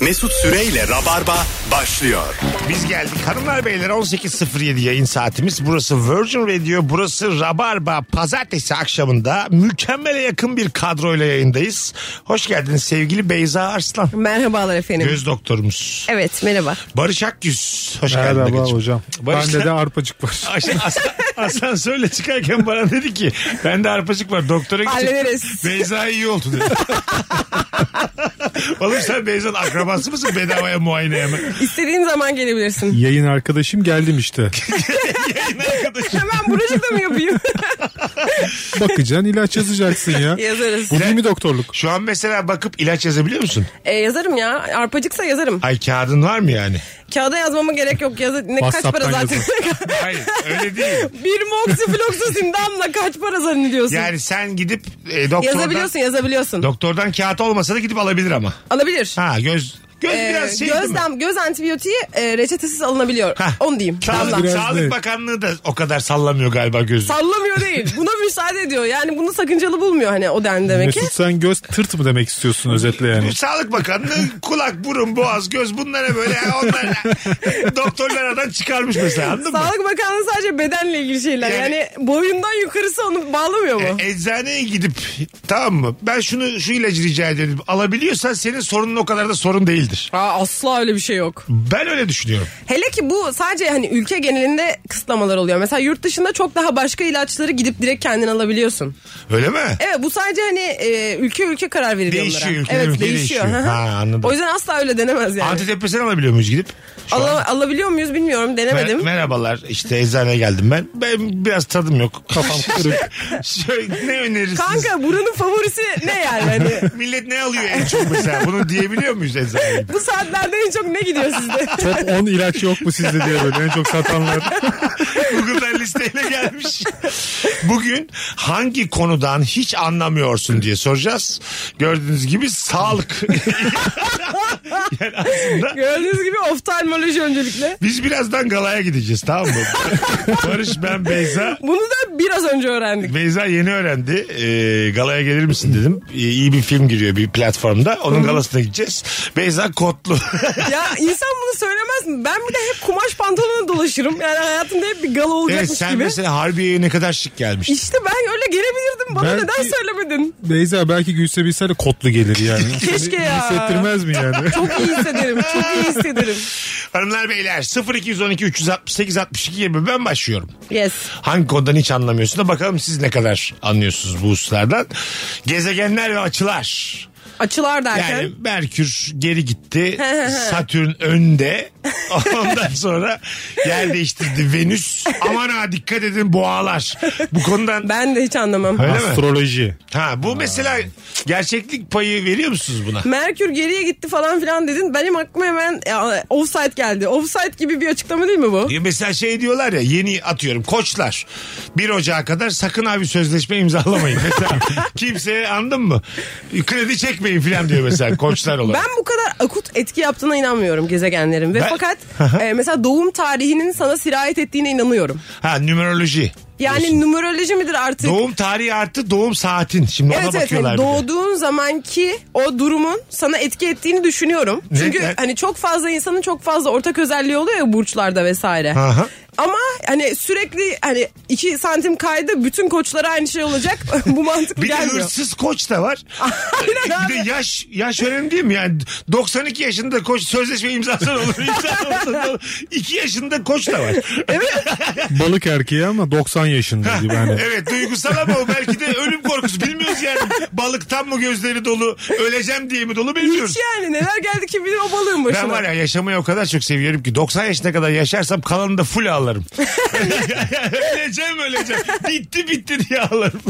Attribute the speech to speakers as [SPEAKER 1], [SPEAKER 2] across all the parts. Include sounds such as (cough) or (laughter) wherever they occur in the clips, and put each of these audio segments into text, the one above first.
[SPEAKER 1] Mesut Süreyle Rabarba başlıyor.
[SPEAKER 2] Biz geldik. Hanımlar beyler 18.07 yayın saatimiz. Burası Virgin Radio, burası Rabarba. Pazartesi akşamında mükemmele yakın bir kadroyla yayındayız. Hoş geldiniz sevgili Beyza Arslan.
[SPEAKER 3] Merhabalar efendim.
[SPEAKER 2] Göz doktorumuz.
[SPEAKER 3] Evet merhaba.
[SPEAKER 2] Barış Akgüz. Hoş geldin.
[SPEAKER 4] Merhaba
[SPEAKER 2] Agacığım.
[SPEAKER 4] hocam.
[SPEAKER 2] Barış
[SPEAKER 4] Bende
[SPEAKER 2] sen-
[SPEAKER 4] de arpacık var.
[SPEAKER 2] Aslan, aslan, aslan söyle çıkarken bana dedi ki ben de arpacık var doktora gideceğim.
[SPEAKER 3] Hallederiz.
[SPEAKER 2] Beyza iyi oldu dedi. (laughs) Oğlum sen Beyza'nın akrabası mısın bedavaya muayeneye mi?
[SPEAKER 3] İstediğin
[SPEAKER 2] (laughs)
[SPEAKER 3] zaman gelebilirsin.
[SPEAKER 4] Yayın arkadaşım geldim işte.
[SPEAKER 2] Arkadaşım.
[SPEAKER 3] Hemen buracıkta
[SPEAKER 2] (laughs)
[SPEAKER 3] mı yapayım?
[SPEAKER 4] Bakacaksın ilaç yazacaksın ya.
[SPEAKER 3] Yazarız.
[SPEAKER 4] Bu değil mi doktorluk?
[SPEAKER 2] Şu an mesela bakıp ilaç yazabiliyor musun?
[SPEAKER 3] E, yazarım ya. Arpacıksa yazarım.
[SPEAKER 2] Ay kağıdın var mı yani?
[SPEAKER 3] Kağıda yazmama gerek yok. Yazı ne kaç para
[SPEAKER 4] WhatsApp'tan
[SPEAKER 3] zaten?
[SPEAKER 2] Hayır öyle değil.
[SPEAKER 3] (laughs) bir moksifloksusim damla kaç para zannediyorsun?
[SPEAKER 2] Yani sen gidip e, doktordan,
[SPEAKER 3] yazabiliyorsun yazabiliyorsun.
[SPEAKER 2] doktordan kağıt olmasa da gidip alabilir ama.
[SPEAKER 3] Alabilir.
[SPEAKER 2] Ha göz göz
[SPEAKER 3] E,
[SPEAKER 2] biraz şey değil mi?
[SPEAKER 3] gözlem, göz antibiyotiği e, reçetesiz alınabiliyor.
[SPEAKER 2] Hah.
[SPEAKER 3] Onu diyeyim.
[SPEAKER 2] Sağlık,
[SPEAKER 3] Damla.
[SPEAKER 4] Biraz
[SPEAKER 2] Sağlık
[SPEAKER 4] değil.
[SPEAKER 2] Bakanlığı da o kadar sallamıyor galiba gözü.
[SPEAKER 3] Sallamıyor değil. Buna müsaade ediyor. Yani bunu sakıncalı bulmuyor hani o denli demek ki.
[SPEAKER 4] Mesut sen göz tırt mı demek istiyorsun özetle yani?
[SPEAKER 2] Sağlık Bakanlığı kulak, burun, boğaz, göz bunlara böyle ya onlar doktorlar aradan çıkarmış mesela anladın mı?
[SPEAKER 3] (laughs) Sağlık Bakanlığı sadece bedenle ilgili şeyler.
[SPEAKER 2] Yani-
[SPEAKER 3] Yani, boyundan yukarısı onu bağlamıyor mu?
[SPEAKER 2] E, Eczaneye gidip tamam mı? Ben şunu şu ilacı rica ediyorum. Alabiliyorsan senin sorunun o kadar da sorun değildir.
[SPEAKER 3] Aa, asla öyle bir şey yok.
[SPEAKER 2] Ben öyle düşünüyorum.
[SPEAKER 3] Hele ki bu sadece hani ülke genelinde kısıtlamalar oluyor. Mesela yurt dışında çok daha başka ilaçları gidip direkt kendin alabiliyorsun.
[SPEAKER 2] Öyle mi?
[SPEAKER 3] Evet bu sadece hani e, ülke ülke karar veriliyor
[SPEAKER 2] Değişiyor,
[SPEAKER 3] onlara.
[SPEAKER 2] ülkeden
[SPEAKER 3] evet
[SPEAKER 2] ülkeye
[SPEAKER 3] değişiyor.
[SPEAKER 2] değişiyor.
[SPEAKER 3] Hı hı.
[SPEAKER 2] Ha, anladım.
[SPEAKER 3] O yüzden asla öyle denemez yani.
[SPEAKER 2] Antidepresan alabiliyor muyuz gidip? Şu
[SPEAKER 3] Ala-
[SPEAKER 2] an.
[SPEAKER 3] alabiliyor muyuz bilmiyorum denemedim.
[SPEAKER 2] Mer- merhabalar işte eczaneye geldim ben. Ben biraz tadım yok.
[SPEAKER 4] Kafam kırık.
[SPEAKER 2] Şöyle, ne önerirsiniz?
[SPEAKER 3] Kanka buranın favorisi ne yani? Hani
[SPEAKER 2] Millet ne alıyor en çok mesela? Bunu diyebiliyor muyuz eczaneye? gidip?
[SPEAKER 3] bu saatlerde en çok ne gidiyor
[SPEAKER 2] (laughs)
[SPEAKER 3] sizde?
[SPEAKER 4] Top 10 ilaç yok mu sizde diye böyle en çok satanlar.
[SPEAKER 2] Google'dan listeyle gelmiş. Bugün hangi konudan hiç anlamıyorsun diye soracağız. Gördüğünüz gibi sağlık. (laughs) yani aslında
[SPEAKER 3] Gördüğünüz gibi oftalmoloji öncelikle.
[SPEAKER 2] biz birazdan galaya gideceğiz tamam mı? Barış ben Beyza.
[SPEAKER 3] Bunu da biraz önce öğrendik.
[SPEAKER 2] Beyza yeni öğrendi. Ee, galaya gelir misin dedim. Ee, iyi bir film giriyor bir platformda. Onun galasına gideceğiz. Beyza kotlu.
[SPEAKER 3] Ya insan bunu söylemez mi? Ben bir de hep kumaş pantolonla dolaşırım. Yani hayatımda hep bir gala olacakmış
[SPEAKER 2] evet sen
[SPEAKER 3] gibi.
[SPEAKER 2] mesela Harbiye'ye ne kadar şık gelmiştin.
[SPEAKER 3] İşte ben öyle gelebilirdim. Bana
[SPEAKER 4] Belki-
[SPEAKER 3] neden söylemedin?
[SPEAKER 4] Beyza belki Gülse Birsel de kotlu gelir yani.
[SPEAKER 3] Keşke ya.
[SPEAKER 4] Hissettirmez mi yani?
[SPEAKER 3] Çok iyi hissederim. Çok iyi hissederim.
[SPEAKER 2] Hanımlar beyler 0212 368 62 20 ben başlıyorum.
[SPEAKER 3] Yes.
[SPEAKER 2] Hangi konudan hiç anlamıyorsun da bakalım siz ne kadar anlıyorsunuz bu hususlardan. Gezegenler ve açılar.
[SPEAKER 3] Açılar derken.
[SPEAKER 2] Yani Merkür geri
[SPEAKER 3] (laughs)
[SPEAKER 2] gitti. Satürn önde. Ondan sonra yer değiştirdi Venüs. Aman ha dikkat edin boğalar. Bu konudan
[SPEAKER 3] Ben de hiç anlamam.
[SPEAKER 2] Öyle mi?
[SPEAKER 4] Astroloji.
[SPEAKER 2] Ha bu mesela gerçeklik payı veriyor musunuz buna?
[SPEAKER 3] (laughs) Merkür geriye gitti falan filan dedin. Benim aklıma hemen ya, offside geldi. Offside gibi bir açıklama değil mi bu?
[SPEAKER 2] Ya Mesela şey diyorlar ya yeni atıyorum koçlar 1 Ocağı kadar sakın abi sözleşme imzalamayın.
[SPEAKER 3] (laughs)
[SPEAKER 2] Mesela kimseye anladın mı? Kredi çekmeyin filan diyor mesela koçlar olarak.
[SPEAKER 3] Ben bu kadar akut etki yaptığına inanmıyorum gezegenlerin. Ve
[SPEAKER 2] Ben-
[SPEAKER 3] fakat e, mesela doğum tarihinin sana sirayet ettiğine inanıyorum.
[SPEAKER 2] Ha numeroloji.
[SPEAKER 3] Yani
[SPEAKER 2] diyorsun.
[SPEAKER 3] numeroloji midir artık?
[SPEAKER 2] Doğum tarihi artı doğum saatin. Şimdi
[SPEAKER 3] Evet
[SPEAKER 2] ona
[SPEAKER 3] evet
[SPEAKER 2] bakıyorlar
[SPEAKER 3] hani
[SPEAKER 2] bir de.
[SPEAKER 3] doğduğun zamanki o durumun sana etki ettiğini düşünüyorum.
[SPEAKER 2] Ne-
[SPEAKER 3] Çünkü
[SPEAKER 2] ne-
[SPEAKER 3] hani çok fazla insanın çok fazla ortak özelliği oluyor ya burçlarda vesaire.
[SPEAKER 2] Aha.
[SPEAKER 3] Ama hani sürekli hani iki santim kaydı bütün koçlara aynı şey olacak. (laughs) Bu mantıklı
[SPEAKER 2] Bir de
[SPEAKER 3] gelmiyor.
[SPEAKER 2] hırsız koç da var.
[SPEAKER 3] (laughs) Aynen
[SPEAKER 2] bir
[SPEAKER 3] abi.
[SPEAKER 2] de yaş yaş önemli değil mi? Yani 92 yaşında koç sözleşme imzasın olur. imzalasan olur. 2 yaşında koç da
[SPEAKER 3] (laughs)
[SPEAKER 2] var.
[SPEAKER 4] Balık erkeği ama 90 yaşında gibi hani.
[SPEAKER 2] Evet duygusal ama o belki de ölüm korkusu bilmiyoruz yani. Balıktan mı gözleri dolu, öleceğim diye mi dolu bilmiyoruz.
[SPEAKER 3] Hiç yani neler geldi kim bilir o balığın başına.
[SPEAKER 2] Ben var ya yaşamayı o kadar çok seviyorum ki 90 yaşına kadar yaşarsam kalanını da full
[SPEAKER 3] (laughs)
[SPEAKER 2] ağlarım. öleceğim öleceğim. Bitti bitti diye ağlarım.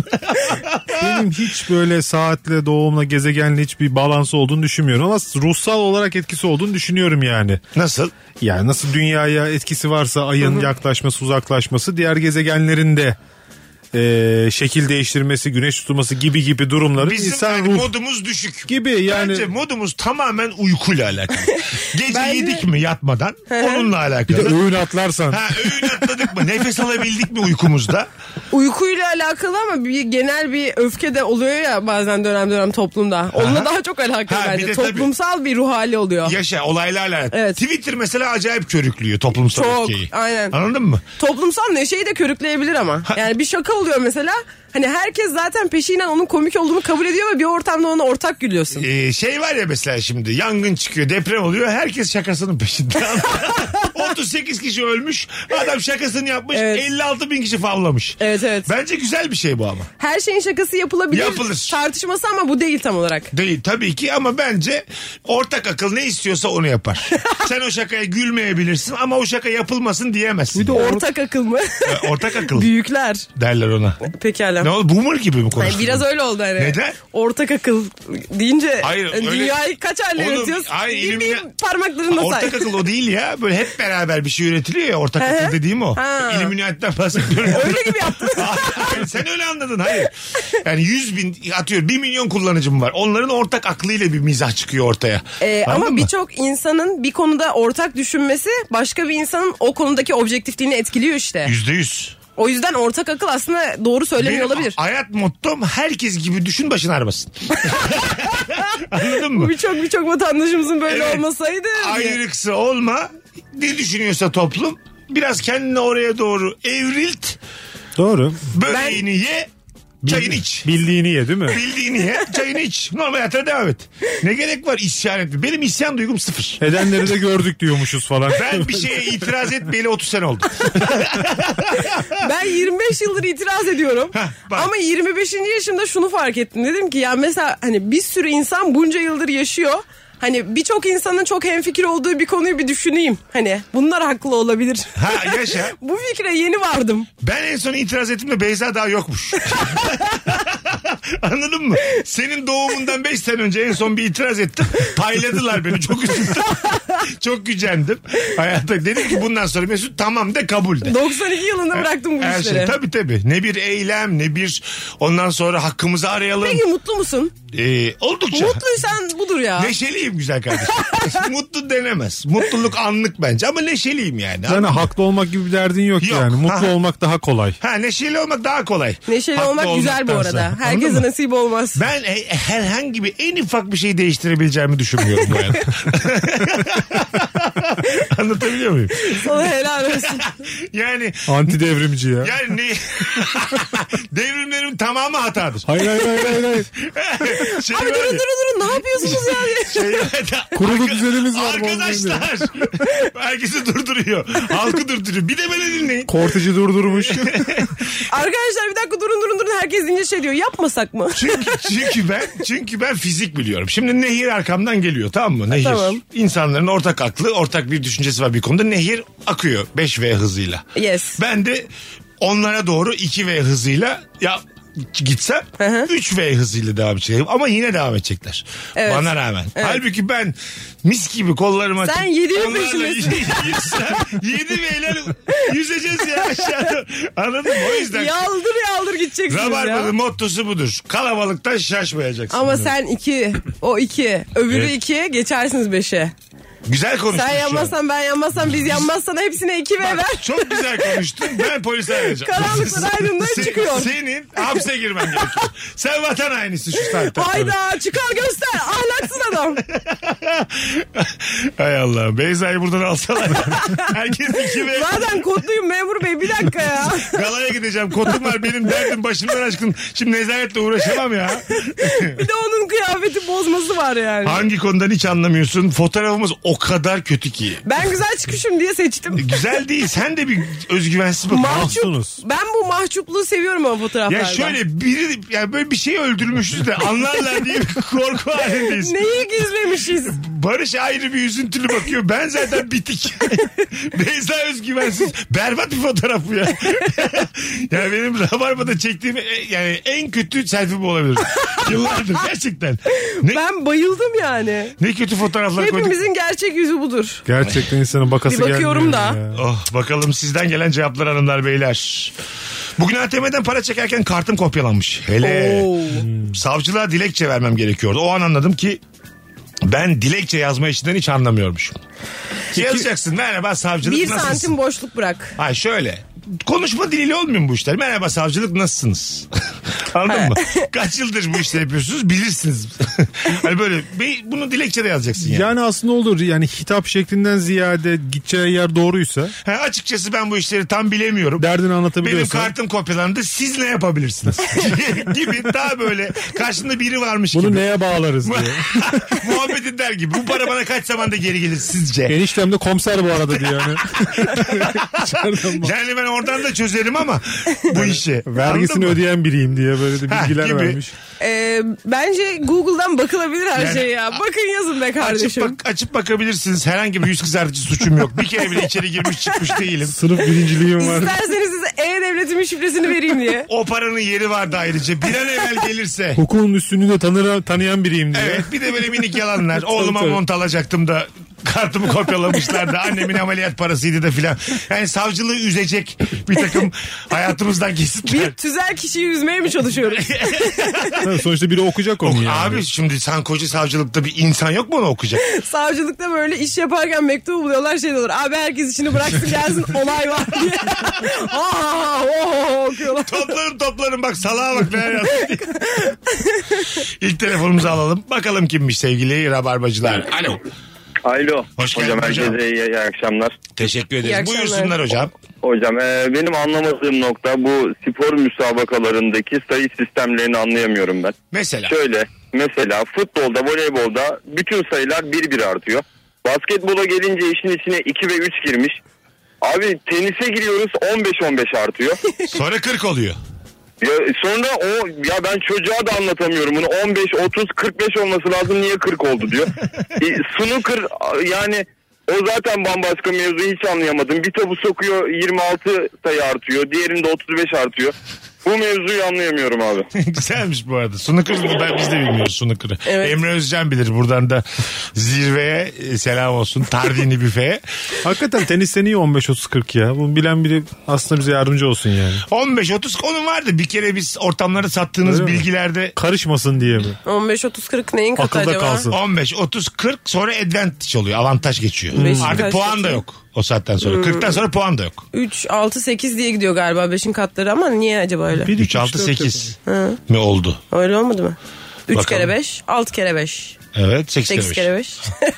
[SPEAKER 4] Benim hiç böyle saatle doğumla gezegenle hiçbir bağlantısı olduğunu düşünmüyorum ama ruhsal olarak etkisi olduğunu düşünüyorum yani.
[SPEAKER 2] Nasıl?
[SPEAKER 4] Yani nasıl dünyaya etkisi varsa ayın yaklaşması uzaklaşması diğer gezegenlerin de e, şekil değiştirmesi, güneş tutulması gibi gibi durumların
[SPEAKER 2] Bizim
[SPEAKER 4] insan
[SPEAKER 2] yani
[SPEAKER 4] ruh
[SPEAKER 2] modumuz düşük.
[SPEAKER 4] gibi yani
[SPEAKER 2] Bence modumuz tamamen uykuyla alakalı.
[SPEAKER 3] (laughs)
[SPEAKER 2] Gece
[SPEAKER 3] Bence-
[SPEAKER 2] yedik mi yatmadan onunla
[SPEAKER 4] bir de
[SPEAKER 2] alakalı.
[SPEAKER 4] öğün atlarsan
[SPEAKER 2] Ha, öğün atladık mı? Nefes alabildik mi uykumuzda?
[SPEAKER 3] Uykuyla alakalı ama bir genel bir öfke de oluyor ya bazen dönem dönem toplumda. Onunla daha çok alakalı
[SPEAKER 2] Ha, bir
[SPEAKER 3] bence.
[SPEAKER 2] de tabii-
[SPEAKER 3] Toplumsal bir ruh hali
[SPEAKER 4] Ah.
[SPEAKER 3] oluyor.
[SPEAKER 2] Yaşa olaylarla. alakalı.
[SPEAKER 3] Evet.
[SPEAKER 2] Twitter mesela acayip körüklüyor toplumsal
[SPEAKER 3] Çok,
[SPEAKER 2] öfkeyi.
[SPEAKER 3] aynen.
[SPEAKER 2] Anladın mı?
[SPEAKER 3] Toplumsal neşeyi de körükleyebilir ama. Yani bir şaka oluyor mesela. Hani herkes zaten peşinen onun komik olduğunu kabul ediyor ve bir ortamda ona ortak gülüyorsun.
[SPEAKER 2] Ee, şey var ya mesela şimdi yangın çıkıyor deprem oluyor herkes şakasının peşinde. (laughs) 38 kişi ölmüş adam şakasını yapmış
[SPEAKER 3] Evet.
[SPEAKER 2] 56 bin kişi favlamış.
[SPEAKER 3] Evet evet.
[SPEAKER 2] Bence güzel bir şey bu ama.
[SPEAKER 3] Her şeyin şakası yapılabilir.
[SPEAKER 2] Yapılır.
[SPEAKER 3] Tartışması ama bu değil tam olarak.
[SPEAKER 2] Değil tabii ki ama bence ortak akıl ne istiyorsa onu
[SPEAKER 4] (laughs)
[SPEAKER 2] yapar. Sen o şakaya gülmeyebilirsin ama o şaka yapılmasın diyemezsin.
[SPEAKER 4] Bir de o-
[SPEAKER 3] Ortak
[SPEAKER 2] (laughs)
[SPEAKER 3] akıl mı?
[SPEAKER 2] Ee, Ortak akıl
[SPEAKER 3] Büyükler.
[SPEAKER 2] derler ona.
[SPEAKER 3] Pekala.
[SPEAKER 2] Ne oldu boomer gibi mi
[SPEAKER 3] Ay,
[SPEAKER 2] konuştun?
[SPEAKER 3] biraz öyle oldu hani.
[SPEAKER 2] Neden?
[SPEAKER 3] Ortak akıl deyince
[SPEAKER 2] Hayır,
[SPEAKER 3] yani
[SPEAKER 2] öyle-
[SPEAKER 3] dünyayı kaç halde
[SPEAKER 2] Oğlum,
[SPEAKER 3] yönetiyoruz?
[SPEAKER 2] hayır,
[SPEAKER 3] Bir- bir
[SPEAKER 2] illümina-
[SPEAKER 3] parmaklarında say.
[SPEAKER 2] Ortak akıl o değil ya. Böyle hep beraber bir şey üretiliyor ya. Ortak
[SPEAKER 3] Hı hı.
[SPEAKER 2] akıl dediğim o.
[SPEAKER 3] Ha.
[SPEAKER 2] İlluminati'den bahsediyorum. (laughs)
[SPEAKER 3] Öyle gibi yaptın.
[SPEAKER 2] Hayır, Sen öyle anladın hayır. Yani 100 bin atıyor 1 milyon kullanıcım var. Onların ortak aklıyla bir mizah çıkıyor ortaya.
[SPEAKER 3] Ee,
[SPEAKER 2] Anladın
[SPEAKER 3] ama
[SPEAKER 2] mı?
[SPEAKER 3] birçok insanın bir konuda ortak düşünmesi başka bir insanın o konudaki objektifliğini etkiliyor işte.
[SPEAKER 2] Yüzde yüz.
[SPEAKER 3] O yüzden ortak akıl aslında doğru söylemiyor
[SPEAKER 2] Benim
[SPEAKER 3] olabilir.
[SPEAKER 2] hayat mottom herkes gibi düşün başın ağrımasın. Anladın mı?
[SPEAKER 3] Birçok birçok vatandaşımızın böyle
[SPEAKER 2] Evet.
[SPEAKER 3] olmasaydı. diye.
[SPEAKER 2] Ayrıksı olma. Ne düşünüyorsa toplum biraz kendini oraya doğru evrilt.
[SPEAKER 4] doğru.
[SPEAKER 2] Böreğini ye. Çayını iç.
[SPEAKER 4] Bildiğini ye değil mi?
[SPEAKER 2] Bildiğini ye. Çayını iç. Normal hayatına devam et. Ne gerek var isyan etme. Benim isyan duygum sıfır.
[SPEAKER 4] Edenleri de gördük diyormuşuz falan.
[SPEAKER 2] Ben bir şey- şeye itiraz etmeyeli 30 sene oldu.
[SPEAKER 3] Ben 25 yıldır itiraz ediyorum.
[SPEAKER 2] Hah, bak.
[SPEAKER 3] Ama 25. yaşımda şunu fark ettim. Dedim ki ya mesela hani bir sürü insan bunca yıldır yaşıyor. Hani birçok insanın çok hemfikir olduğu bir konuyu bir düşüneyim. Hani bunlar haklı olabilir. (laughs)
[SPEAKER 2] Ha yaşa.
[SPEAKER 3] Bu fikre yeni vardım.
[SPEAKER 2] Ben en son itiraz ettiğimde Beyza daha yokmuş. (laughs) Anladın mı? Senin doğumundan 5 sene önce en son bir itiraz ettim. Payladılar beni çok üzüldüm. (laughs) çok gücendim. Hayatta dedim ki bundan sonra Mesut tamam de kabul de.
[SPEAKER 3] 92 yılında bıraktım bu
[SPEAKER 2] Her
[SPEAKER 3] işleri.
[SPEAKER 2] şey tabii tabii. Ne bir eylem ne bir ondan sonra hakkımızı arayalım.
[SPEAKER 3] Peki mutlu musun?
[SPEAKER 2] Ee, oldukça.
[SPEAKER 3] Mutluysan budur ya.
[SPEAKER 2] Neşeliyim güzel kardeşim. (laughs) Mutlu denemez. Mutluluk anlık bence ama neşeliyim yani.
[SPEAKER 4] Yani haklı olmak gibi bir derdin yok,
[SPEAKER 2] Yok.
[SPEAKER 4] yani.
[SPEAKER 2] Ha.
[SPEAKER 4] Mutlu olmak daha kolay.
[SPEAKER 2] Ha neşeli olmak daha kolay.
[SPEAKER 3] Neşeli
[SPEAKER 2] Haklı
[SPEAKER 3] olmak güzel bu
[SPEAKER 2] olmaktansa.
[SPEAKER 3] arada.
[SPEAKER 2] Anladın
[SPEAKER 3] Herkese
[SPEAKER 2] mı?
[SPEAKER 3] nasip olmaz.
[SPEAKER 2] Ben he- herhangi bir en ufak bir şeyi değiştirebileceğimi düşünmüyorum bu
[SPEAKER 3] (laughs)
[SPEAKER 2] hayatta. Anlatabiliyor muyum?
[SPEAKER 3] Sana helal
[SPEAKER 2] (laughs)
[SPEAKER 3] olsun.
[SPEAKER 2] Yani
[SPEAKER 4] Anti devrimci ya.
[SPEAKER 2] yani ne- (laughs) devrimlerin tamamı hatadır.
[SPEAKER 4] Hayır hayır hayır hayır. hayır.
[SPEAKER 2] Şey
[SPEAKER 3] Abi
[SPEAKER 2] var
[SPEAKER 3] durun
[SPEAKER 2] ya-
[SPEAKER 3] durun durun ne yapıyorsunuz
[SPEAKER 2] (laughs)
[SPEAKER 3] yani?
[SPEAKER 2] Şey var ya-
[SPEAKER 4] Kurulu
[SPEAKER 2] Arka-
[SPEAKER 4] düzenimiz var bu
[SPEAKER 2] Arkadaşlar. (laughs) Herkesi durduruyor. Halkı durduruyor. Bir de beni dinleyin.
[SPEAKER 4] Korteci
[SPEAKER 2] (laughs)
[SPEAKER 4] durdurmuş.
[SPEAKER 3] Arkadaşlar bir dakika durun durun durun herkes ince şey diyor yapmasak mı?
[SPEAKER 2] Çünkü, çünkü ben çünkü ben fizik biliyorum. Şimdi nehir arkamdan geliyor tamam mı? Nehir.
[SPEAKER 3] Tamam.
[SPEAKER 2] İnsanların ortak aklı, ortak bir düşüncesi var bir konuda. Nehir akıyor 5V hızıyla.
[SPEAKER 3] Yes.
[SPEAKER 2] Ben de onlara doğru 2V hızıyla ya gitsem
[SPEAKER 3] Hı hı.
[SPEAKER 2] 3V hızıyla devam edeceğim. Ama yine devam edecekler.
[SPEAKER 3] Evet.
[SPEAKER 2] Bana rağmen. Halbuki ben mis gibi kollarımı
[SPEAKER 3] Sen
[SPEAKER 2] atıp
[SPEAKER 3] yedinin
[SPEAKER 2] onlarla
[SPEAKER 3] peşindesin.
[SPEAKER 2] (laughs) yüzsem, Yedi V'ler yüzeceğiz ya aşağıda. Anladın mı? O yüzden
[SPEAKER 3] Yaldır yaldır gideceksiniz ya.
[SPEAKER 2] Rabarba'nın mottosu budur. Kalabalıktan şaşmayacaksın.
[SPEAKER 3] Ama sen iki, o iki, öbürü
[SPEAKER 2] Evet. şey
[SPEAKER 3] ikiye geçersiniz beşe.
[SPEAKER 2] Güzel konuştun.
[SPEAKER 3] Sen
[SPEAKER 2] şu an.
[SPEAKER 3] yanmazsan ben yanmazsam biz yanmazsan hepsine iki ve ver.
[SPEAKER 2] Çok güzel konuştun. Ben polise arayacağım.
[SPEAKER 3] Karanlıktan aydınlığa
[SPEAKER 2] Se-
[SPEAKER 3] çıkıyor.
[SPEAKER 2] Senin hapse girmen gerekiyor. Sen vatan hainisi şu saatte.
[SPEAKER 3] Hayda çıkar göster ahlaksız adam.
[SPEAKER 2] Hay Allah. Beyza'yı buradan alsalar. Herkes iki ve...
[SPEAKER 3] Zaten kodluyum memur bey bir
[SPEAKER 2] (laughs)
[SPEAKER 3] dakika ya.
[SPEAKER 2] Galaya gideceğim. Kotum var benim derdim başımdan aşkın. Şimdi nezaretle uğraşamam ya.
[SPEAKER 3] Bir de onun kıyafeti bozması var yani.
[SPEAKER 2] Hangi konudan hiç anlamıyorsun? Fotoğrafımız o kadar kötü ki.
[SPEAKER 3] Ben güzel çıkışım diye seçtim.
[SPEAKER 2] Güzel değil. Sen de bir özgüvensiz bak.
[SPEAKER 4] Mahsunuz.
[SPEAKER 3] Ben bu mahcupluğu seviyorum ama
[SPEAKER 2] Ya
[SPEAKER 3] fotoğraflardan.
[SPEAKER 2] şöyle biri yani böyle bir şey öldürmüşüz de anlarlar diye bir korku halindeyiz.
[SPEAKER 3] Neyi
[SPEAKER 2] (laughs)
[SPEAKER 3] gizlemişiz?
[SPEAKER 2] Barış ayrı bir üzüntülü bakıyor. Ben zaten
[SPEAKER 3] (laughs)
[SPEAKER 2] bitik. Beyza özgüvensiz. Berbat bir fotoğraf bu ya. yani benim Rabarba'da çektiğim e, yani en kötü selfie bu olabilir. Yıllardır gerçekten. Ne,
[SPEAKER 3] Ben bayıldım yani.
[SPEAKER 2] ne kötü fotoğraflar koyduk.
[SPEAKER 3] Hepimizin gerçek yüzü budur.
[SPEAKER 4] Gerçekten insanın bakası
[SPEAKER 3] Bir bakıyorum
[SPEAKER 4] gelmiyor
[SPEAKER 3] da.
[SPEAKER 4] ya.
[SPEAKER 2] Oh, bakalım sizden gelen cevaplar hanımlar beyler. Bugün ATM'den para çekerken kartım kopyalanmış. Hele.
[SPEAKER 3] Oo.
[SPEAKER 2] Savcılığa dilekçe vermem gerekiyordu. O an anladım ki ben dilekçe yazma işinden hiç anlamıyormuşum. Yazacaksın merhaba savcılık
[SPEAKER 3] Bir
[SPEAKER 2] nasılsın?
[SPEAKER 3] santim boşluk bırak.
[SPEAKER 2] Ha şöyle. Konuşma diliyle olmuyor mu bu işler? Merhaba savcılık nasılsınız? (laughs) Anladın mı?
[SPEAKER 4] (laughs)
[SPEAKER 2] Kaç yıldır bu işleri yapıyorsunuz bilirsiniz. (laughs) hani böyle bir- bunu dilekçede yazacaksın yani.
[SPEAKER 4] Yani aslında olur yani hitap şeklinden ziyade gideceği yer doğruysa
[SPEAKER 2] Ha, açıkçası ben bu işleri tam bilemiyorum.
[SPEAKER 4] derdini
[SPEAKER 2] Benim
[SPEAKER 4] anlatabiliyorsa.
[SPEAKER 2] kartım kopyalandı siz ne
[SPEAKER 4] (laughs)
[SPEAKER 2] yapabilirsiniz? gibi daha böyle karşında biri varmış
[SPEAKER 4] Bunu
[SPEAKER 2] gibi. (laughs)
[SPEAKER 4] neye bağlarız diye.
[SPEAKER 2] Muhabbet eder gibi. Bu para bana kaç zamanda geri gelir sizce?
[SPEAKER 4] Eniştem de komiser bu arada
[SPEAKER 2] (laughs)
[SPEAKER 4] diyor yani. İçeriden bak-
[SPEAKER 2] Yani ben oradan da çözerim ama bu işi. Anladın
[SPEAKER 4] Vergisini
[SPEAKER 2] mı?
[SPEAKER 4] ödeyen biriyim diye böyle de
[SPEAKER 2] Ha,
[SPEAKER 4] bilgiler
[SPEAKER 2] gibi.
[SPEAKER 4] vermiş.
[SPEAKER 3] Ee, bence Google'dan bakılabilir her
[SPEAKER 2] Yani-
[SPEAKER 3] şey ya. Bakın yazın be
[SPEAKER 2] Açıp,
[SPEAKER 3] kardeşim.
[SPEAKER 2] bak- açıp bakabilirsiniz. Herhangi bir yüz kızartıcı suçum yok. Bir kere bile içeri girmiş çıkmış değilim.
[SPEAKER 4] Sınıf birinciliğim var.
[SPEAKER 3] İsterseniz size E-Devletimin şifresini
[SPEAKER 2] (laughs)
[SPEAKER 3] vereyim diye.
[SPEAKER 2] O paranın yeri vardı ayrıca. Bir an evvel gelirse.
[SPEAKER 4] Hukukun üstünü de tanır, tanıyan biriyim diye.
[SPEAKER 2] Evet bir de böyle minik yalanlar. Oğluma
[SPEAKER 4] tabii.
[SPEAKER 2] mont alacaktım da kartımı kopyalamışlar da annemin ameliyat parasıydı da filan. Yani savcılığı üzecek bir takım hayatımızdan kesitler.
[SPEAKER 3] Bir tüzel kişiyi üzmeye
[SPEAKER 2] (laughs)
[SPEAKER 3] mi çalışıyoruz?
[SPEAKER 4] (laughs) Ha, Sonuçta biri okuyacak onu yani.
[SPEAKER 2] Abi şimdi sen koca savcılıkta bir insan yok mu onu
[SPEAKER 4] (laughs)
[SPEAKER 2] okuyacak?
[SPEAKER 3] Savcılıkta böyle iş yaparken mektup buluyorlar şey diyorlar. Abi herkes işini bıraksın gelsin olay var (laughs) diye. ha ha ha ho, ho, ho okuyorlar.
[SPEAKER 2] Toplarım toplarım bak salağa bak neler yazmış diye. İlk telefonumuzu alalım. Bakalım kimmiş sevgili rabarbacılar. Alo.
[SPEAKER 5] Alo.
[SPEAKER 2] Hoş
[SPEAKER 5] hocam
[SPEAKER 2] geldin hocam.
[SPEAKER 5] herkese iyi, iyi akşamlar.
[SPEAKER 2] Teşekkür
[SPEAKER 3] İyi
[SPEAKER 2] ederiz.
[SPEAKER 3] akşamlar.
[SPEAKER 2] Buyursunlar hocam.
[SPEAKER 5] Hocam e, benim anlamadığım nokta bu spor müsabakalarındaki sayı sistemlerini anlayamıyorum ben.
[SPEAKER 2] Mesela.
[SPEAKER 5] Şöyle mesela futbolda voleybolda bütün sayılar bir bir artıyor. Basketbola gelince işin içine 2 ve 3 girmiş. Abi tenise giriyoruz 15-15 artıyor.
[SPEAKER 2] Sonra 40 oluyor.
[SPEAKER 5] Ya sonra o ya ben çocuğa da anlatamıyorum bunu 15 30 45 olması lazım niye 40 oldu diyor. e, snooker yani o zaten bambaşka mevzu hiç anlayamadım. Bir tabu sokuyor 26 sayı artıyor. Diğerinde 35 artıyor. Bu mevzuyu anlayamıyorum abi.
[SPEAKER 2] (laughs) Güzelmiş bu arada. Sunukır ben biz de bilmiyoruz sunukırı.
[SPEAKER 3] Evet.
[SPEAKER 2] Emre Özcan bilir buradan da zirveye e, selam olsun. Tardini (laughs) büfeye.
[SPEAKER 4] Hakikaten tenisten iyi 15-30-40 ya. Bunu bilen biri aslında bize yardımcı olsun yani.
[SPEAKER 2] 15-30 onun vardı. Bir kere biz ortamlara sattığınız
[SPEAKER 4] Öyle mi?
[SPEAKER 2] bilgilerde
[SPEAKER 4] Karışmasın diye mi?
[SPEAKER 3] 15-30-40 neyin katı
[SPEAKER 4] Akılda
[SPEAKER 3] acaba?
[SPEAKER 4] kalsın.
[SPEAKER 2] 15, 30, 40 sonra advantage oluyor. Avantaj geçiyor.
[SPEAKER 3] Beşiktaş
[SPEAKER 2] Artık puan da
[SPEAKER 3] geçiyor.
[SPEAKER 2] yok o saatten sonra. 40'tan sonra puan da yok.
[SPEAKER 3] 3-6-8 diye gidiyor galiba 5'in katları ama niye acaba öyle?
[SPEAKER 4] 1,
[SPEAKER 2] 3, 6, 8 mi oldu?
[SPEAKER 3] Öyle olmadı mı? 3
[SPEAKER 2] Bakalım.
[SPEAKER 3] kere 5, 6 kere 5,
[SPEAKER 2] Evet 8,
[SPEAKER 3] 8 kere 5. (laughs) ya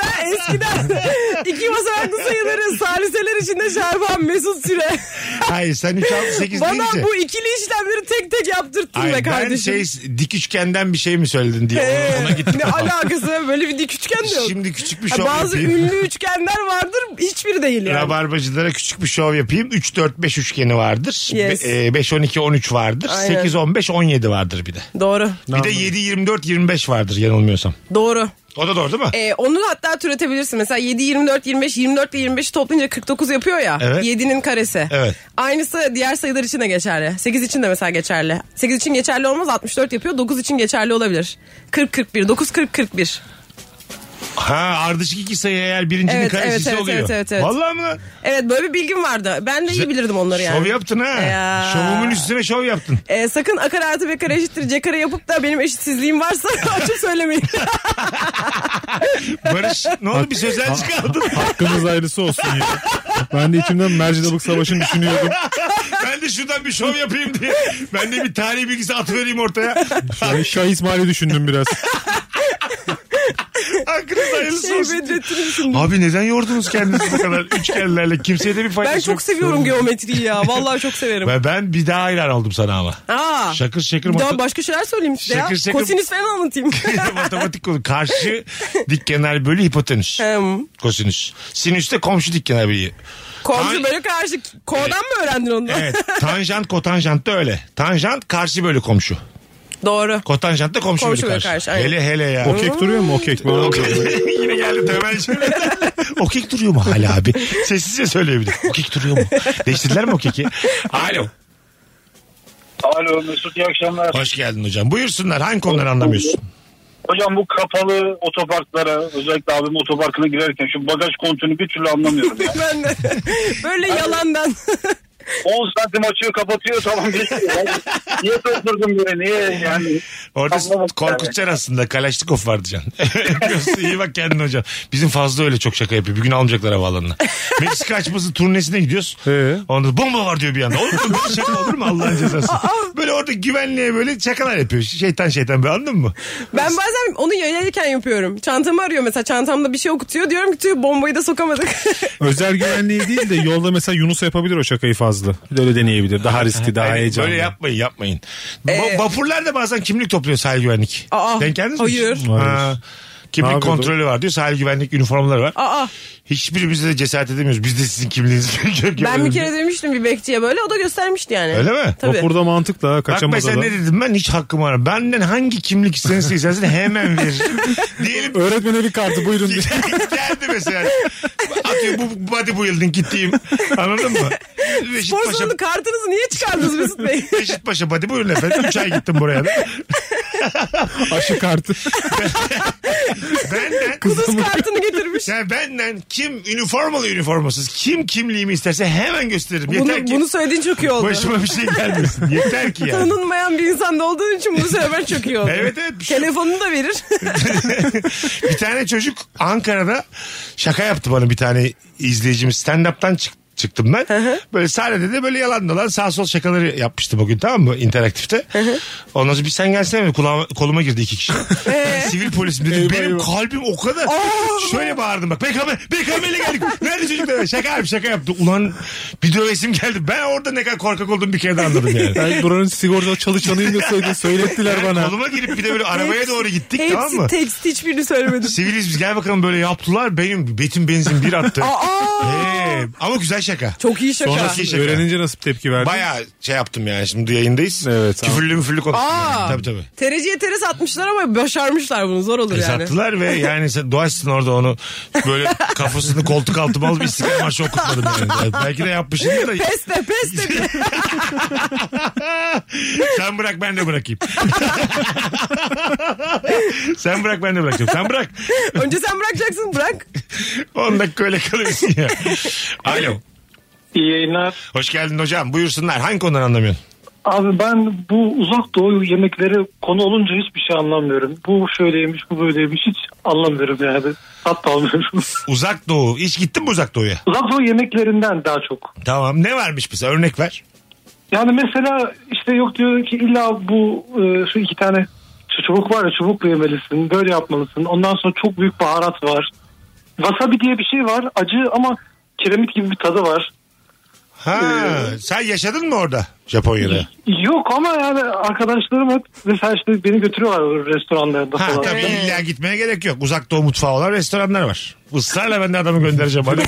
[SPEAKER 3] sen eskiden (laughs) iki basamaklı sayıları saliseler içinde çarpan Mesut Süre.
[SPEAKER 2] Hayır sen 3, 6, 8
[SPEAKER 3] Bana
[SPEAKER 2] deyince.
[SPEAKER 3] bu ikili işlemleri tek tek yaptırttın
[SPEAKER 2] Hayır,
[SPEAKER 3] be
[SPEAKER 2] ben
[SPEAKER 3] kardeşim.
[SPEAKER 2] şey dik üçgenden bir şey mi söyledin diye
[SPEAKER 3] Ee,
[SPEAKER 2] ona, ona gittim.
[SPEAKER 3] (laughs) ne alakası böyle bir dik üçgen de yok.
[SPEAKER 2] Şimdi küçük bir şey
[SPEAKER 3] Ha,
[SPEAKER 2] şov
[SPEAKER 3] Bazı
[SPEAKER 2] yapayım.
[SPEAKER 3] ünlü üçgenler vardır hiçbiri değil
[SPEAKER 2] (laughs)
[SPEAKER 3] yani.
[SPEAKER 2] Rabarbacılara küçük bir şov yapayım. 3-4-5 üçgeni vardır. e,
[SPEAKER 3] Yes.
[SPEAKER 2] 5-12-13 vardır.
[SPEAKER 3] Aynen.
[SPEAKER 2] 8-15-17 vardır bir de.
[SPEAKER 3] Doğru
[SPEAKER 2] Bir de 7-24-25 vardır yanılmıyorsam.
[SPEAKER 3] doğru.
[SPEAKER 2] O da doğru değil mi?
[SPEAKER 3] Ee, onu hatta türetebilirsin. Mesela 7, 24, 25, 24 ile 25'i toplayınca 49 yapıyor ya.
[SPEAKER 2] Evet.
[SPEAKER 3] 7'nin karesi.
[SPEAKER 2] Evet.
[SPEAKER 3] Aynısı diğer sayılar için de geçerli. 8 için de mesela geçerli. 8 için geçerli olmaz 64 yapıyor. 9 için geçerli olabilir. 40, 41. 9, 40, 41.
[SPEAKER 2] Ha ardışık iki sayı eğer birincinin
[SPEAKER 3] Evet,
[SPEAKER 2] karşısı
[SPEAKER 3] evet, evet,
[SPEAKER 2] oluyor.
[SPEAKER 3] evet, evet, evet.
[SPEAKER 2] Vallahi mi lan?
[SPEAKER 3] Evet böyle bir bilgim vardı. Ben de iyi bilirdim onları yani.
[SPEAKER 2] Şov yaptın ha.
[SPEAKER 3] Ya.
[SPEAKER 2] Şovumun üstüne şov yaptın.
[SPEAKER 3] Ee, sakın akar artı bekar eşittir cekara yapıp da benim eşitsizliğim varsa (laughs) açıp
[SPEAKER 2] (laughs)
[SPEAKER 3] söylemeyin.
[SPEAKER 2] Barış ne oldu bir sözelci kaldın.
[SPEAKER 4] Hakkımız ayrısı olsun ya. Ben de içimden Mercidabık Savaşı'nı düşünüyordum.
[SPEAKER 2] ben de şuradan bir şov yapayım diye. Ben de bir tarih bilgisi atıvereyim ortaya.
[SPEAKER 4] Yani Şah İsmail'i düşündüm biraz.
[SPEAKER 2] Hakkınız hayırlısı
[SPEAKER 3] şey
[SPEAKER 2] olsun.
[SPEAKER 3] Bedrettin'i düşündüm.
[SPEAKER 2] Abi neden yordunuz kendinizi bu kadar üçgenlerle? Kimseye de bir faydası
[SPEAKER 3] Ben
[SPEAKER 2] yok.
[SPEAKER 3] çok seviyorum geometriyi ya. Vallahi çok severim.
[SPEAKER 2] Ve ben bir daha hayran oldum sana ama.
[SPEAKER 3] Aa.
[SPEAKER 2] Şakır şakır
[SPEAKER 3] Bir
[SPEAKER 2] mata-
[SPEAKER 3] daha başka şeyler söyleyeyim size
[SPEAKER 2] Şakır
[SPEAKER 3] ya.
[SPEAKER 2] şakır-
[SPEAKER 3] Kosinüs
[SPEAKER 2] (laughs)
[SPEAKER 3] falan anlatayım.
[SPEAKER 2] matematik konu. Karşı dik kenar bölü hipotenüs.
[SPEAKER 3] Hem.
[SPEAKER 2] Kosinüs. Sinüs de komşu dik kenar bölü. Tan-
[SPEAKER 3] Komşu böyle karşı kodan mı öğrendin onu?
[SPEAKER 2] Evet. Tanjant kotanjant da öyle. Tanjant karşı bölü komşu.
[SPEAKER 3] (laughs) Doğru.
[SPEAKER 2] Kotanjant da komşu,
[SPEAKER 3] Komşu
[SPEAKER 2] bölü
[SPEAKER 3] bölü
[SPEAKER 2] karşı.
[SPEAKER 3] karşı, aynen.
[SPEAKER 2] hele hele ya.
[SPEAKER 4] Okek duruyor mu okek?
[SPEAKER 2] (laughs)
[SPEAKER 4] Bana bakıyor.
[SPEAKER 2] Yine geldi temel (laughs) şeyler. Okek duruyor mu hala abi? Sessizce söyleyebilir. Okek duruyor mu? Değiştirdiler mi okeki? Alo.
[SPEAKER 6] (laughs) Alo Mesut iyi akşamlar.
[SPEAKER 2] Hoş geldin hocam. Buyursunlar. Hangi konuları anlamıyorsun?
[SPEAKER 6] Hocam bu kapalı otoparklara özellikle
[SPEAKER 3] (laughs)
[SPEAKER 6] abim otoparkına girerken şu bagaj kontunu bir türlü anlamıyorum. ya.
[SPEAKER 3] ben de. Böyle yalandan.
[SPEAKER 6] 10 santim açıyor kapatıyor tamam geçiyor. Yani niye oturdum böyle niye yani.
[SPEAKER 2] Orada
[SPEAKER 6] Anlamadım
[SPEAKER 2] korkutacaksın aslında. Kalaşnikov vardı can. (laughs) Öpüyorsun, iyi bak kendine hocam. Bizim fazla öyle çok şaka yapıyor. Bir gün almayacaklar havaalanına. Meksika açması turnesine gidiyoruz.
[SPEAKER 4] Ee?
[SPEAKER 2] Onda bomba var diyor bir anda. Oğlum böyle şaka olur mu Allah'ın
[SPEAKER 3] (laughs)
[SPEAKER 2] cezası? böyle orada güvenliğe böyle şakalar yapıyor. Şeytan şeytan be anladın mı?
[SPEAKER 3] Ben bazen onu yayınlarken yapıyorum. Çantamı arıyor mesela çantamda bir şey okutuyor. Diyorum ki tüh bombayı da sokamadık. (laughs)
[SPEAKER 4] Özel güvenliği değil de yolda mesela Yunus yapabilir o şakayı fazla. Bir de öyle deneyebilir. Daha riskli, daha
[SPEAKER 2] Yani
[SPEAKER 4] heyecanlı.
[SPEAKER 2] Böyle yapmayın yapmayın. Ba- vapurlar da bazen kimlik topluyor sahil güvenlik.
[SPEAKER 3] Ee, Aa,
[SPEAKER 2] Denk geldiniz mi?
[SPEAKER 3] hayır.
[SPEAKER 2] hiç? Ha,
[SPEAKER 4] Ne
[SPEAKER 2] Kimlik
[SPEAKER 4] yapıyordu?
[SPEAKER 2] kontrolü var diyor. Sahil güvenlik üniformaları var.
[SPEAKER 3] Aa,
[SPEAKER 2] Hiçbirimiz de cesaret edemiyoruz. Biz de sizin kimliğinizi (laughs) görelim.
[SPEAKER 3] ben bir kere demiştim bir bekçiye böyle o da göstermişti yani.
[SPEAKER 2] Öyle mi?
[SPEAKER 3] Tabii.
[SPEAKER 4] Vapurda mantıklı ha
[SPEAKER 2] Bak
[SPEAKER 4] kaçamaz
[SPEAKER 2] mesela
[SPEAKER 4] adam.
[SPEAKER 2] ne dedim ben hiç hakkım var. Benden hangi kimlik istenirse istersen hemen veririm.
[SPEAKER 3] (laughs)
[SPEAKER 2] Diyelim
[SPEAKER 4] Öğretmene bir kartı buyurun
[SPEAKER 2] (laughs)
[SPEAKER 4] diye.
[SPEAKER 2] Şey- geldi mesela. Atıyor bu bodybuilding gittiğim. Anladın
[SPEAKER 3] (laughs)
[SPEAKER 2] mı? Reşit
[SPEAKER 3] Spor
[SPEAKER 2] Paşa,
[SPEAKER 3] salonu kartınızı niye çıkardınız
[SPEAKER 2] (laughs)
[SPEAKER 3] Mesut Bey?
[SPEAKER 2] Reşit Paşa body buyurun efendim. 3 ay gittim buraya
[SPEAKER 3] (laughs)
[SPEAKER 2] da.
[SPEAKER 4] Aşı kartı.
[SPEAKER 2] Benden
[SPEAKER 3] Kuduz kartını getirmiş.
[SPEAKER 2] Yani benden kim üniformalı üniformasız kim kimliğimi isterse hemen gösteririm. Yeter
[SPEAKER 3] Bunu,
[SPEAKER 2] ki
[SPEAKER 3] bunu söylediğin çok iyi oldu.
[SPEAKER 2] başıma bir şey gelmesin. Yeter
[SPEAKER 3] (laughs)
[SPEAKER 2] ki yani.
[SPEAKER 3] Tanınmayan bir insan da olduğun için bunu söylemen çok iyi oldu.
[SPEAKER 2] Evet, evet. şey
[SPEAKER 3] Telefonunu da verir.
[SPEAKER 2] (laughs) bir tane çocuk Ankara'da şaka yaptı bana bir tane izleyicimiz stand-up'tan çık- çıktım ben. böyle sahnede de böyle yalan dolan sağ sol şakaları yapmıştım o gün tamam mı interaktifte. Ondan sonra bir sen gelsene dedi, kulağıma, koluma girdi iki
[SPEAKER 3] (laughs)
[SPEAKER 2] kişi.
[SPEAKER 3] Ee?
[SPEAKER 2] ben sivil polisim dedim.
[SPEAKER 4] Eyvah,
[SPEAKER 2] Benim
[SPEAKER 4] eyvah.
[SPEAKER 2] kalbim o kadar. Şöyle bağırdım bak. BKM, BKM ile geldik. Nerede çocuklar? Şaka yaptı şaka yaptı. Ulan bir dövesim geldi. Ben orada ne kadar korkak olduğumu bir kere de anladım yani.
[SPEAKER 4] Ben buranın sigorta çalışanıyım deseydin söylettiler
[SPEAKER 2] Ben
[SPEAKER 4] bana.
[SPEAKER 2] koluma girip bir de böyle arabaya doğru gittik
[SPEAKER 3] Hepsi
[SPEAKER 2] tamam mı? Şey-
[SPEAKER 3] tekst
[SPEAKER 2] (laughs)
[SPEAKER 3] hiçbirini söylemedim.
[SPEAKER 2] Siviliz biz gel bakalım böyle yaptılar. Benim betim benzin bir attı.
[SPEAKER 3] (laughs) Aa,
[SPEAKER 2] Ee, ama güzel şaka.
[SPEAKER 3] çok iyi şaka.
[SPEAKER 2] Sonrası-
[SPEAKER 4] Nasıl öğrenince nasıl tepki verdin?
[SPEAKER 2] Bayağı şey yaptım yani şimdi yayındayız.
[SPEAKER 4] Evet, tamam.
[SPEAKER 2] Küfürlü müfürlü konuştum.
[SPEAKER 3] Aa.
[SPEAKER 2] yani. Tabii tabii.
[SPEAKER 3] Tereciye teres atmışlar ama başarmışlar bunu zor olur
[SPEAKER 2] E,
[SPEAKER 3] yani.
[SPEAKER 2] Sattılar ve yani sen doğaçsın orada onu böyle kafasını koltuk altıma alıp istiklal marşı okutmadım yani. Yani Belki de yapmışsın da
[SPEAKER 3] Peste peste.
[SPEAKER 2] (laughs) sen bırak ben de bırakayım. (laughs) sen bırak ben de bırakacağım. Sen bırak.
[SPEAKER 3] Önce sen bırakacaksın bırak.
[SPEAKER 2] 10 dakika öyle kalıyorsun ya. Alo.
[SPEAKER 6] İyi yayınlar.
[SPEAKER 2] Hoş geldin hocam. Buyursunlar. Hangi konudan anlamıyorsun?
[SPEAKER 6] Abi ben bu uzak doğu yemekleri konu olunca hiçbir şey anlamıyorum. Bu şöyleymiş bu böyleymiş hiç anlamıyorum yani. Tat da almıyorum.
[SPEAKER 2] Uzak Doğu. Hiç gittin mi Uzak Doğu'ya?
[SPEAKER 6] uzak doğu yemeklerinden daha çok.
[SPEAKER 2] Tamam. Ne varmış bize? Örnek ver.
[SPEAKER 6] Yani mesela işte yok diyor ki illa bu e, şu iki tane şu çubuk var ya çubukla yemelisin böyle yapmalısın. Ondan sonra çok büyük baharat var. Wasabi diye bir şey var acı ama kiremit gibi bir tadı var.
[SPEAKER 2] Ha,
[SPEAKER 4] Ee,
[SPEAKER 2] sen yaşadın mı orada? Japonya'da.
[SPEAKER 6] Yok ama yani arkadaşlarım hep mesela işte beni götürüyorlar böyle restoranlarda
[SPEAKER 2] Ha,
[SPEAKER 6] falan.
[SPEAKER 2] tabii illa gitmeye gerek yok. Uzak Doğu mutfağı olan restoranlar var. Israrla ben de adamı göndereceğim.
[SPEAKER 4] (laughs)
[SPEAKER 2] Hadi.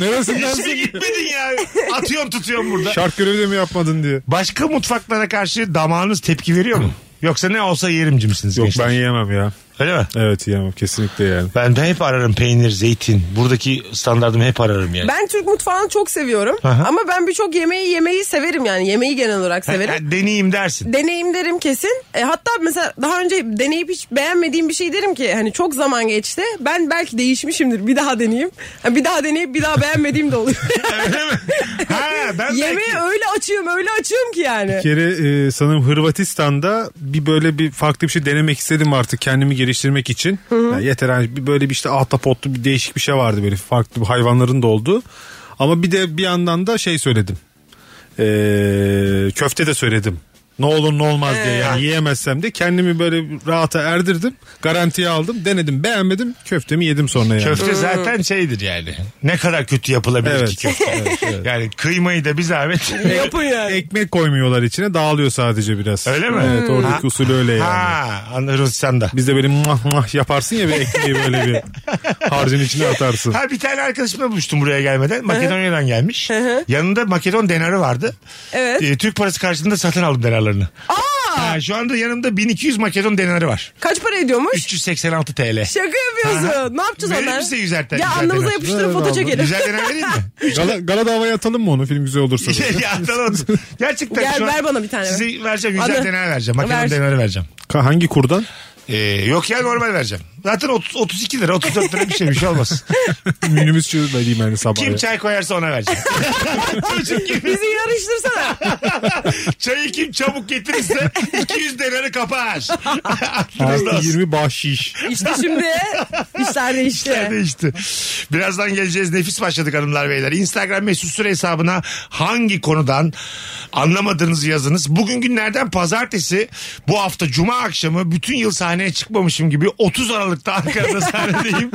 [SPEAKER 2] (laughs)
[SPEAKER 4] neresindensin?
[SPEAKER 2] Hiçbir gitmedin ya. Atıyorsun tutuyorsun burada.
[SPEAKER 4] Şark görevi de mi yapmadın diye.
[SPEAKER 2] Başka mutfaklara karşı damağınız tepki veriyor mu? Yoksa ne olsa yerimci misiniz?
[SPEAKER 4] Yok
[SPEAKER 2] gençler?
[SPEAKER 4] ben yiyemem ya.
[SPEAKER 2] Öyle mi?
[SPEAKER 4] Evet yiyemem kesinlikle yani.
[SPEAKER 2] Ben de hep ararım peynir, zeytin. Buradaki standartımı hep ararım yani.
[SPEAKER 3] Ben Türk mutfağını çok seviyorum.
[SPEAKER 2] Aha.
[SPEAKER 3] Ama ben birçok yemeği yemeyi severim yani. Yemeği genel olarak severim.
[SPEAKER 2] Ha, deneyeyim dersin.
[SPEAKER 3] deneyim derim kesin. E, hatta mesela daha önce deneyip hiç beğenmediğim bir şey derim ki hani çok zaman geçti. Ben belki değişmişimdir. Bir daha deneyeyim. Ha, bir daha deneyip bir daha beğenmediğim de oluyor.
[SPEAKER 2] Öyle mi? Ha, (laughs) ben
[SPEAKER 3] (laughs) Yemeği
[SPEAKER 2] belki-
[SPEAKER 3] öyle açıyorum, öyle açıyorum ki yani.
[SPEAKER 4] Bir kere e, sanırım Hırvatistan'da bir böyle bir farklı bir şey denemek istedim artık kendimi geliştirmek için. Yani yeter hani bir böyle bir işte ahtapotlu bir değişik bir şey vardı böyle farklı bir hayvanların da olduğu. Ama bir de bir yandan da şey söyledim. E, köfte de söyledim. Ne olur ne olmaz diye yani yiyemezsem de kendimi böyle rahata erdirdim. Garantiye aldım denedim beğenmedim köftemi yedim sonra yani.
[SPEAKER 3] Hmm.
[SPEAKER 2] Köfte zaten şeydir yani. Ne kadar kötü yapılabilir
[SPEAKER 4] Evet.
[SPEAKER 2] ki köfte. Yani kıymayı da bir zahmet.
[SPEAKER 3] Yapın (laughs) yani.
[SPEAKER 4] Ekmek koymuyorlar içine dağılıyor sadece biraz.
[SPEAKER 2] Öyle mi?
[SPEAKER 4] Evet oradaki
[SPEAKER 2] Ha.
[SPEAKER 4] usulü öyle yani.
[SPEAKER 2] ha anlarız sen de.
[SPEAKER 4] Biz de böyle mah mah yaparsın ya bir ekmeği böyle bir harcın içine atarsın.
[SPEAKER 2] Ha bir tane arkadaşımla buluştum buraya gelmeden. Makedonya'dan gelmiş. Yanında Makedon denarı vardı.
[SPEAKER 3] Evet.
[SPEAKER 2] Ee, Türk parası karşılığında satın aldım denarlarını. Ha, şu anda yanımda 1200 Makedon denarı var.
[SPEAKER 3] Kaç para ediyormuş?
[SPEAKER 2] 386 TL.
[SPEAKER 3] Şaka yapıyorsun. Ne yapacağız
[SPEAKER 2] Verir
[SPEAKER 3] onlar?
[SPEAKER 2] misin yüzer tane?
[SPEAKER 3] Ya
[SPEAKER 2] Yüzer
[SPEAKER 3] alnımıza
[SPEAKER 2] tane.
[SPEAKER 3] yapıştırıp
[SPEAKER 4] Ver
[SPEAKER 3] foto
[SPEAKER 4] abi.
[SPEAKER 3] çekelim.
[SPEAKER 2] Güzel denar vereyim mi?
[SPEAKER 3] (laughs)
[SPEAKER 4] Gala, gala davaya atalım mı onu film güzel olursa? da.
[SPEAKER 2] (laughs) ya, tamam. Gerçekten
[SPEAKER 3] Gel,
[SPEAKER 2] şu an
[SPEAKER 3] ver bana bir tane.
[SPEAKER 2] Size vereceğim. Yüzer
[SPEAKER 3] Hadi.
[SPEAKER 2] denar vereceğim. Makedon
[SPEAKER 3] Ver.
[SPEAKER 2] denarı vereceğim.
[SPEAKER 4] Ka- Hangi kurdan?
[SPEAKER 2] Ee, yok ya normal vereceğim. Zaten 30, 32 lira 34 lira bir şey bir şey
[SPEAKER 3] (laughs)
[SPEAKER 2] olmaz.
[SPEAKER 4] Minibüs çözmediğim yani sabah.
[SPEAKER 2] Kim
[SPEAKER 4] ya.
[SPEAKER 2] çay koyarsa ona vereceğim. (laughs) Çocuk gibi.
[SPEAKER 3] Bizi yarıştırsana.
[SPEAKER 2] Çayı kim çabuk getirirse 200 denarı kapar. (laughs)
[SPEAKER 4] Artı 20 bahşiş.
[SPEAKER 3] İşte şimdi işler değişti.
[SPEAKER 2] değişti. Birazdan geleceğiz. Nefis başladık hanımlar beyler. Instagram mesut süre hesabına hangi konudan anlamadığınızı yazınız. Bugün günlerden pazartesi bu hafta cuma akşamı bütün yıl sahneye çıkmamışım gibi 30 Aralık'ta Ankara'da sahnedeyim.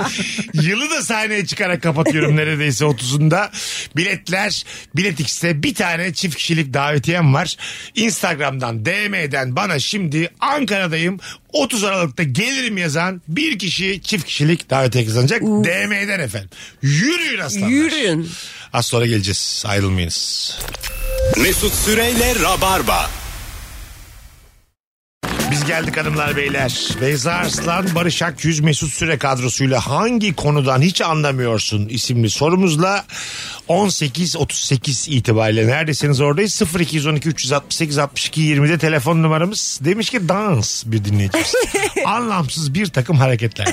[SPEAKER 2] Yılı da sahneye çıkarak kapatıyorum (laughs) neredeyse 30'unda. Biletler Bilet X'te bir tane çift kişilik davetiyem var. Instagram'dan DM'den bana şimdi Ankara'dayım 30 Aralık'ta gelirim yazan bir kişi çift kişilik davetiye kazanacak. DM'den efendim. Yürüyün aslanlar.
[SPEAKER 3] Yürüyün.
[SPEAKER 2] Az sonra geleceğiz. Ayrılmayınız.
[SPEAKER 1] Mesut Süreyle Rabarba.
[SPEAKER 2] Biz geldik hanımlar beyler. Beyza Arslan, Barış Akyüz, Mesut Süre kadrosuyla hangi konudan hiç anlamıyorsun isimli sorumuzla 18.38 itibariyle neredesiniz oradayız. 0212 368 62 20'de telefon numaramız. Demiş ki dans bir
[SPEAKER 3] (laughs)
[SPEAKER 2] dinleyicimiz. Anlamsız bir takım hareketler.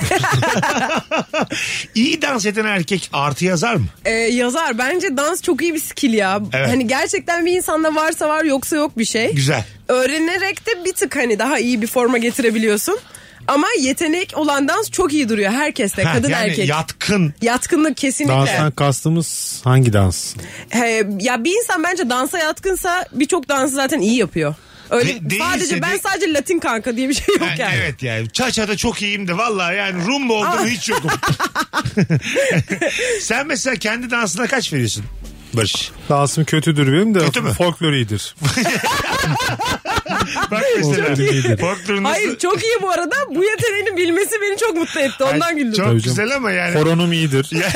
[SPEAKER 2] (laughs) İyi dans eden erkek artı yazar mı?
[SPEAKER 3] Ee, yazar bence dans çok iyi bir skill ya.
[SPEAKER 2] Evet.
[SPEAKER 3] Hani gerçekten bir insanda varsa var yoksa yok bir şey.
[SPEAKER 2] Güzel.
[SPEAKER 3] Öğrenerek de bir tık hani daha iyi bir forma getirebiliyorsun. Ama yetenek olan dans çok iyi duruyor herkeste.
[SPEAKER 2] Ha,
[SPEAKER 3] kadın
[SPEAKER 2] yani
[SPEAKER 3] erkek.
[SPEAKER 2] yatkın.
[SPEAKER 3] Yatkınlık kesinlikle.
[SPEAKER 4] Danstan kastımız hangi dans?
[SPEAKER 3] He, ya bir insan bence dansa yatkınsa birçok dansı zaten iyi yapıyor. Öyle
[SPEAKER 2] De- değilse
[SPEAKER 3] sadece
[SPEAKER 2] de-
[SPEAKER 3] ben sadece Latin kanka diye bir şey yok
[SPEAKER 2] Yani
[SPEAKER 3] yani.
[SPEAKER 2] Evet yani. Çaça'da çok iyiyim de vallahi yani rumba oldum hiç
[SPEAKER 3] (laughs)
[SPEAKER 2] yokum. Sen mesela kendi dansına kaç veriyorsun? Barış.
[SPEAKER 4] Dansım kötüdür benim de
[SPEAKER 2] Kötü mü?
[SPEAKER 4] folklor iyidir.
[SPEAKER 2] Bak mesela.
[SPEAKER 4] Çok iyidir.
[SPEAKER 2] Folklorun nasıl-
[SPEAKER 3] Hayır çok iyi bu arada. Bu yeteneğini bilmesi beni çok mutlu etti. Ondan
[SPEAKER 2] Ay,
[SPEAKER 3] güldüm.
[SPEAKER 2] Çok
[SPEAKER 4] Tabii canım.
[SPEAKER 2] güzel ama yani.
[SPEAKER 4] Horonum iyidir.
[SPEAKER 3] Bize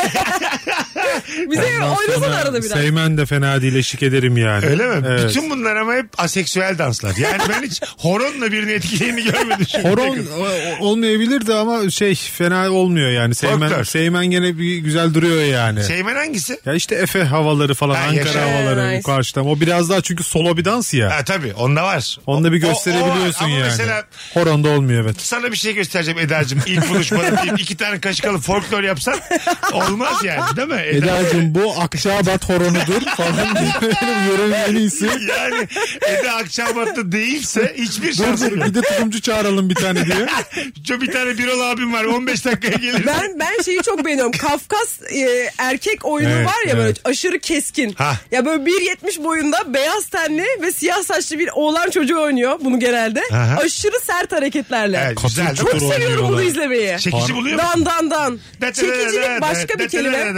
[SPEAKER 4] Ondan
[SPEAKER 3] oynasana
[SPEAKER 4] sonra
[SPEAKER 3] arada biraz.
[SPEAKER 4] Seymen de fena değil eşlik ederim yani.
[SPEAKER 2] Öyle mi?
[SPEAKER 4] Evet.
[SPEAKER 2] Bütün bunlar ama hep aseksüel danslar. Yani ben hiç horonla birini etkileyeni görmedim. şimdiye
[SPEAKER 4] Horon
[SPEAKER 2] kadar.
[SPEAKER 4] o- olmayabilir de ama şey fena olmuyor yani. Seymen,
[SPEAKER 2] Folklor. Şey,
[SPEAKER 4] Seymen gene bir güzel duruyor yani.
[SPEAKER 2] Seymen hangisi?
[SPEAKER 4] Ya işte Efe havaları falan
[SPEAKER 2] Ha,
[SPEAKER 4] Ankara
[SPEAKER 2] yaşa.
[SPEAKER 4] havaları
[SPEAKER 3] Nice.
[SPEAKER 4] karşıdan. O biraz daha çünkü solo bir dans ya.
[SPEAKER 2] Ha tabii onda var.
[SPEAKER 4] Onu da bir
[SPEAKER 2] O- o var.
[SPEAKER 4] gösterebiliyorsun
[SPEAKER 2] Ama
[SPEAKER 4] yani.
[SPEAKER 2] mesela
[SPEAKER 4] Horonda olmuyor evet.
[SPEAKER 2] sana bir şey göstereceğim Eda'cığım. İlk buluşmada deyip iki tane kaşık alıp folklor yapsan olmaz yani değil mi? Eda-
[SPEAKER 4] Eda'cığım bu Akçabat horonudur falan (laughs) diye yorum en iyisi.
[SPEAKER 2] (laughs) Yani Eda Akçabat'ta değilse hiçbir
[SPEAKER 4] Dur
[SPEAKER 2] şansım
[SPEAKER 4] dur
[SPEAKER 2] yok.
[SPEAKER 4] bir de tutumcu çağıralım bir tane diye.
[SPEAKER 2] Çok bir tane Birol abim var 15 dakikaya gelir.
[SPEAKER 3] Ben ben şeyi çok beğeniyorum. Kafkas e, erkek oyunu
[SPEAKER 4] Evet,
[SPEAKER 3] var ya böyle
[SPEAKER 4] evet.
[SPEAKER 3] aşırı keskin.
[SPEAKER 2] Ha.
[SPEAKER 3] Ya böyle 1.70 boyunda beyaz tenli ve siyah saçlı bir oğlan çocuğu oynuyor bunu genelde.
[SPEAKER 2] Aha.
[SPEAKER 3] Aşırı sert hareketlerle.
[SPEAKER 2] Evet, güzel.
[SPEAKER 3] çok
[SPEAKER 4] çukur
[SPEAKER 3] seviyorum bunu
[SPEAKER 4] oynuyorlar.
[SPEAKER 3] izlemeyi.
[SPEAKER 2] Çekici buluyor musun?
[SPEAKER 3] Dan dan dan. Çekicilik başka bir kelime.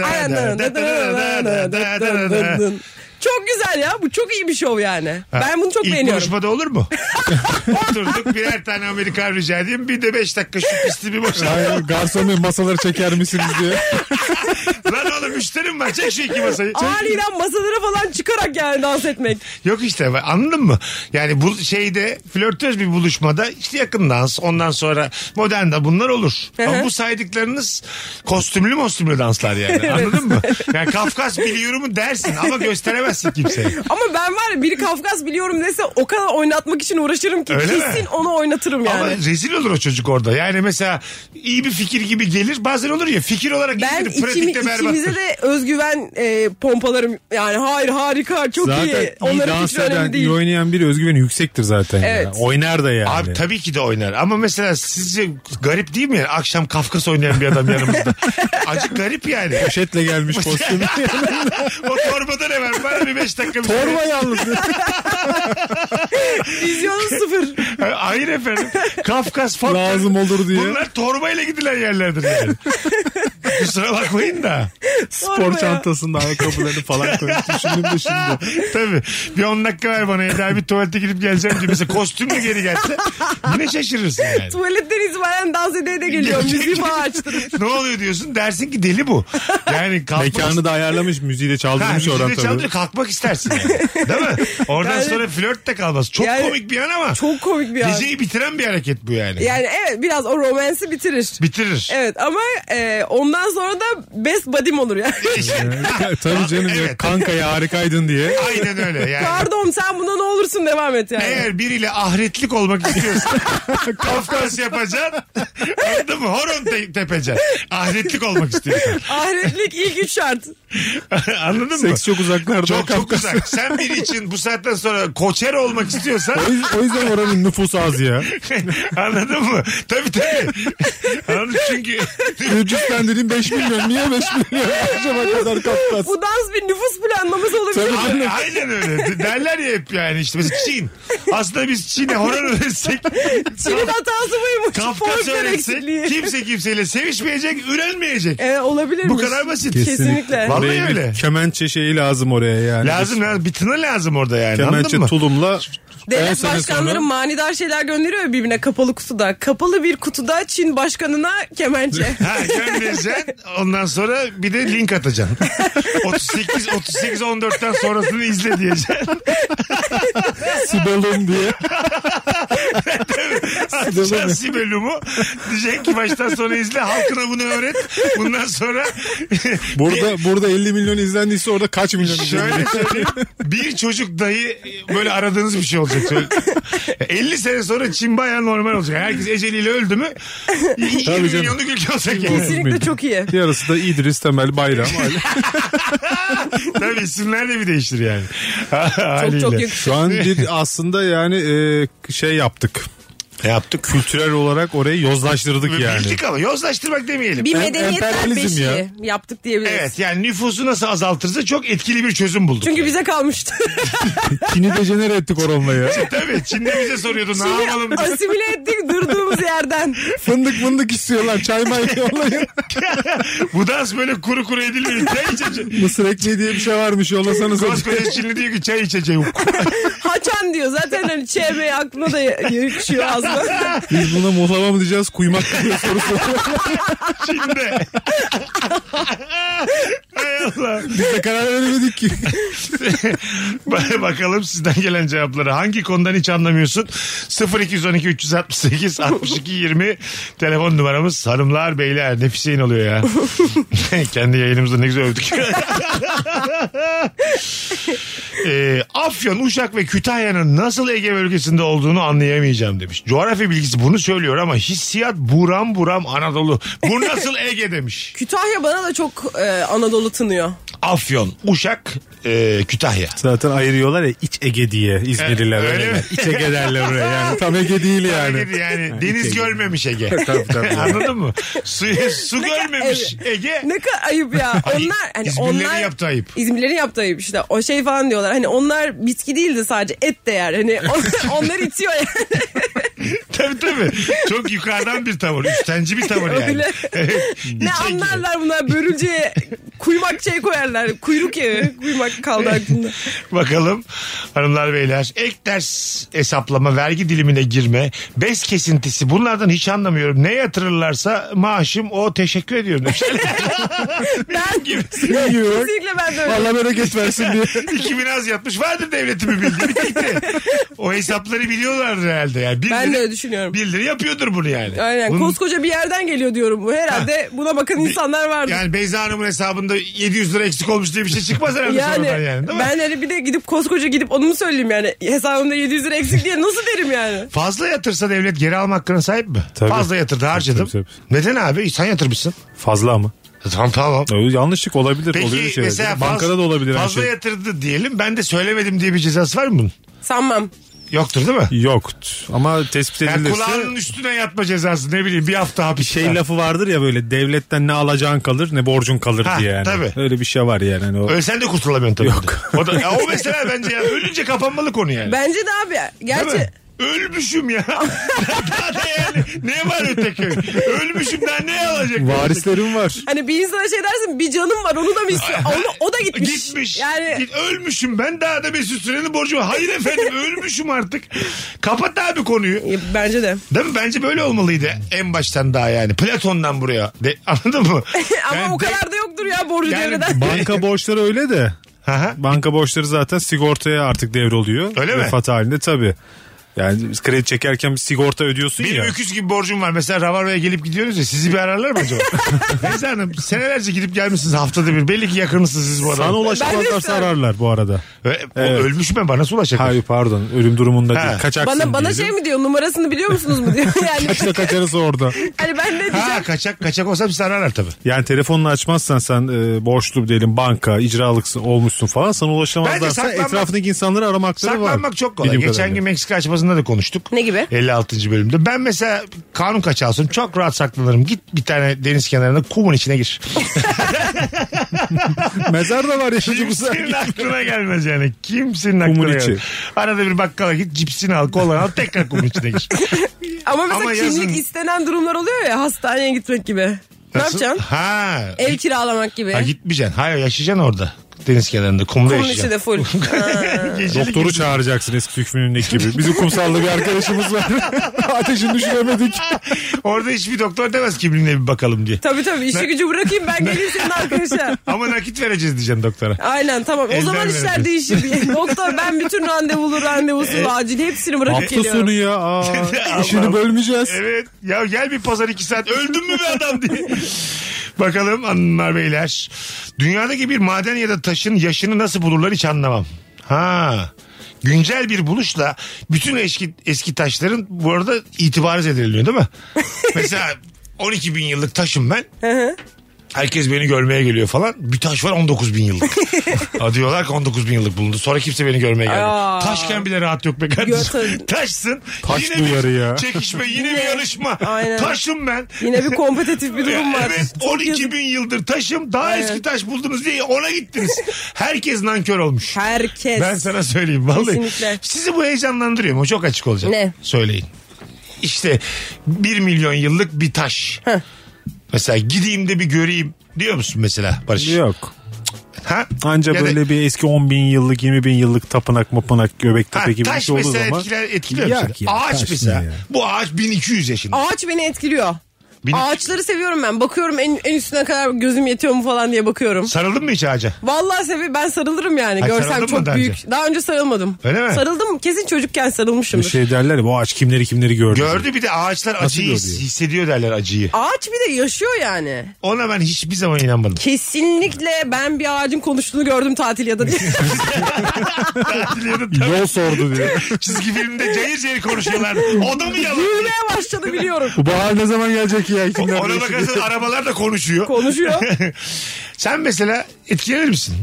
[SPEAKER 3] Aynen. Çok güzel ya. Bu çok iyi bir şov yani. Ben bunu çok
[SPEAKER 2] İlk
[SPEAKER 3] beğeniyorum.
[SPEAKER 2] buluşmada olur
[SPEAKER 3] (laughs)
[SPEAKER 2] mu? Oturduk birer tane Amerikan rica edeyim. Bir de 5 dakika şu pisliği bir boşalt.
[SPEAKER 4] Hayır garson bey masaları çeker misiniz diye.
[SPEAKER 2] Lan oğlum müşterim var. Çek şu iki masayı. Çek.
[SPEAKER 3] Aniden masalara falan çıkarak yani dans etmek.
[SPEAKER 2] Yok işte anladın mı? Yani bu şeyde flörtöz bir buluşmada işte yakın dans ondan sonra modern de bunlar olur.
[SPEAKER 3] Hı hı.
[SPEAKER 2] Ama bu saydıklarınız kostümlü mostümlü danslar
[SPEAKER 3] (laughs)
[SPEAKER 2] yani anladın mı? Yani Kafkas biliyorumu dersin ama gösteremezsin kimseye.
[SPEAKER 3] Ama ben var ya biri Kafkas biliyorum dese o kadar oynatmak için uğraşırım ki
[SPEAKER 2] Öyle mi?
[SPEAKER 3] kesin onu oynatırım (laughs) yani.
[SPEAKER 2] Ama rezil olur o çocuk orada. Yani mesela iyi bir fikir gibi gelir. Bazen olur ya fikir olarak
[SPEAKER 3] ben
[SPEAKER 2] iyidir,
[SPEAKER 3] ikimi,
[SPEAKER 2] pratikte berbattır.
[SPEAKER 3] ikimize de özgüven e, pompalarım. Yani hayır harika çok
[SPEAKER 4] Zaten
[SPEAKER 3] iyi.
[SPEAKER 4] iyi
[SPEAKER 3] Onların
[SPEAKER 4] dans
[SPEAKER 3] hiç önemli
[SPEAKER 4] eden,
[SPEAKER 3] değil.
[SPEAKER 4] iyi oynayan biri özgüveni yüksektir zaten.
[SPEAKER 3] Evet.
[SPEAKER 4] ya. Oynar da yani.
[SPEAKER 2] Abi tabii ki de oynar ama mesela sizce garip değil mi yani akşam Kafkas oynayan bir adam
[SPEAKER 3] (laughs)
[SPEAKER 2] yanımızda. Acık garip yani.
[SPEAKER 4] Poşetle gelmiş kostümü.
[SPEAKER 2] o torbada ne var? Bana bir beş dakika bir
[SPEAKER 4] Torba yalnız.
[SPEAKER 3] Vizyonu sıfır. (laughs)
[SPEAKER 2] Hayır efendim. Kafkas falan.
[SPEAKER 4] Lazım olur diye.
[SPEAKER 2] Bunlar torbayla gidilen yerlerdir yani. Kusura bakmayın da.
[SPEAKER 4] Spor
[SPEAKER 3] Torba ya.
[SPEAKER 4] çantasında ayakkabılarını falan koymuş. Düşündüm de şimdi.
[SPEAKER 2] Tabii. Bir 10 dakika ver bana Eda bir tuvalete gidip geleceğim diye. Mesela kostümlü geri gelse yine şaşırırsın yani.
[SPEAKER 3] Tuvaletten itibaren dans edeye de geliyor.
[SPEAKER 2] (laughs)
[SPEAKER 3] Müziği falan açtırmış.
[SPEAKER 2] ne oluyor diyorsun dersin ki deli bu. Yani kalkmak
[SPEAKER 4] Mekanı da ayarlamış müziği de
[SPEAKER 2] Ha,
[SPEAKER 4] çaldırmış oran
[SPEAKER 2] müziği de
[SPEAKER 4] tabii.
[SPEAKER 2] çaldırıyor, kalkmak istersin yani. Değil mi? Oradan
[SPEAKER 3] Yani-
[SPEAKER 2] sonra flört de kalmaz. Çok
[SPEAKER 3] Yani-
[SPEAKER 2] komik bir an ama.
[SPEAKER 3] Çok komik bir an.
[SPEAKER 2] Geceyi bitiren bir hareket bu yani.
[SPEAKER 3] Yani evet biraz o romansı bitirir.
[SPEAKER 2] Bitirir.
[SPEAKER 3] Evet ama e, ondan Ondan sonra da best body'm
[SPEAKER 2] (laughs)
[SPEAKER 3] olur yani.
[SPEAKER 4] Tabii (laughs) canım ya
[SPEAKER 2] Evet.
[SPEAKER 4] kanka ya harikaydın diye.
[SPEAKER 2] Aynen öyle yani.
[SPEAKER 3] Pardon sen buna ne olursun devam et yani.
[SPEAKER 2] Eğer biriyle ahretlik olmak
[SPEAKER 4] (laughs)
[SPEAKER 2] istiyorsan kafkas yapacaksın. Anladın mı? Horon te- tepeceksin. Ahretlik olmak istiyorsan. (laughs)
[SPEAKER 3] Ahiretlik ilk üç şart.
[SPEAKER 2] Anladın mı?
[SPEAKER 4] Seks çok uzaklarda.
[SPEAKER 2] Çok çok
[SPEAKER 4] Kafkas.
[SPEAKER 2] uzak. Sen biri için bu saatten sonra koçer olmak istiyorsan
[SPEAKER 4] O yüzden, o yüzden oranın nüfusu az ya.
[SPEAKER 2] (laughs) anladın mı? Tabii tabii. Anladın mı? çünkü
[SPEAKER 4] (laughs) Gürcistan dediğim 5 milyon. Niye 5 milyon? (laughs) Akşama kadar Kafkas.
[SPEAKER 3] Bu dans bir nüfus planlaması olabilir.
[SPEAKER 4] Tabii.
[SPEAKER 2] A- Aynen öyle. Derler ya hep yani işte mesela Çin. Aslında biz Çin'e horon öğretsek
[SPEAKER 3] Çin'in hatası buymuş.
[SPEAKER 2] Kafkas
[SPEAKER 3] Folklor
[SPEAKER 2] öğretsek
[SPEAKER 3] eksikliği.
[SPEAKER 2] kimse kimseyle sevişmeyecek, ürenmeyecek.
[SPEAKER 3] E, olabilirmiş.
[SPEAKER 2] Bu kadar basit.
[SPEAKER 3] Kesinlikle.
[SPEAKER 2] Vallahi
[SPEAKER 4] Oraya bir
[SPEAKER 2] öyle.
[SPEAKER 4] Kemençe şeyi lazım oraya yani.
[SPEAKER 2] Lazım lazım. Bir tına lazım orada yani.
[SPEAKER 4] Kemençe
[SPEAKER 2] Anladın mı?
[SPEAKER 4] tulumla on
[SPEAKER 3] Devlet
[SPEAKER 4] sene
[SPEAKER 3] başkanları
[SPEAKER 4] sonra-
[SPEAKER 3] manidar şeyler gönderiyor ya birbirine kapalı kutuda. Kapalı bir kutuda Çin başkanına
[SPEAKER 2] (laughs)
[SPEAKER 3] kemençe.
[SPEAKER 2] Ha göndereceksin. Ondan sonra bir de link atacaksın. 38 38 14'ten sonrasını izle diyeceksin.
[SPEAKER 4] Sibel'im diye.
[SPEAKER 2] Atacaksın Sibelum'u. Diyeceksin ki baştan sona izle. Halkına bunu öğret. Bundan sonra
[SPEAKER 4] Burada burada 50 milyon izlendiyse orada kaç milyon
[SPEAKER 2] Şöyle
[SPEAKER 4] izlendi?
[SPEAKER 2] söyleyeyim. Bir çocuk dayı böyle aradığınız bir şey olacak. Şöyle- 50 sene sonra Çin bayağı normal olacak. Herkes eceliyle öldü mü 20
[SPEAKER 4] Tabii canım.
[SPEAKER 2] milyonluk ülke olacak yani.
[SPEAKER 3] Kesinlikle çok iyi.
[SPEAKER 4] Yarısı da İdris Temel Bayram.
[SPEAKER 2] Tabii isimler de bir değiştir yani.
[SPEAKER 3] Çok
[SPEAKER 2] Haliyle.
[SPEAKER 3] çok yakışıyor.
[SPEAKER 4] Şu an bir aslında yani e, şey yaptık.
[SPEAKER 2] Yaptık.
[SPEAKER 4] Kültürel olarak orayı yozlaştırdık yani.
[SPEAKER 2] Bildik ama yozlaştırmak demeyelim.
[SPEAKER 3] Bir
[SPEAKER 4] Em-
[SPEAKER 3] medeniyetler
[SPEAKER 4] emperyalizm
[SPEAKER 3] beşiği
[SPEAKER 4] ya.
[SPEAKER 3] yaptık diyebiliriz.
[SPEAKER 2] Evet yani nüfusu nasıl azaltırsa çok etkili bir çözüm bulduk.
[SPEAKER 3] Çünkü bize kalmıştı.
[SPEAKER 4] Çin'i dejenere ettik oranla ya.
[SPEAKER 2] Tabii Çin'de bize soruyordu ne yapalım
[SPEAKER 3] Şimdi
[SPEAKER 2] diye.
[SPEAKER 3] (laughs) asimile ettik durduğumuz yerden.
[SPEAKER 4] Fındık fındık istiyorlar. Çay may (laughs) yollayın.
[SPEAKER 2] Bu dans böyle kuru kuru edilmiyor. Çay içeceğim.
[SPEAKER 4] Mısır ekmeği diye bir şey varmış yollasanız.
[SPEAKER 2] Koskoca Çinli diyor ki çay içeceğim.
[SPEAKER 3] Haçan diyor. Zaten hani ÇB aklına da yakışıyor aslında.
[SPEAKER 2] (laughs)
[SPEAKER 4] Biz buna muhlama mı diyeceğiz kuymak mı diye soru soruyor. (laughs)
[SPEAKER 2] Çin'de. Hay Allah.
[SPEAKER 4] Biz de karar veremedik ki.
[SPEAKER 2] Ba- Bakalım sizden gelen cevapları. Hangi konudan hiç anlamıyorsun? 0212 368 62 20 telefon numaramız. Hanımlar beyler nefis yayın oluyor ya. (laughs) Kendi yayınımızda ne güzel övdük. (laughs) Ee, Afyon, Uşak ve Kütahya'nın nasıl Ege bölgesinde olduğunu anlayamayacağım demiş. Coğrafya bilgisi bunu söylüyor ama hissiyat buram buram Anadolu. Bu nasıl Ege demiş.
[SPEAKER 3] Kütahya bana da çok e, Anadolu tınıyor.
[SPEAKER 2] Afyon, Uşak, e, Kütahya.
[SPEAKER 4] Zaten ayırıyorlar ya iç Ege diye
[SPEAKER 2] E, öyle mi?
[SPEAKER 4] mi? İç Ege derler oraya yani. Tam Ege değil yani.
[SPEAKER 2] Ege yani
[SPEAKER 4] (laughs) Ha,
[SPEAKER 2] deniz
[SPEAKER 4] iç Ege.
[SPEAKER 2] görmemiş Ege.
[SPEAKER 4] (laughs) Tabii, tabii.
[SPEAKER 2] (laughs) Anladın mı? Su, su görmemiş
[SPEAKER 3] evet.
[SPEAKER 2] Ege.
[SPEAKER 3] Ne kadar ayıp ya.
[SPEAKER 2] Ay,
[SPEAKER 3] Onlar hani
[SPEAKER 2] İzmirlilerin
[SPEAKER 3] onlar
[SPEAKER 2] yaptığı ayıp.
[SPEAKER 3] İzmirlilerin yaptığı ayıp işte. O şey falan diyorlar. Hani onlar bitki değildi sadece et de yer.
[SPEAKER 2] (laughs)
[SPEAKER 3] Hani on- onlar itiyor yani.
[SPEAKER 2] Tabii tabii. Çok yukarıdan bir tavır. Üstenci bir tavır yani.
[SPEAKER 3] (laughs) Öyle.
[SPEAKER 2] Evet.
[SPEAKER 3] ne anlarlar bunlar börülceye kuymak şey koyarlar. Kuyruk yağı. Kuymak kaldı aklımda.
[SPEAKER 2] Bakalım hanımlar beyler. Ek ders hesaplama, vergi dilimine girme, bez kesintisi bunlardan hiç anlamıyorum. Ne yatırırlarsa maaşım o teşekkür ediyorum. demiş.
[SPEAKER 3] (laughs) Ben
[SPEAKER 4] Ne yiyor?
[SPEAKER 3] (laughs) kesinlikle ben de öyle.
[SPEAKER 4] Allah bereket versin diye.
[SPEAKER 2] 2000 az yatmış vardır devletimi bildi. Bitti. O hesapları biliyorlardır herhalde. Yani bir
[SPEAKER 3] Ben de
[SPEAKER 2] lira-
[SPEAKER 3] öyle düşünüyorum.
[SPEAKER 2] Birileri yapıyordur bunu yani.
[SPEAKER 3] Aynen
[SPEAKER 2] Bunun-
[SPEAKER 3] koskoca bir yerden geliyor diyorum bu. Herhalde buna bakan insanlar vardı.
[SPEAKER 2] Yani Beyza Hanım'ın hesabında 700 lira eksik olmuş diye bir şey çıkmaz herhalde
[SPEAKER 3] Yani,
[SPEAKER 2] sonradan yani değil mi?
[SPEAKER 3] ben hani bir de gidip koskoca gidip onu mu söyleyeyim yani hesabımda 700 lira eksik diye nasıl derim yani?
[SPEAKER 2] Fazla yatırsa devlet geri alma hakkına sahip mi?
[SPEAKER 4] Tabii.
[SPEAKER 2] Fazla yatırdı harcadım.
[SPEAKER 4] Tabii,
[SPEAKER 2] Neden abi? Sen yatırmışsın. E,
[SPEAKER 4] Fazla mı?
[SPEAKER 2] Tamam tamam.
[SPEAKER 4] Yanlışlık olabilir. oluyor
[SPEAKER 2] Peki
[SPEAKER 4] şeyler.
[SPEAKER 2] mesela faz-
[SPEAKER 4] şey, Bankada da olabilir her
[SPEAKER 2] fazla
[SPEAKER 4] şey.
[SPEAKER 2] yatırdı diyelim ben de söylemedim diye bir cezası var mı bunun?
[SPEAKER 3] Sanmam.
[SPEAKER 2] Yoktur değil mi?
[SPEAKER 4] Yok. Ama tespit
[SPEAKER 2] Yani
[SPEAKER 4] edilirse
[SPEAKER 2] kulağının üstüne yatma cezası ne bileyim bir hafta hapis.
[SPEAKER 4] şey lafı vardır ya böyle devletten ne alacağın kalır ne borcun kalır
[SPEAKER 2] Ha,
[SPEAKER 4] diye yani.
[SPEAKER 2] tabii.
[SPEAKER 4] Öyle bir şey var yani. Hani o...
[SPEAKER 2] Ölsen de kurtulamıyorsun tabii.
[SPEAKER 4] Yok.
[SPEAKER 2] de. O, da, ya o mesela bence ya ölünce kapanmalı konu yani.
[SPEAKER 3] Bence de abi.
[SPEAKER 2] Değil mi?
[SPEAKER 3] Gerçi
[SPEAKER 2] Ölmüşüm ya. (laughs) daha da yani ne var öteki? Ölmüşüm daha ne alacak? (laughs)
[SPEAKER 4] Varislerim var.
[SPEAKER 3] hani bir insana şey dersin bir canım var onu da mı istiyor? Onu, o da gitmiş.
[SPEAKER 2] Gitmiş.
[SPEAKER 3] Yani
[SPEAKER 2] Git- ölmüşüm ben daha da Mesut Süren'in borcu var. Hayır efendim ölmüşüm artık. Kapat abi konuyu.
[SPEAKER 3] Ya, bence de.
[SPEAKER 2] Değil mi? Bence böyle olmalıydı en baştan daha yani. Platon'dan buraya. De, (laughs) anladın mı?
[SPEAKER 3] Ama
[SPEAKER 2] (laughs) Yani
[SPEAKER 3] o
[SPEAKER 2] de-
[SPEAKER 3] kadar da yoktur ya borcu
[SPEAKER 2] Yani
[SPEAKER 3] devreden.
[SPEAKER 4] Banka borçları öyle de.
[SPEAKER 2] Aha.
[SPEAKER 4] Banka borçları zaten sigortaya artık devroluyor.
[SPEAKER 2] Öyle mi?
[SPEAKER 4] Vefat halinde tabii. Yani biz kredi çekerken bir sigorta ödüyorsun
[SPEAKER 2] Benim
[SPEAKER 4] ya.
[SPEAKER 2] öküz gibi borcum var. Mesela Ravarva'ya gelip gidiyoruz ya sizi bir ararlar mı
[SPEAKER 4] (laughs)
[SPEAKER 2] acaba? Beyza Hanım senelerce gidip gelmişsiniz haftada bir. Belli ki yakınmışsınız siz bu
[SPEAKER 4] Sana
[SPEAKER 2] adamı.
[SPEAKER 4] ulaşamazlarsa ararlar bu arada.
[SPEAKER 2] Ö- o
[SPEAKER 4] Evet.
[SPEAKER 2] Ölmüş mü bana nasıl ulaşacak?
[SPEAKER 4] Hayır pardon ölüm durumunda
[SPEAKER 2] Ha.
[SPEAKER 4] değil.
[SPEAKER 3] (laughs)
[SPEAKER 4] Kaçaksın
[SPEAKER 3] Bana bana
[SPEAKER 4] diyelim.
[SPEAKER 3] şey mi diyor numarasını biliyor
[SPEAKER 2] (laughs)
[SPEAKER 3] musunuz mu diyor. Yani (laughs)
[SPEAKER 4] Kaçta kaçarız orada.
[SPEAKER 3] hani ben ne diyeceğim?
[SPEAKER 2] Ha kaçak kaçak olsa bizi ararlar tabii.
[SPEAKER 4] Yani telefonunu açmazsan sen e, borçlu diyelim banka, icralıksın, olmuşsun falan sana
[SPEAKER 2] Bence
[SPEAKER 4] ulaşamazlarsa
[SPEAKER 2] saklanmak-
[SPEAKER 4] etrafındaki insanları aramakları var.
[SPEAKER 2] Saklanmak çok kolay.
[SPEAKER 4] Bildiğim
[SPEAKER 2] Geçen
[SPEAKER 4] kadarıyla.
[SPEAKER 2] gün Meksika açmasında da konuştuk.
[SPEAKER 3] Ne gibi?
[SPEAKER 2] 56. bölümde. Ben mesela kanun kaçağı olsun çok rahat saklanırım. Git bir tane deniz kenarında kumun içine (laughs) gir.
[SPEAKER 4] Mezar da var
[SPEAKER 2] (laughs)
[SPEAKER 4] ya çocuklar.
[SPEAKER 2] Kimsenin aklına gelmez yani. Kimsenin aklına
[SPEAKER 4] Kumun içi.
[SPEAKER 2] gelmez. Arada bir bakkala git cipsini al kolanı al tekrar kumun içine gir.
[SPEAKER 3] Ama mesela
[SPEAKER 2] Ama
[SPEAKER 3] kimlik
[SPEAKER 2] yazın-
[SPEAKER 3] istenen durumlar oluyor ya hastaneye gitmek gibi. (laughs) Ne
[SPEAKER 2] Nasıl?
[SPEAKER 3] yapacaksın?
[SPEAKER 2] Ha.
[SPEAKER 3] Ev kiralamak gibi.
[SPEAKER 2] Ha gitmeyeceksin. Hayır yaşayacaksın orada. Deniz kenarında kumda
[SPEAKER 3] Kumun içi de
[SPEAKER 2] yaşayacaksın. (laughs)
[SPEAKER 3] full.
[SPEAKER 2] Gecelik
[SPEAKER 4] Doktoru çağıracaksın eski hükmünündeki gibi. Bizim kumsallı bir arkadaşımız
[SPEAKER 2] (laughs)
[SPEAKER 4] var. Ateşini düşüremedik.
[SPEAKER 2] Orada hiçbir doktor demez kimliğine bir bakalım diye.
[SPEAKER 3] Tabii tabii işi gücü bırakayım ben geleyim senin arkadaşa.
[SPEAKER 2] Ama nakit vereceğiz diyeceksin doktora.
[SPEAKER 3] Aynen tamam. O
[SPEAKER 2] Elden
[SPEAKER 3] zaman işler
[SPEAKER 2] vereceğiz. (laughs)
[SPEAKER 3] değişir. Doktor ben bütün randevulu
[SPEAKER 2] E,
[SPEAKER 3] randevusu acil hepsini bırakıp
[SPEAKER 4] Hafta
[SPEAKER 3] geliyorum.
[SPEAKER 4] sonu ya. Aa,
[SPEAKER 2] (laughs) Allah
[SPEAKER 4] işini
[SPEAKER 2] Allah.
[SPEAKER 4] bölmeyeceğiz.
[SPEAKER 2] Evet. Ya gel bir pazar iki saat. Öldün mü be adam diye. (laughs) Bakalım hanımlar beyler. Dünyadaki bir maden ya da taşın yaşını nasıl bulurlar hiç anlamam. Ha. Güncel bir buluşla bütün eski eski taşların bu arada itibarı zedeleniyor değil mi? Mesela 12 bin yıllık taşım ben. Herkes beni görmeye geliyor falan. Bir taş var 19 bin yıllık. Ha, diyorlar ki 19 bin yıllık bulundu. Sonra kimse beni görmeye
[SPEAKER 3] Aa.
[SPEAKER 2] gelmedi. Taşken bile rahat yok be kardeşim.
[SPEAKER 3] Götür.
[SPEAKER 2] Taşsın.
[SPEAKER 4] Taş
[SPEAKER 2] bir
[SPEAKER 4] duyarı ya.
[SPEAKER 2] Çekişme yine bir yarışma.
[SPEAKER 3] Aynen.
[SPEAKER 2] Taşım ben.
[SPEAKER 3] Yine bir kompetitif bir durum var.
[SPEAKER 2] (laughs) Evet
[SPEAKER 3] Çok
[SPEAKER 2] 12
[SPEAKER 3] yazık.
[SPEAKER 2] bin yıldır taşım daha
[SPEAKER 3] Evet.
[SPEAKER 2] eski taş buldunuz diye ona gittiniz. Herkes nankör olmuş.
[SPEAKER 3] Herkes.
[SPEAKER 2] Ben sana söyleyeyim vallahi.
[SPEAKER 3] Kesinlikle.
[SPEAKER 2] Sizi bu heyecanlandırıyor mu? Çok açık olacağım.
[SPEAKER 3] Ne?
[SPEAKER 2] Söyleyin. İşte 1 milyon yıllık bir taş. Mesela gideyim de bir göreyim diyor musun mesela Barış?
[SPEAKER 4] Yok.
[SPEAKER 2] Ha?
[SPEAKER 4] Anca
[SPEAKER 2] Ya da-
[SPEAKER 4] böyle bir eski 10 bin yıllık 20 bin yıllık tapınak mapınak göbek
[SPEAKER 2] Ha,
[SPEAKER 4] tepe gibi bir
[SPEAKER 2] taş
[SPEAKER 4] şey olduğu
[SPEAKER 2] mesela
[SPEAKER 4] zaman.
[SPEAKER 2] etkiler, etkiliyor mu
[SPEAKER 4] Yok
[SPEAKER 2] seni?
[SPEAKER 4] ya,
[SPEAKER 2] Ağaç
[SPEAKER 4] taş
[SPEAKER 2] mesela.
[SPEAKER 4] ne ya?
[SPEAKER 2] Bu ağaç 1200 yaşında.
[SPEAKER 3] Ağaç beni etkiliyor.
[SPEAKER 2] Bin-
[SPEAKER 3] Ağaçları seviyorum ben. Bakıyorum en, en üstüne kadar gözüm yetiyor mu falan diye bakıyorum.
[SPEAKER 2] Sarıldın mı hiç ağaca?
[SPEAKER 3] Vallahi sevi ben sarılırım yani.
[SPEAKER 2] Ay, sarıldın
[SPEAKER 3] Görsem
[SPEAKER 2] mı
[SPEAKER 3] çok
[SPEAKER 2] daha
[SPEAKER 3] büyük.
[SPEAKER 2] önce?
[SPEAKER 3] Daha önce sarılmadım.
[SPEAKER 2] Öyle mi?
[SPEAKER 3] Sarıldım kesin çocukken
[SPEAKER 4] Bir
[SPEAKER 3] sarılmışımdır.
[SPEAKER 4] şey derler ya bu ağaç kimleri kimleri gördü.
[SPEAKER 2] Gördü bir de ağaçlar acıyı
[SPEAKER 4] gördü?
[SPEAKER 2] his- hissediyor derler acıyı.
[SPEAKER 3] Ağaç bir de yaşıyor yani.
[SPEAKER 2] Ona ben hiçbir zaman inanmadım.
[SPEAKER 4] (laughs)
[SPEAKER 3] Kesinlikle ben bir ağacın konuştuğunu gördüm tatil ya
[SPEAKER 2] (laughs)
[SPEAKER 3] da diye.
[SPEAKER 2] Hatırlıyordun.
[SPEAKER 4] Yol sordu diye.
[SPEAKER 2] (laughs) Çizgi filmde cayır cayır konuşuyorlar. O da mı yalan?
[SPEAKER 3] Büyümeye başladı biliyorum.
[SPEAKER 4] Bu bahar ne zaman gelecek ya? Kimler
[SPEAKER 2] Ona
[SPEAKER 4] bilir?
[SPEAKER 2] bakarsan arabalar da konuşuyor.
[SPEAKER 3] Konuşuyor.
[SPEAKER 2] (laughs) Sen mesela etkilenir misin?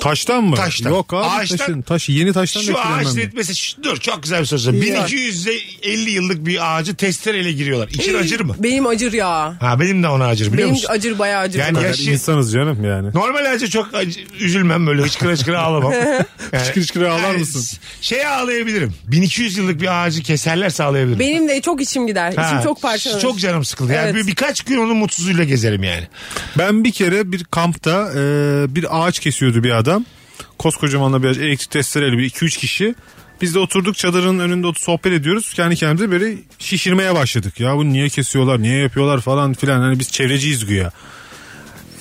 [SPEAKER 4] Taştan mı?
[SPEAKER 2] Taştan.
[SPEAKER 4] Yok abi
[SPEAKER 2] Ağaçtan-
[SPEAKER 4] taşın. Taş, yeni taştan da
[SPEAKER 2] Şu ağaç
[SPEAKER 4] etkilenmem.
[SPEAKER 2] netmesi Şş, dur çok güzel bir soru. soracağım. 1250 yıllık bir ağacı testereyle giriyorlar. İçin acır mı?
[SPEAKER 3] Benim acır ya.
[SPEAKER 2] Ha benim de ona acır biliyor
[SPEAKER 3] Benim
[SPEAKER 2] musun?
[SPEAKER 3] acır bayağı acır.
[SPEAKER 2] Yani
[SPEAKER 4] Ben
[SPEAKER 2] Yaşı-
[SPEAKER 4] insanız canım yani.
[SPEAKER 2] Normal ağaca çok acı, üzülmem böyle hıçkıra hıçkıra
[SPEAKER 4] (laughs)
[SPEAKER 2] ağlamam. Yani-
[SPEAKER 4] Hıçkıra hıçkıra ağlar mısın?
[SPEAKER 2] s- Şeye ağlayabilirim. 1200 yıllık bir ağacı keserlerse ağlayabilirim.
[SPEAKER 3] Benim de çok içim gider.
[SPEAKER 2] Ha,
[SPEAKER 3] İçim çok parçalanır.
[SPEAKER 2] Çok canım sıkıldı. Yani
[SPEAKER 3] Evet.
[SPEAKER 2] bir, birkaç gün onun mutsuzluğuyla gezerim yani.
[SPEAKER 4] Ben bir kere bir kampta e, bir ağaç kesiyordu bir adam. Koskocamanla bir ağaç, elektrik testereyle bir 2-3 kişi. Biz de oturduk çadırın önünde oturup sohbet ediyoruz. Kendi kendimize böyle şişirmeye başladık. Ya bunu niye kesiyorlar, niye yapıyorlar falan filan. Hani biz çevreciyiz güya.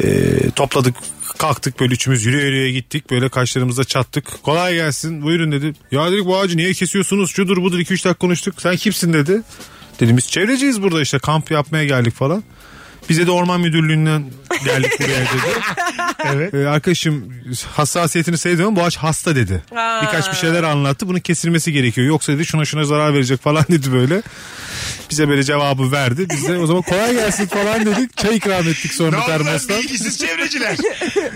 [SPEAKER 4] E, topladık kalktık böyle üçümüz yürüye yürüye gittik. Böyle kaşlarımızda çattık. Kolay gelsin buyurun dedi. Ya dedik bu ağacı niye kesiyorsunuz? Şudur budur 2-3 dakika konuştuk. Sen kimsin dedi. Dedim biz çevreciyiz burada işte kamp yapmaya geldik falan. Bize de orman müdürlüğünden geldik
[SPEAKER 2] (laughs)
[SPEAKER 4] buraya dedi.
[SPEAKER 2] Evet.
[SPEAKER 4] Ee, arkadaşım hassasiyetini sevdim ama bu ağaç hasta dedi.
[SPEAKER 3] Aa.
[SPEAKER 4] Birkaç bir şeyler anlattı. Bunun kesilmesi gerekiyor. Yoksa dedi şuna şuna zarar verecek falan dedi böyle. Bize böyle cevabı verdi. Biz de o zaman kolay gelsin falan dedik. Çay ikram ettik
[SPEAKER 2] Ne
[SPEAKER 4] sonra
[SPEAKER 2] oldu lan
[SPEAKER 4] termostan.
[SPEAKER 2] bilgisiz
[SPEAKER 4] (laughs)
[SPEAKER 2] çevreciler?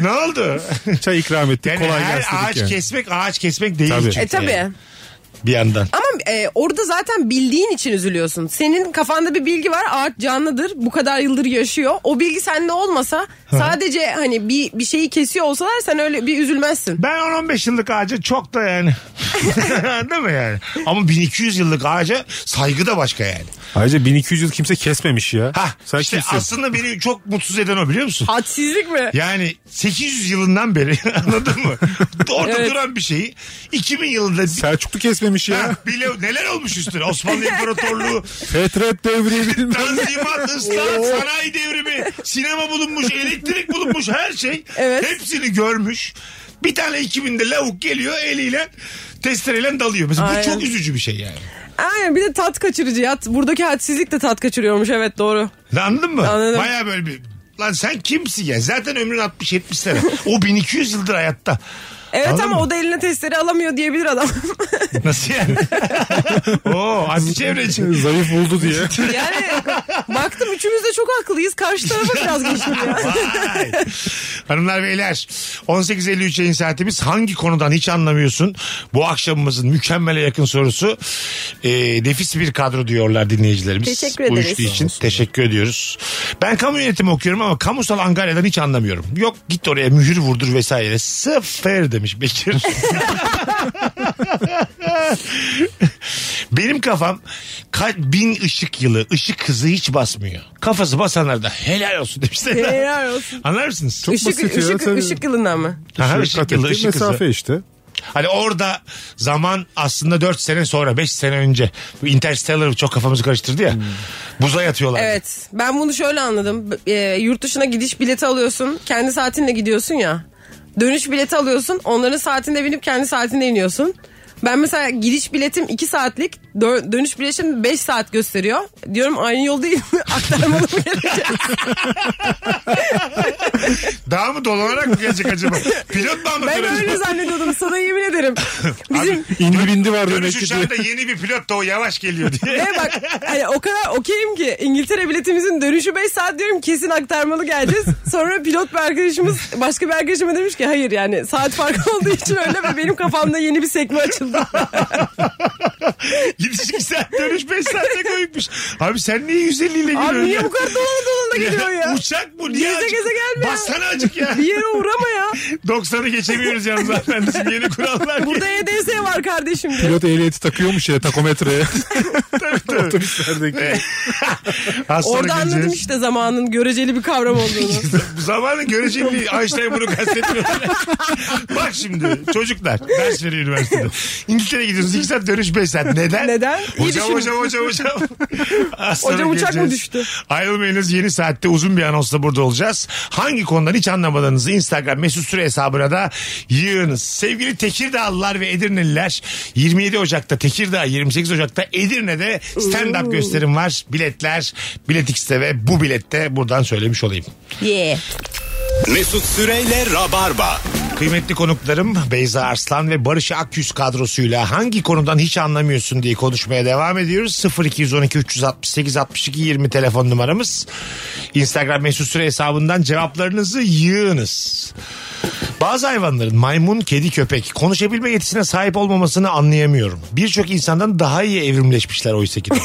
[SPEAKER 2] ne oldu?
[SPEAKER 4] Çay ikram ettik.
[SPEAKER 2] Yani
[SPEAKER 4] kolay
[SPEAKER 2] her
[SPEAKER 4] gelsin
[SPEAKER 2] ağaç
[SPEAKER 4] dedik yani.
[SPEAKER 2] kesmek ağaç kesmek değil.
[SPEAKER 4] Tabii.
[SPEAKER 2] çünkü
[SPEAKER 3] E tabii.
[SPEAKER 2] yani Bir yandan.
[SPEAKER 3] Ama e, orada zaten bildiğin için üzülüyorsun. Senin kafanda bir bilgi var. Ağaç canlıdır. Bu kadar yıldır yaşıyor. O bilgi sende olmasa sadece hani bir bir şeyi kesiyor olsalar sen öyle bir üzülmezsin.
[SPEAKER 2] Ben 10-15 yıllık ağaca çok da
[SPEAKER 4] (laughs)
[SPEAKER 2] yani. değil mi yani? Ama 1200 yıllık ağaca saygı da başka yani.
[SPEAKER 4] Ayrıca 1200 yıl kimse kesmemiş ya.
[SPEAKER 2] Ha,
[SPEAKER 4] Sen
[SPEAKER 2] işte
[SPEAKER 4] kimsin?
[SPEAKER 2] aslında beni çok mutsuz eden o biliyor musun?
[SPEAKER 4] (laughs)
[SPEAKER 3] Hadsizlik mi?
[SPEAKER 2] Yani 800 yılından beri (laughs) anladın mı? Orada
[SPEAKER 3] Evet.
[SPEAKER 2] duran bir şeyi 2000 yılında
[SPEAKER 4] Selçuklu kesmemiş yemiş ya.
[SPEAKER 2] Ha, bile neler olmuş üstüne. Osmanlı İmparatorluğu,
[SPEAKER 4] Fetret
[SPEAKER 2] (laughs)
[SPEAKER 4] devriye bilmem
[SPEAKER 3] (laughs)
[SPEAKER 4] ne.
[SPEAKER 2] Tanzimat, ıslah, sanayi devrimi, sinema bulunmuş, elektrik bulunmuş her şey.
[SPEAKER 3] Evet.
[SPEAKER 2] Hepsini görmüş. Bir tane 2000'de lavuk geliyor eliyle testereyle dalıyor. Mesela
[SPEAKER 3] Aynen.
[SPEAKER 2] bu çok üzücü bir şey yani.
[SPEAKER 3] Aynen bir de tat kaçırıcı ya. Buradaki hadsizlik de tat kaçırıyormuş evet doğru.
[SPEAKER 2] Anladın mı?
[SPEAKER 3] Anladım.
[SPEAKER 2] Baya böyle bir Lan sen kimsin ya? Zaten ömrün 60-70 sene. O 1200 yıldır hayatta.
[SPEAKER 3] Evet
[SPEAKER 2] Anladın
[SPEAKER 3] ama
[SPEAKER 2] mı?
[SPEAKER 3] o da eline testleri alamıyor diyebilir
[SPEAKER 4] (laughs)
[SPEAKER 3] adam.
[SPEAKER 2] Nasıl
[SPEAKER 3] (laughs)
[SPEAKER 2] yani? Oo, anti çevreci.
[SPEAKER 4] Zayıf
[SPEAKER 2] (laughs)
[SPEAKER 4] buldu diye.
[SPEAKER 3] yani baktım üçümüz de çok haklıyız. Karşı tarafa biraz geçtim ya.
[SPEAKER 2] Vay. Hanımlar beyler 18.53 yayın saatimiz hangi konudan hiç anlamıyorsun? Bu akşamımızın mükemmele yakın sorusu. Ee, nefis bir kadro diyorlar dinleyicilerimiz.
[SPEAKER 3] Teşekkür ederiz.
[SPEAKER 2] Uyuştuğu için teşekkür ediyoruz. Ben kamu yönetimi okuyorum ama kamusal Angarya'dan hiç anlamıyorum. Yok git oraya mühür vurdur vesaire. Sıfır demiş
[SPEAKER 3] (laughs)
[SPEAKER 2] Bekir. Benim kafam ka- bin ışık yılı ışık hızı hiç basmıyor. Kafası basanlar da helal olsun demişler.
[SPEAKER 3] Helal olsun.
[SPEAKER 2] Anlar mısınız?
[SPEAKER 4] Çok
[SPEAKER 3] Işık,
[SPEAKER 4] basit ya,
[SPEAKER 3] ışık,
[SPEAKER 4] tabii.
[SPEAKER 3] ışık yılından mı?
[SPEAKER 2] Aha,
[SPEAKER 4] Şey,
[SPEAKER 2] ışık
[SPEAKER 4] kat
[SPEAKER 2] yılı,
[SPEAKER 4] ettiği
[SPEAKER 2] ışık hızı.
[SPEAKER 4] mesafe işte.
[SPEAKER 2] Hani orada zaman aslında 4 sene sonra 5 sene önce. Bu Interstellar çok kafamızı karıştırdı ya. Buza yatıyorlar.
[SPEAKER 3] Hmm. Evet. Ben bunu şöyle anladım. B- e, yurt dışına gidiş bileti alıyorsun. Kendi saatinle gidiyorsun ya. Dönüş bileti alıyorsun. Onların saatinde binip kendi saatinde iniyorsun. Ben mesela gidiş biletim 2 saatlik, dö- dönüş biletim 5 saat gösteriyor. Diyorum aynı yol değil (laughs) mi? Aktarmalı mı
[SPEAKER 4] (laughs)
[SPEAKER 3] gelecek?
[SPEAKER 2] Daha mı dolanarak mı gelecek
[SPEAKER 3] (laughs)
[SPEAKER 2] acaba? Pilot mu
[SPEAKER 3] Ben
[SPEAKER 2] anlatıyor
[SPEAKER 3] öyle
[SPEAKER 2] acaba?
[SPEAKER 3] zannediyordum. Sana yemin
[SPEAKER 4] (laughs)
[SPEAKER 3] ederim. Bizim
[SPEAKER 4] İndi bindi var demek
[SPEAKER 2] Dönüş
[SPEAKER 4] ki diye.
[SPEAKER 2] uçağında yeni bir pilot da o yavaş geliyor diye. (laughs)
[SPEAKER 3] Ve bak hani o kadar okeyim ki İngiltere biletimizin dönüşü 5 saat diyorum kesin aktarmalı geleceğiz. Sonra pilot bir arkadaşımız başka bir arkadaşıma demiş ki hayır yani saat farkı olduğu için öyle ve benim kafamda yeni bir sekme açıldı.
[SPEAKER 2] Gidiş 2 saat dönüş 5 saate koymuş. Abi sen niye 150 ile gidiyorsun?
[SPEAKER 3] Abi niye
[SPEAKER 2] ya?
[SPEAKER 3] bu kadar dolanı dolanı da geliyor ya?
[SPEAKER 2] Uçak bu niye
[SPEAKER 3] Geze
[SPEAKER 2] acık?
[SPEAKER 3] geze gelme ya.
[SPEAKER 2] Bassana acık ya.
[SPEAKER 3] Bir yere uğrama ya.
[SPEAKER 2] 90'ı geçemiyoruz yalnız efendim. Yeni kurallar.
[SPEAKER 3] Burada EDS var kardeşim. diyor.
[SPEAKER 4] Pilot ehliyeti takıyormuş ya takometreye.
[SPEAKER 2] (laughs) Tabii, tabii.
[SPEAKER 4] Otobüslerdeki.
[SPEAKER 3] (laughs)
[SPEAKER 2] Az sonra
[SPEAKER 3] Orada anladım
[SPEAKER 2] geleceğiz.
[SPEAKER 3] işte zamanın göreceli bir kavram olduğunu.
[SPEAKER 2] Bu zamanın göreceli Einstein bunu kastetmiyor.
[SPEAKER 3] (laughs)
[SPEAKER 2] Bak şimdi çocuklar ders veriyor üniversitede. İngiltere gidiyorsunuz 2 saat dönüş 5 saat. Neden?
[SPEAKER 3] Neden? İyi
[SPEAKER 2] Hocam
[SPEAKER 3] düşün.
[SPEAKER 2] hocam hocam
[SPEAKER 3] (laughs)
[SPEAKER 2] hocam. Az sonra
[SPEAKER 3] Hocam uçak mı
[SPEAKER 2] geleceğiz.
[SPEAKER 3] düştü?
[SPEAKER 2] Ayrılmayınız yeni saatte uzun bir anonsla burada olacağız. Hangi konudan hiç anlamadığınızı Instagram mesut süre hesabına da yığınız. Sevgili Tekirdağlılar ve Edirneliler 27 Ocak'ta Tekirdağ 28 Ocak'ta Edirne'de stand-up gösterim var. Biletler Bilet X'te ve bu bilette buradan söylemiş olayım.
[SPEAKER 3] Yeah.
[SPEAKER 1] Mesut Süreyle Rabarba.
[SPEAKER 2] Kıymetli konuklarım Beyza Arslan ve Barış Akyüz kadrosuyla hangi konudan hiç anlamıyorsun diye konuşmaya devam ediyoruz. 0212 368 62 20 telefon numaramız. Instagram mesut süre hesabından cevaplarınızı yığınız. Bazı hayvanların maymun, kedi, köpek konuşabilme yetisine sahip olmamasını anlayamıyorum. Birçok insandan daha iyi evrimleşmişler oysa ki. demiş.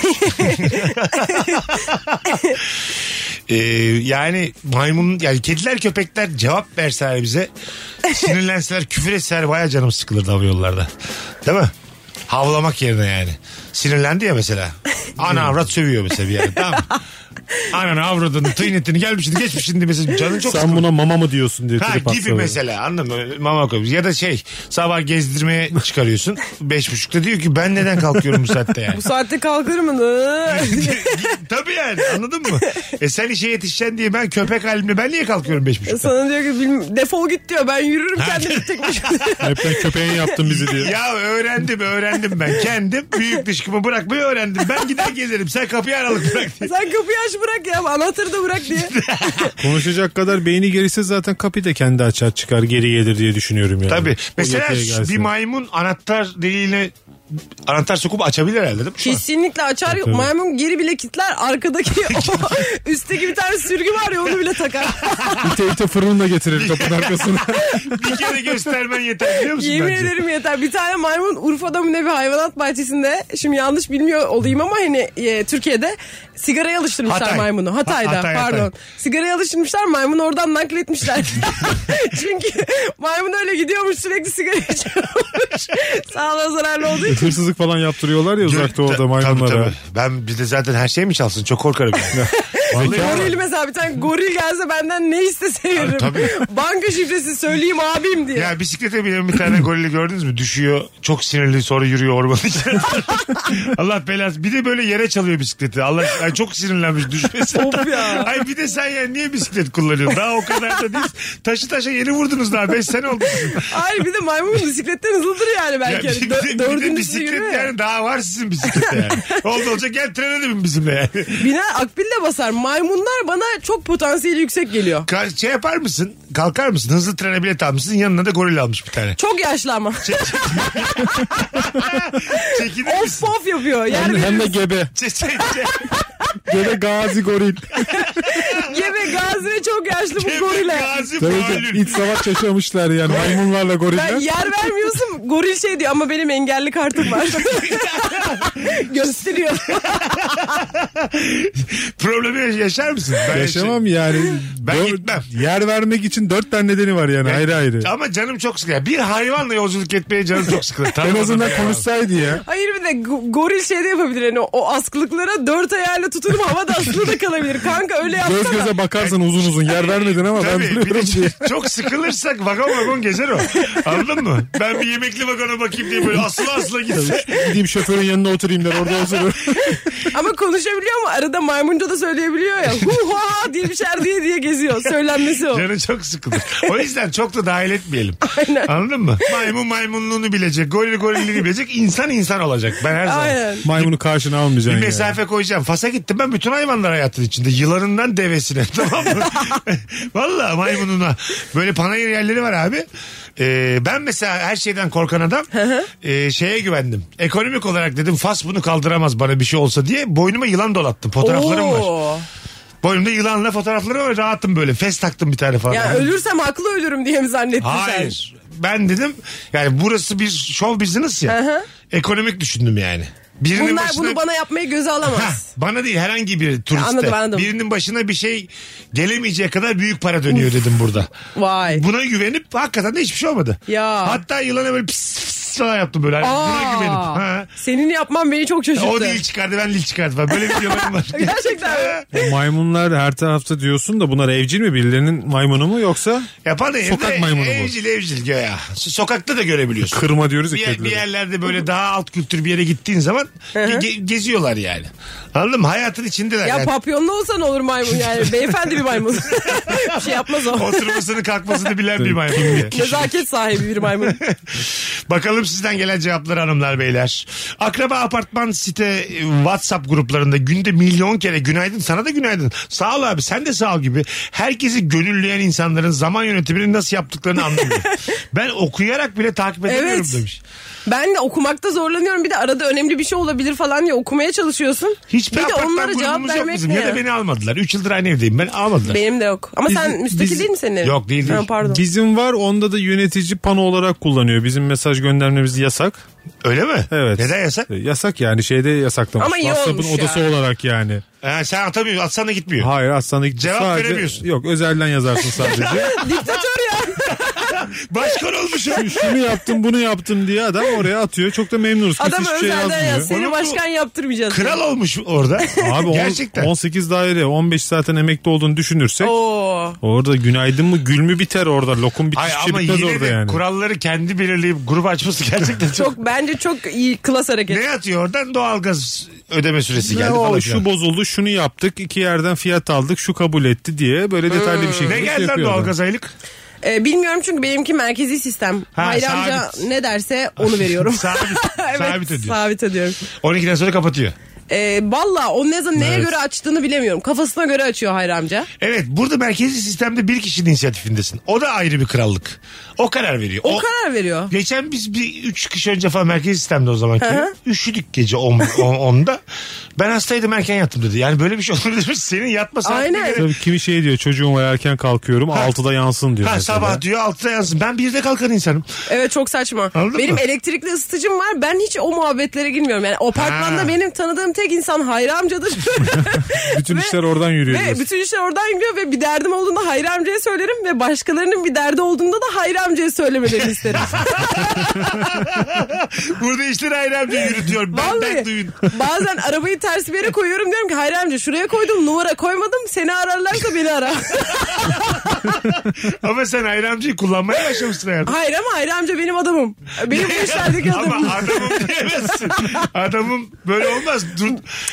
[SPEAKER 2] Ee, yani maymun yani kediler köpekler cevap verseler bize sinirlenseler küfür etseler baya canım sıkılırdı hava yollarda. Değil mi? Havlamak yerine yani. Sinirlendi ya mesela. Ana avrat sövüyor mesela bir yerde. Tamam. mı? Ananı avradını tıynetini gelmişini geçmişini mesela canın E, çok
[SPEAKER 4] Sen buna mama mı diyorsun diye.
[SPEAKER 2] Ha
[SPEAKER 4] trip
[SPEAKER 2] gibi
[SPEAKER 4] atsana.
[SPEAKER 2] mesela anladın mı? Mama koymuş. Ya da şey sabah gezdirmeye (laughs) çıkarıyorsun. Beş buçukta diyor ki ben neden kalkıyorum bu saatte yani.
[SPEAKER 3] Bu saatte kalkır mı?
[SPEAKER 2] (laughs) Tabii yani anladın mı? E sen işe yetişeceksin diye ben köpek halimle ben niye kalkıyorum beş buçukta?
[SPEAKER 3] Sana diyor ki "Bilmem- defol git diyor ben yürürüm kendimi tek başına.
[SPEAKER 4] Hep ben köpeğin yaptın bizi diyor.
[SPEAKER 2] (laughs) Ya öğrendim öğrendim ben kendim büyük dışkımı bırakmayı öğrendim. Ben gider gezerim sen kapıyı aralık bırak diye.
[SPEAKER 3] (laughs) Sen kapıyı aç bırak ya anahtarı da bırak diye.
[SPEAKER 4] Konuşacak kadar beyni gerisi zaten kapıyı da kendi açar çıkar geri gelir diye düşünüyorum
[SPEAKER 2] (laughs)
[SPEAKER 4] yani.
[SPEAKER 2] Tabii.
[SPEAKER 4] O
[SPEAKER 2] Mesela
[SPEAKER 4] yakaya
[SPEAKER 2] şu-
[SPEAKER 4] gelsin.
[SPEAKER 2] bir maymun anahtar deliğine anahtar sokup açabilir herhalde değil mi? şu an?
[SPEAKER 3] Kesinlikle açar yok.
[SPEAKER 4] Tabii.
[SPEAKER 3] Maymun geri bile kitler
[SPEAKER 2] (laughs)
[SPEAKER 3] arkadaki o üstteki bir tane sürgü var ya onu bile takar.
[SPEAKER 4] İte ite fırını da getirir
[SPEAKER 2] (laughs)
[SPEAKER 4] kapının arkasına.
[SPEAKER 2] Bir kere göstermen yeter biliyor musun (laughs)
[SPEAKER 3] Yemin
[SPEAKER 2] bence?
[SPEAKER 3] ederim yeter. Bir tane maymun Urfa'da mı ne bir hayvanat bahçesinde şimdi yanlış bilmiyor olayım ama hani e, Türkiye'de sigaraya alıştırmışlar
[SPEAKER 2] Hatay.
[SPEAKER 3] maymunu. Hatay'da
[SPEAKER 2] Ha- Hatay,
[SPEAKER 3] pardon.
[SPEAKER 2] Hatay.
[SPEAKER 3] Sigaraya alıştırmışlar maymunu
[SPEAKER 2] (laughs)
[SPEAKER 3] oradan nakletmişler. (laughs) Çünkü maymun öyle gidiyormuş sürekli sigara
[SPEAKER 2] (laughs)
[SPEAKER 3] içiyormuş. Sağlığa zararlı olduğu için.
[SPEAKER 4] E, Hırsızlık falan yaptırıyorlar ya
[SPEAKER 2] Gör-
[SPEAKER 4] uzakta orada
[SPEAKER 2] Ta- tabii,
[SPEAKER 3] (laughs)
[SPEAKER 4] maymunlara.
[SPEAKER 2] tabii. Ben bir de zaten her şey mi çalsın çok korkarım. yani. Zeka-
[SPEAKER 3] Goril mesela bir tane goril gelse benden ne istese veririm.
[SPEAKER 2] tabii.
[SPEAKER 3] Banka şifresi söyleyeyim abim diye.
[SPEAKER 2] Ya bisiklete binen bir tane gorili gördünüz mü? Düşüyor. Çok sinirli sonra yürüyor ormanın içine. (laughs) Allah belası. Bir de böyle yere çalıyor bisikleti. Allah ay çok sinirlenmiş düşmesin.
[SPEAKER 3] Of ya.
[SPEAKER 2] Ay bir de sen ya niye bisiklet kullanıyorsun? Daha o kadar da değil. Taşı taşa yeni vurdunuz daha. Beş sene oldu.
[SPEAKER 3] Hayır bir de maymun bisikletten hızlıdır yani
[SPEAKER 2] Ya
[SPEAKER 3] belki.
[SPEAKER 2] bir,
[SPEAKER 3] Yani
[SPEAKER 2] de- bir de
[SPEAKER 3] Dö- dördüncüsü
[SPEAKER 2] bisiklet
[SPEAKER 3] yürüyor. ya.
[SPEAKER 2] yani daha var sizin bisiklette yani. Oldu olacak gel trene de bin bizimle yani.
[SPEAKER 3] Biner akbil de basar. Maymunlar bana çok potansiyeli yüksek geliyor.
[SPEAKER 2] Ka- Şey yapar mısın? Kalkar mısın? Hızlı trene bilet almışsın. Yanına da goril almış bir tane.
[SPEAKER 3] Çok
[SPEAKER 2] (laughs)
[SPEAKER 3] yaşlı ama.
[SPEAKER 2] Çekinir
[SPEAKER 3] of
[SPEAKER 2] misin?
[SPEAKER 3] of yapıyor. Yer
[SPEAKER 4] Hem, hem de
[SPEAKER 3] verir.
[SPEAKER 4] gebe.
[SPEAKER 2] Çe- çe- çe-
[SPEAKER 4] Gebe
[SPEAKER 2] (laughs)
[SPEAKER 4] gazi goril.
[SPEAKER 3] Gebe gazine çok yaşlı bu gorile.
[SPEAKER 2] Gazi
[SPEAKER 4] Tabii ki
[SPEAKER 2] Malül.
[SPEAKER 4] iç savaş yaşamışlar yani maymunlarla
[SPEAKER 3] Ben
[SPEAKER 4] goriller.
[SPEAKER 3] yer vermiyorsun goril şey diyor ama benim engelli
[SPEAKER 2] (laughs)
[SPEAKER 3] kartım var. Gösteriyor.
[SPEAKER 2] Problemi yaşar mısın? Ben şey-
[SPEAKER 4] Yaşamam yani.
[SPEAKER 2] (laughs) Ben
[SPEAKER 4] Dört-
[SPEAKER 2] gitmem.
[SPEAKER 4] Yer vermek için dört tane nedeni var yani ayrı ayrı.
[SPEAKER 2] Ama canım çok sıkılır. Bir hayvanla yolculuk etmeye canım çok sıkılır.
[SPEAKER 4] En
[SPEAKER 2] Tamam
[SPEAKER 4] azından
[SPEAKER 2] mı?
[SPEAKER 4] konuşsaydı ya.
[SPEAKER 3] Hayır bir de go- goril şey de yapabilir hani o askılıklara dört ayağıyla tutunup havada asılı da kalabilir. Kanka öyle yapsana.
[SPEAKER 4] Göz göze bakarsan uzun uzun yer vermedin ama ben
[SPEAKER 2] Tabii, bir de
[SPEAKER 4] biliyorum
[SPEAKER 2] (laughs)
[SPEAKER 4] diye.
[SPEAKER 2] ç- çok sıkılırsak vagon vagon gezer o. Anladın mı? Ben bir yemekli vagona bakayım diye böyle asla asla gitse.
[SPEAKER 4] Gideyim şoförün yanına oturayım der orada oturur.
[SPEAKER 3] Ama konuşabiliyor ama arada maymunca da söyleyebiliyor
[SPEAKER 2] (laughs)
[SPEAKER 3] ya. Hu ha diye bir şeyler diye diye geziyor. Söylenmesi o.
[SPEAKER 2] Canı çok sıkılır. O yüzden çok da dahil etmeyelim.
[SPEAKER 3] (laughs) Aynen.
[SPEAKER 2] Anladın mı? Maymun maymunluğunu bilecek. Goril gorilliğini bilecek. insan insan olacak. Ben her zaman.
[SPEAKER 3] Aynen.
[SPEAKER 4] Maymunu karşına
[SPEAKER 2] Bir
[SPEAKER 4] almayacaksın yani.
[SPEAKER 2] mesafe koyacağım. Fas'a gittim ben bütün hayvanlar hayatın içinde. Yılanından devesine (laughs) tamam mı? Valla maymununa. Böyle panayır yerleri var abi. Ee, ben mesela her şeyden korkan adam e, şeye güvendim. Ekonomik olarak dedim Fas bunu kaldıramaz bana bir şey olsa diye boynuma yılan dolattım. Fotoğraflarım var.
[SPEAKER 3] Oo.
[SPEAKER 2] Boynumda yılanla fotoğraflarım var. Rahatım böyle. Fes taktım bir tane falan.
[SPEAKER 3] Ya ölürsem haklı ölürüm diye mi zannettin sen?
[SPEAKER 2] Hayır. Ben dedim yani burası bir show business ya. Ekonomik düşündüm yani. Birinin
[SPEAKER 3] Bunlar
[SPEAKER 2] başına-
[SPEAKER 3] bunu bana yapmayı göze
[SPEAKER 2] Ha, (laughs)
[SPEAKER 3] alamaz.
[SPEAKER 2] bana değil herhangi bir turiste.
[SPEAKER 3] Anladım, anladım.
[SPEAKER 2] Birinin başına bir şey gelemeyeceği kadar büyük para dönüyor dedim burada.
[SPEAKER 3] Vay.
[SPEAKER 2] Buna güvenip hakikaten de hiçbir şey olmadı.
[SPEAKER 3] Ya.
[SPEAKER 2] Hatta yılana böyle pis pis falan yaptım böyle. Hani Buna
[SPEAKER 3] Aa,
[SPEAKER 2] güvenip. Ha.
[SPEAKER 3] Senin yapman beni çok şaşırttı.
[SPEAKER 2] O dil çıkardı ben dil çıkardı falan. Böyle videolarım var.
[SPEAKER 3] (laughs) Gerçekten mi?
[SPEAKER 4] O maymunlar her tarafta diyorsun da bunlar evcil mi birilerinin maymunu mu yoksa
[SPEAKER 2] Yapan evde
[SPEAKER 4] Sokak maymunu bu.
[SPEAKER 2] evcil evcil ya. Sokakta da görebiliyorsun.
[SPEAKER 4] kırma diyoruz ya
[SPEAKER 2] bir, yer- bir
[SPEAKER 4] kedileri.
[SPEAKER 2] yerlerde böyle daha alt kültür bir yere gittiğin zaman ge- geziyorlar yani. Anladın mı? Hayatın içindeler.
[SPEAKER 3] Ya
[SPEAKER 2] yani.
[SPEAKER 3] papyonlu olsa ne olur maymun yani. Beyefendi bir maymun. (laughs) bir şey yapmaz
[SPEAKER 2] (laughs)
[SPEAKER 3] o.
[SPEAKER 2] Oturmasını kalkmasını bilen bir maymun. diye.
[SPEAKER 3] Nezaket sahibi bir maymun.
[SPEAKER 2] (laughs) Bakalım sizden gelen cevapları hanımlar beyler. Akraba apartman site e, WhatsApp gruplarında günde milyon kere günaydın sana da günaydın. Sağ ol abi sen de sağ ol gibi. Herkesi gönüllüyen insanların zaman yönetimini nasıl yaptıklarını
[SPEAKER 3] (laughs)
[SPEAKER 2] anlamıyorum. ben okuyarak bile takip edemiyorum
[SPEAKER 3] Evet.
[SPEAKER 2] demiş.
[SPEAKER 3] Ben de okumakta zorlanıyorum. Bir de arada önemli bir şey olabilir falan diye okumaya çalışıyorsun.
[SPEAKER 2] Hiçbir
[SPEAKER 3] bir de
[SPEAKER 2] apartman
[SPEAKER 3] onlara cevap
[SPEAKER 2] grubumuz yok
[SPEAKER 3] vermek
[SPEAKER 2] bizim.
[SPEAKER 3] ne?
[SPEAKER 2] Ya da beni almadılar. 3 yıldır aynı evdeyim ben almadılar.
[SPEAKER 3] Benim de yok. Ama
[SPEAKER 4] Biz-
[SPEAKER 3] sen müstakil
[SPEAKER 4] biz-
[SPEAKER 3] değil mi senin? evin?
[SPEAKER 2] Yok, değil,
[SPEAKER 3] Ha,
[SPEAKER 2] değil.
[SPEAKER 3] pardon.
[SPEAKER 4] Bizim var onda da yönetici pano olarak kullanıyor. Bizim mesaj göndermemiz yasak.
[SPEAKER 2] Öyle mi?
[SPEAKER 4] Evet.
[SPEAKER 2] Neden yasak?
[SPEAKER 4] E, Yasak yani şeyde yasaklamış.
[SPEAKER 3] Ama iyi
[SPEAKER 4] WhatsApp'ın
[SPEAKER 3] olmuş
[SPEAKER 4] odası
[SPEAKER 3] ya.
[SPEAKER 4] olarak yani.
[SPEAKER 2] Ha, sen atamıyorsun atsan da gitmiyor.
[SPEAKER 4] Hayır aslında
[SPEAKER 2] Cevap
[SPEAKER 4] sadece,
[SPEAKER 2] veremiyorsun.
[SPEAKER 4] Yok özelden
[SPEAKER 2] (laughs)
[SPEAKER 4] yazarsın sadece.
[SPEAKER 3] Diktatör ya.
[SPEAKER 2] Başkan olmuşum.
[SPEAKER 4] Şunu yaptım bunu yaptım diye adam oraya atıyor. Çok da memnunuz. Kimse
[SPEAKER 3] Adam
[SPEAKER 4] hiçbir şey
[SPEAKER 3] özelden
[SPEAKER 4] yazmıyor.
[SPEAKER 3] yaz. Seni
[SPEAKER 2] Oğlum bu-
[SPEAKER 3] başkan yaptırmayacağız.
[SPEAKER 2] Kral olmuş orada.
[SPEAKER 4] Abi on-
[SPEAKER 2] Gerçekten.
[SPEAKER 4] 18 daire 15 zaten emekli olduğunu düşünürsek
[SPEAKER 3] Oo.
[SPEAKER 4] orada günaydın mı gül mü biter orada lokum bir
[SPEAKER 2] Ay
[SPEAKER 4] şey
[SPEAKER 2] ama
[SPEAKER 4] bitmez
[SPEAKER 2] yine
[SPEAKER 4] orada
[SPEAKER 2] de
[SPEAKER 4] yani.
[SPEAKER 2] kuralları kendi belirleyip grup açması gerçekten çok
[SPEAKER 3] Çok bence çok iyi klas hareket.
[SPEAKER 2] Ne atıyor oradan doğalgaz ödeme süresi E geldi
[SPEAKER 4] Ya o,
[SPEAKER 2] falan.
[SPEAKER 4] şu
[SPEAKER 2] filan.
[SPEAKER 4] bozuldu şunu yaptık iki yerden fiyat aldık şu kabul etti diye böyle detaylı bir şekilde
[SPEAKER 2] ne
[SPEAKER 4] şey
[SPEAKER 2] geldi lan
[SPEAKER 4] yapıyor adam.
[SPEAKER 2] doğalgaz aylık?
[SPEAKER 3] Ee, bilmiyorum çünkü benimki merkezi sistem.
[SPEAKER 2] Ha,
[SPEAKER 3] Hayri amca
[SPEAKER 2] sabit.
[SPEAKER 3] ne derse onu
[SPEAKER 2] (laughs)
[SPEAKER 3] veriyorum.
[SPEAKER 2] Sabit.
[SPEAKER 3] (laughs) evet,
[SPEAKER 2] Sabit ödüyor.
[SPEAKER 3] Sabit ödüyorum.
[SPEAKER 2] 12'den sonra kapatıyor.
[SPEAKER 3] Ee, Valla o ne zaman neye
[SPEAKER 4] Evet.
[SPEAKER 3] göre açtığını bilemiyorum. Kafasına göre açıyor Hayri amca.
[SPEAKER 2] Evet burada merkezi sistemde bir kişinin inisiyatifindesin. O da ayrı bir krallık. O karar veriyor.
[SPEAKER 3] O, karar veriyor.
[SPEAKER 2] Geçen biz bir 3 kişi önce falan merkezi sistemde o zaman. Üşüdük gece (laughs) 10'da. ben hastaydım erken yattım dedi. Yani böyle bir şey olur demiş. Senin yatma saatine
[SPEAKER 3] Aynen.
[SPEAKER 2] göre-
[SPEAKER 4] Tabii kimi şey diyor çocuğum var erken kalkıyorum 6'da yansın diyor.
[SPEAKER 2] Ha,
[SPEAKER 4] mesela.
[SPEAKER 2] sabah diyor 6'da yansın. Ben 1'de kalkan insanım.
[SPEAKER 3] Evet çok saçma.
[SPEAKER 2] Anladın
[SPEAKER 3] benim
[SPEAKER 2] mı?
[SPEAKER 3] elektrikli ısıtıcım var. Ben hiç o muhabbetlere girmiyorum. Yani apartmanda
[SPEAKER 2] Ha.
[SPEAKER 3] benim tanıdığım tek insan
[SPEAKER 2] (laughs)
[SPEAKER 3] Hayri amcadır.
[SPEAKER 4] Bütün
[SPEAKER 3] Ve-
[SPEAKER 4] işler oradan yürüyor.
[SPEAKER 3] Ve
[SPEAKER 4] diyorsun.
[SPEAKER 3] bütün işler oradan gidiyor ve bir derdim olduğunda Hayri amcaya söylerim ve başkalarının bir derdi olduğunda da Hayri amcaya söylemelerini isterim.
[SPEAKER 2] Burada işler aynen bir yürütüyor. Ben ben
[SPEAKER 3] Vallahi
[SPEAKER 2] duyun.
[SPEAKER 3] (laughs) bazen arabayı ters bir yere koyuyorum diyorum ki Hayri amca şuraya koydum numara koymadım seni ararlarsa beni ara. (laughs)
[SPEAKER 2] Ama sen ayrancıyı kullanmaya başlamışsın hayatım.
[SPEAKER 3] (laughs) Hayır ama Hayri amca benim adamım. Benim bu işlerdeki
[SPEAKER 2] Ama
[SPEAKER 3] adamım.
[SPEAKER 2] adamım diyemezsin. Adamım böyle olmaz. Dur.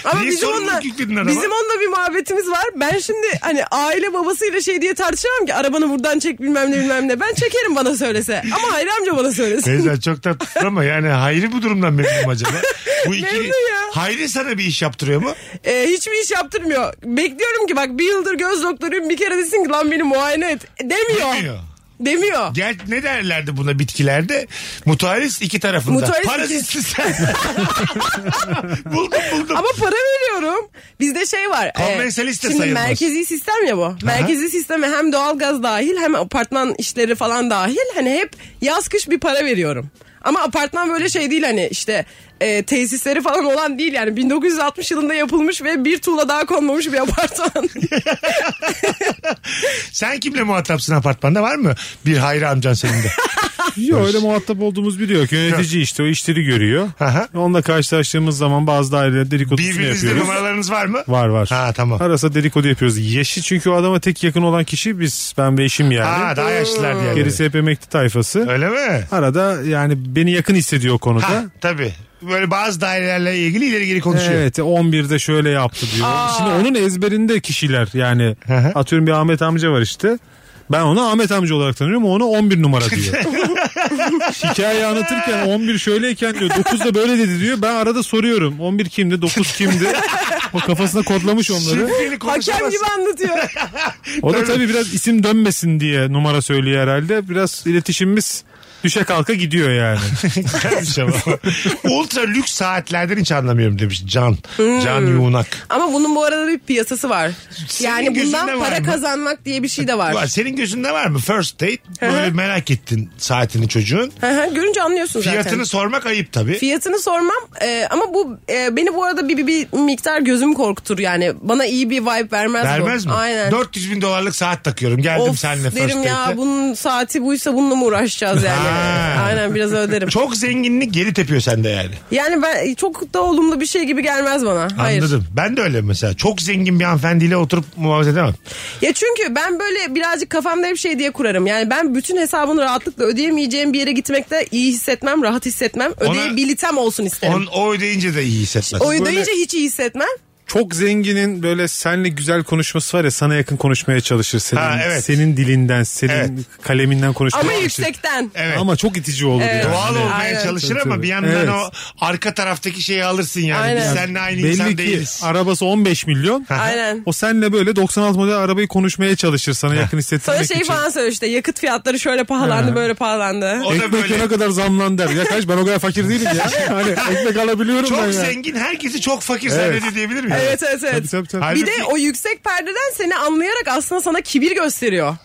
[SPEAKER 3] Ama
[SPEAKER 2] Niye
[SPEAKER 3] bizim
[SPEAKER 2] sorumluluk
[SPEAKER 3] onunla,
[SPEAKER 2] yükledin adama?
[SPEAKER 3] bizim onunla bir muhabbetimiz var. Ben şimdi hani aile babasıyla şey diye tartışamam ki arabanı buradan çek bilmem ne bilmem ne. Ben çekerim bana söylese. Ama Hayri amca bana söylesin.
[SPEAKER 2] Beyza çok tatlısın ama yani Hayri bu durumdan memnun mu acaba?
[SPEAKER 3] (laughs)
[SPEAKER 2] Bu ikili...
[SPEAKER 3] Memnun ya.
[SPEAKER 2] Hayri sana bir iş yaptırıyor mu?
[SPEAKER 3] Ee, hiçbir iş yaptırmıyor. Bekliyorum ki bak bir yıldır göz doktoruyum bir kere desin ki lan beni muayene et. E, Demiyor.
[SPEAKER 2] Demiyor.
[SPEAKER 3] Demiyor.
[SPEAKER 2] Gel ne derlerdi buna bitkilerde? Mutualist iki tarafında.
[SPEAKER 3] Mutualist
[SPEAKER 2] Parazitsin sen. (laughs) buldum buldum.
[SPEAKER 3] Ama para veriyorum. Bizde şey var. e,
[SPEAKER 2] Konvensalist de
[SPEAKER 3] Şimdi
[SPEAKER 2] sayılmaz.
[SPEAKER 3] merkezi sistem ya bu. Merkezi sisteme hem doğalgaz dahil hem apartman işleri falan dahil. Hani hep yaz kış bir para veriyorum. Ama apartman böyle şey değil hani işte e, tesisleri falan olan değil yani 1960 yılında yapılmış ve bir tuğla daha konmamış bir apartman.
[SPEAKER 2] Sen kimle muhatapsın apartmanda var mı? Bir Hayri amcan senin de.
[SPEAKER 4] Yok öyle muhatap olduğumuz biri yok. Yönetici işte o işleri görüyor.
[SPEAKER 2] Aha.
[SPEAKER 4] Onunla karşılaştığımız zaman bazı daireler dedikodusunu
[SPEAKER 2] Birbirinizle
[SPEAKER 4] yapıyoruz.
[SPEAKER 2] numaralarınız var mı?
[SPEAKER 4] Var var.
[SPEAKER 2] Ha tamam.
[SPEAKER 4] Arasa dedikodu yapıyoruz. Yaşı çünkü o adama tek yakın olan kişi biz. Ben ve eşim yani.
[SPEAKER 2] Ha daha yaşlılar diye.
[SPEAKER 4] Gerisi hep emekli tayfası.
[SPEAKER 2] Öyle mi?
[SPEAKER 4] Arada yani beni yakın hissediyor o konuda.
[SPEAKER 2] Ha tabii. Böyle bazı dairelerle ilgili ileri geri konuşuyor.
[SPEAKER 4] Evet 11'de şöyle yaptı diyor. Şimdi onun ezberinde kişiler yani
[SPEAKER 2] Hı hı.
[SPEAKER 4] atıyorum bir Ahmet amca var işte. Ben onu Ahmet amca olarak tanıyorum o onu 11
[SPEAKER 2] (laughs)
[SPEAKER 4] numara diyor. Hikaye anlatırken 11 şöyleyken diyor 9'da böyle dedi diyor. Ben arada soruyorum 11 kimdi 9 kimdi. O kafasına kodlamış onları.
[SPEAKER 2] Şifreli (laughs)
[SPEAKER 3] Hakem
[SPEAKER 2] konuşamazsın.
[SPEAKER 3] gibi anlatıyor.
[SPEAKER 4] O da tabii biraz isim dönmesin diye numara söylüyor herhalde. Biraz iletişimimiz düşe kalka gidiyor yani.
[SPEAKER 2] Güzelmiş ama. (laughs) Ultra lüks saatlerden hiç anlamıyorum demiş Can. Can Yuğnak.
[SPEAKER 3] Ama bunun bu arada bir piyasası var.
[SPEAKER 2] Senin
[SPEAKER 3] Yani
[SPEAKER 2] gözünde
[SPEAKER 3] bundan
[SPEAKER 2] var
[SPEAKER 3] para
[SPEAKER 2] mı?
[SPEAKER 3] kazanmak diye bir şey de var.
[SPEAKER 2] Ulan Senin gözünde var mı first date? Böyle merak ettin saatini çocuğun.
[SPEAKER 3] Hı hı, Görünce anlıyorsun zaten.
[SPEAKER 2] Fiyatını sormak ayıp tabii.
[SPEAKER 3] Fiyatını sormam e, ama bu e, beni bu arada bir, bir, bir miktar gözüm korkutur yani. Bana iyi bir vibe vermez, bu.
[SPEAKER 2] Vermez mi?
[SPEAKER 3] Aynen.
[SPEAKER 2] 400 bin dolarlık saat takıyorum. Geldim
[SPEAKER 3] of
[SPEAKER 2] seninle first
[SPEAKER 3] derim ya
[SPEAKER 2] date'e.
[SPEAKER 3] bunun saati buysa bununla mı uğraşacağız yani.
[SPEAKER 2] Ha.
[SPEAKER 3] Aynen biraz öderim.
[SPEAKER 2] Çok zenginlik geri tepiyor sende yani.
[SPEAKER 3] Yani ben çok da olumlu bir şey gibi gelmez bana. Hayır.
[SPEAKER 2] Anladım. Ben de öyle mesela. Çok zengin bir hanımefendiyle oturup muhabbet edemem.
[SPEAKER 3] Ya çünkü ben böyle birazcık kafamda hep şey diye kurarım. Yani ben bütün hesabını rahatlıkla ödeyemeyeceğim bir yere gitmekte iyi hissetmem, rahat hissetmem.
[SPEAKER 2] Ona-
[SPEAKER 3] Ödeyebilitem olsun isterim.
[SPEAKER 2] On, o ödeyince de iyi hissetmez.
[SPEAKER 3] o ödeyince hiç iyi hissetmem.
[SPEAKER 4] çok zenginin böyle senle güzel konuşması var ya sana yakın konuşmaya çalışır senin
[SPEAKER 2] Ha, evet.
[SPEAKER 4] senin dilinden senin
[SPEAKER 2] Evet.
[SPEAKER 4] kaleminden konuşmaya
[SPEAKER 3] Ama
[SPEAKER 4] çalışır.
[SPEAKER 3] yüksekten.
[SPEAKER 2] Şey- Evet.
[SPEAKER 4] Ama çok itici olur
[SPEAKER 3] Evet.
[SPEAKER 4] yani.
[SPEAKER 2] Doğal olmaya
[SPEAKER 3] Aynen.
[SPEAKER 2] çalışır
[SPEAKER 4] Tabii,
[SPEAKER 2] ama
[SPEAKER 4] tabii.
[SPEAKER 2] bir yandan
[SPEAKER 4] Evet.
[SPEAKER 2] o arka taraftaki şeyi alırsın yani.
[SPEAKER 3] Aynen.
[SPEAKER 2] Biz seninle aynı
[SPEAKER 4] Belli
[SPEAKER 2] insan
[SPEAKER 4] ki
[SPEAKER 2] değiliz.
[SPEAKER 4] arabası 15 milyon.
[SPEAKER 3] Aynen.
[SPEAKER 4] O senle böyle 96 model arabayı konuşmaya çalışır sana yakın
[SPEAKER 3] Sonra
[SPEAKER 4] hissettirmek
[SPEAKER 3] şey
[SPEAKER 4] için.
[SPEAKER 3] falan söylüyor işte yakıt fiyatları şöyle pahalandı
[SPEAKER 4] Ha.
[SPEAKER 3] böyle pahalandı.
[SPEAKER 2] O da
[SPEAKER 4] Ekmek
[SPEAKER 2] böyle.
[SPEAKER 4] ne kadar zamlandı der. Ya kaç ben o kadar fakir değilim
[SPEAKER 2] (laughs)
[SPEAKER 4] ya. Hani ekmek alabiliyorum ben
[SPEAKER 2] Çok
[SPEAKER 4] ya.
[SPEAKER 2] zengin herkesi çok fakir zannediyor diyebilir miyim?
[SPEAKER 3] Evet evet
[SPEAKER 4] Tabii,
[SPEAKER 3] evet.
[SPEAKER 4] tabii, tabii.
[SPEAKER 2] Hayır.
[SPEAKER 3] Bir de o yüksek perdeden seni anlayarak aslında sana kibir gösteriyor.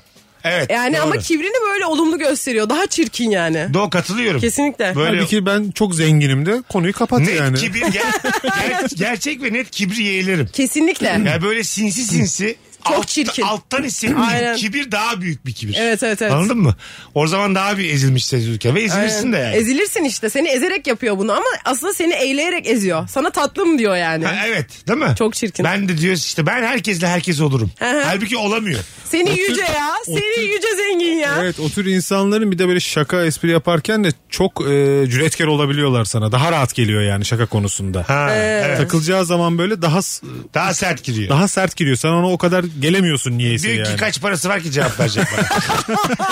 [SPEAKER 2] Evet.
[SPEAKER 3] Yani
[SPEAKER 2] doğru.
[SPEAKER 3] ama kibrini böyle olumlu gösteriyor. Daha çirkin yani.
[SPEAKER 2] Doğru katılıyorum.
[SPEAKER 3] Kesinlikle.
[SPEAKER 2] Böyle
[SPEAKER 4] Halbuki ben çok zenginim de konuyu kapat
[SPEAKER 2] net
[SPEAKER 4] yani.
[SPEAKER 2] kibir. ger-
[SPEAKER 3] (laughs)
[SPEAKER 2] ger- gerçek ve net kibri yeğlerim.
[SPEAKER 3] Kesinlikle.
[SPEAKER 2] Yani böyle sinsi sinsi.
[SPEAKER 3] Çok çirkin.
[SPEAKER 2] Alttan hissettiğin
[SPEAKER 3] Aynen.
[SPEAKER 2] kibir daha büyük bir kibir.
[SPEAKER 3] Evet, evet, evet.
[SPEAKER 2] Anladın mı? O zaman daha bir ezilmiş hissediyorsun. Ve ezilirsin de yani.
[SPEAKER 3] Ezilirsin işte. Seni ezerek yapıyor bunu ama aslında seni eğleyerek eziyor. Sana tatlım diyor yani.
[SPEAKER 2] Ha, evet değil mi?
[SPEAKER 3] Çok çirkin.
[SPEAKER 2] Ben de diyoruz işte ben herkesle herkes olurum.
[SPEAKER 3] hı.
[SPEAKER 2] Halbuki olamıyor.
[SPEAKER 3] Seni
[SPEAKER 4] Otur-
[SPEAKER 3] yüce ya.
[SPEAKER 4] otur-
[SPEAKER 3] Seni yüce zengin ya.
[SPEAKER 4] Evet o tür insanların bir de böyle şaka espri yaparken de çok e, cüretkar olabiliyorlar sana. Daha rahat geliyor yani şaka konusunda.
[SPEAKER 2] Ha, evet.
[SPEAKER 4] Takılacağı zaman böyle daha s-
[SPEAKER 2] Daha sert giriyor.
[SPEAKER 4] daha sert giriyor. Sen ona o kadar gelemiyorsun niyeyse
[SPEAKER 2] Diyor ki
[SPEAKER 4] yani.
[SPEAKER 2] kaç parası var ki cevap verecek bana.
[SPEAKER 4] (laughs)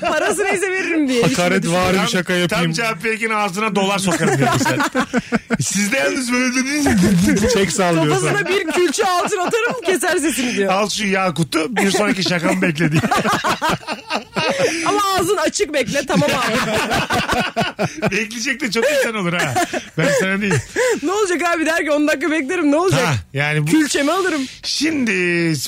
[SPEAKER 3] Parası neyse veririm diye.
[SPEAKER 4] Hakaret
[SPEAKER 3] İçinde
[SPEAKER 4] var bir
[SPEAKER 2] Tam-
[SPEAKER 4] şaka yapayım.
[SPEAKER 2] Tam cevap verirken ağzına dolar sokarım diyor mesela.
[SPEAKER 4] (laughs)
[SPEAKER 2] Siz de yalnız böyle dediğiniz
[SPEAKER 4] Çek
[SPEAKER 3] düşün-
[SPEAKER 4] sallıyor sana.
[SPEAKER 3] Kafasına bir külçe altın atarım keser sesini diyor.
[SPEAKER 2] Al şu Yakut'u bir sonraki şakamı bekle diye.
[SPEAKER 3] Ama Ağzın açık bekle tamam abi.
[SPEAKER 2] (laughs) Bekleyecek de çok insan olur ha. Ben sana değil.
[SPEAKER 3] ne olacak abi der ki 10 dakika beklerim ne olacak?
[SPEAKER 2] Ha, yani bu,
[SPEAKER 3] Külçemi alırım.
[SPEAKER 2] şimdi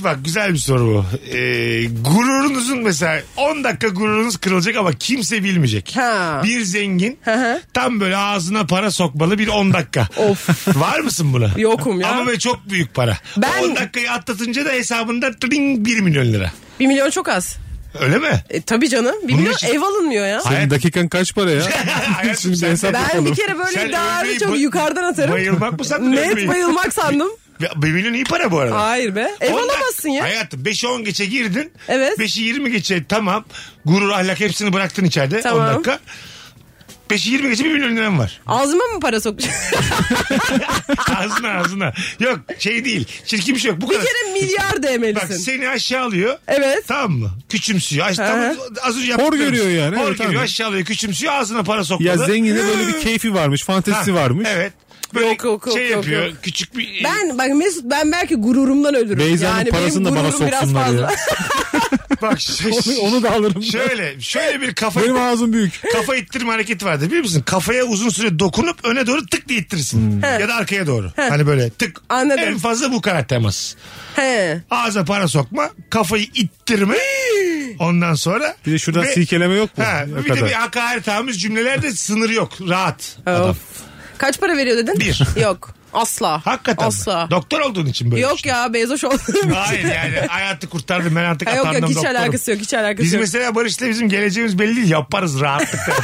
[SPEAKER 2] bak güzel bir soru bu. Ee, gururunuzun mesela 10 dakika gururunuz kırılacak ama kimse bilmeyecek.
[SPEAKER 3] Ha.
[SPEAKER 2] Bir zengin
[SPEAKER 3] hı.
[SPEAKER 2] tam böyle ağzına para sokmalı bir 10 dakika.
[SPEAKER 3] Of.
[SPEAKER 2] Var mısın buna?
[SPEAKER 3] Yokum ya.
[SPEAKER 2] Ama böyle çok büyük para.
[SPEAKER 3] Ben-
[SPEAKER 2] 10 dakikayı atlatınca da hesabında tring 1 milyon lira.
[SPEAKER 3] 1 milyon çok az.
[SPEAKER 2] Öyle mi?
[SPEAKER 3] E, tabii canım. 1
[SPEAKER 2] Bunun
[SPEAKER 3] milyon
[SPEAKER 2] için-
[SPEAKER 3] ev alınmıyor ya.
[SPEAKER 4] Senin dakikan kaç para ya?
[SPEAKER 2] (laughs) Hayatım
[SPEAKER 4] Şimdi
[SPEAKER 2] sen-
[SPEAKER 4] hesap
[SPEAKER 3] Ben bir
[SPEAKER 4] yapalım.
[SPEAKER 3] kere böyle
[SPEAKER 2] Sen
[SPEAKER 3] daha
[SPEAKER 2] ölmeyi
[SPEAKER 3] çok
[SPEAKER 2] ba-
[SPEAKER 3] yukarıdan atarım.
[SPEAKER 2] Bayılmak mı sandın?
[SPEAKER 3] Net
[SPEAKER 2] ölmeyi?
[SPEAKER 3] bayılmak sandım.
[SPEAKER 2] Ya, bir milyon iyi para bu arada.
[SPEAKER 3] Hayır be. Ev
[SPEAKER 2] Ondan-
[SPEAKER 3] alamazsın ya.
[SPEAKER 2] Hayatım 5'e 10 geçe girdin.
[SPEAKER 3] Evet.
[SPEAKER 2] 5'i 20 geçe tamam. Gurur ahlak hepsini bıraktın içeride
[SPEAKER 3] Tamam.
[SPEAKER 2] 10 dakika. 5'i 20 geçe 1 milyon liram
[SPEAKER 3] (laughs)
[SPEAKER 2] var.
[SPEAKER 3] Ağzıma mı
[SPEAKER 2] (laughs)
[SPEAKER 3] para sok?
[SPEAKER 2] ağzına ağzına. Yok şey değil. Çirkin bir şey yok. Bu
[SPEAKER 3] bir
[SPEAKER 2] kadar.
[SPEAKER 3] kere milyar
[SPEAKER 2] Bak
[SPEAKER 3] değmelisin.
[SPEAKER 2] seni aşağılıyor.
[SPEAKER 3] Evet.
[SPEAKER 2] Tamam mı? Küçümsüyor. Aş-
[SPEAKER 3] Hı
[SPEAKER 2] tam-
[SPEAKER 3] hı.
[SPEAKER 2] az önce yaptık.
[SPEAKER 4] görüyor yani,
[SPEAKER 2] Hor
[SPEAKER 4] evet,
[SPEAKER 2] görüyor
[SPEAKER 4] abi.
[SPEAKER 2] aşağılıyor. Küçümsüyor ağzına para sokmalı.
[SPEAKER 4] Ya zengine
[SPEAKER 2] (laughs)
[SPEAKER 4] böyle bir keyfi varmış, fantezisi
[SPEAKER 2] Ha,
[SPEAKER 4] varmış.
[SPEAKER 2] Evet. Böyle
[SPEAKER 3] Yok, yok, yok,
[SPEAKER 2] şey
[SPEAKER 3] yok,
[SPEAKER 2] yapıyor.
[SPEAKER 3] yok.
[SPEAKER 2] Küçük bir...
[SPEAKER 3] Ben bak Mesut ben belki gururumdan ölürüm.
[SPEAKER 4] Beyza'nın
[SPEAKER 3] yani
[SPEAKER 4] parasını
[SPEAKER 3] benim
[SPEAKER 4] da bana
[SPEAKER 3] gururum biraz
[SPEAKER 4] soksunlar ya.
[SPEAKER 3] fazla.
[SPEAKER 4] (laughs)
[SPEAKER 2] Bak şey-
[SPEAKER 4] Onu, onu da alırım.
[SPEAKER 2] Şöyle, şöyle bir kafa...
[SPEAKER 4] Benim ağzım büyük.
[SPEAKER 2] kafa ittirme hareketi vardır biliyor musun? Kafaya uzun süre dokunup öne doğru tık diye ittirirsin. Ya da arkaya doğru. Hani böyle tık.
[SPEAKER 3] Hmm. Anladım.
[SPEAKER 2] En fazla bu kadar temas.
[SPEAKER 3] (laughs) He.
[SPEAKER 2] Ağza para sokma, kafayı ittirme. Ondan sonra...
[SPEAKER 4] Bir de şuradan
[SPEAKER 2] Ve-
[SPEAKER 4] silkeleme yok mu?
[SPEAKER 2] Ha,
[SPEAKER 4] O
[SPEAKER 2] bir de
[SPEAKER 4] kadar.
[SPEAKER 2] bir hakaret amiz cümlelerde sınır yok. Rahat adam.
[SPEAKER 3] Of. Kaç para veriyor dedin?
[SPEAKER 2] Bir.
[SPEAKER 3] (laughs) Yok. Asla.
[SPEAKER 2] Hakikaten.
[SPEAKER 3] Asla.
[SPEAKER 2] Doktor olduğun için böyle.
[SPEAKER 3] Yok
[SPEAKER 2] düşün.
[SPEAKER 3] ya Bezos olduğum
[SPEAKER 2] Hayır
[SPEAKER 3] için.
[SPEAKER 2] yani hayatı kurtardım ben artık
[SPEAKER 3] Ha, (laughs) yok
[SPEAKER 2] atandım
[SPEAKER 3] yok hiç
[SPEAKER 2] doktorum.
[SPEAKER 3] alakası yok hiç alakası
[SPEAKER 2] Biz
[SPEAKER 3] yok.
[SPEAKER 2] mesela Barış'la bizim geleceğimiz belli değil. Yaparız
[SPEAKER 4] (laughs)
[SPEAKER 2] rahatlıkla.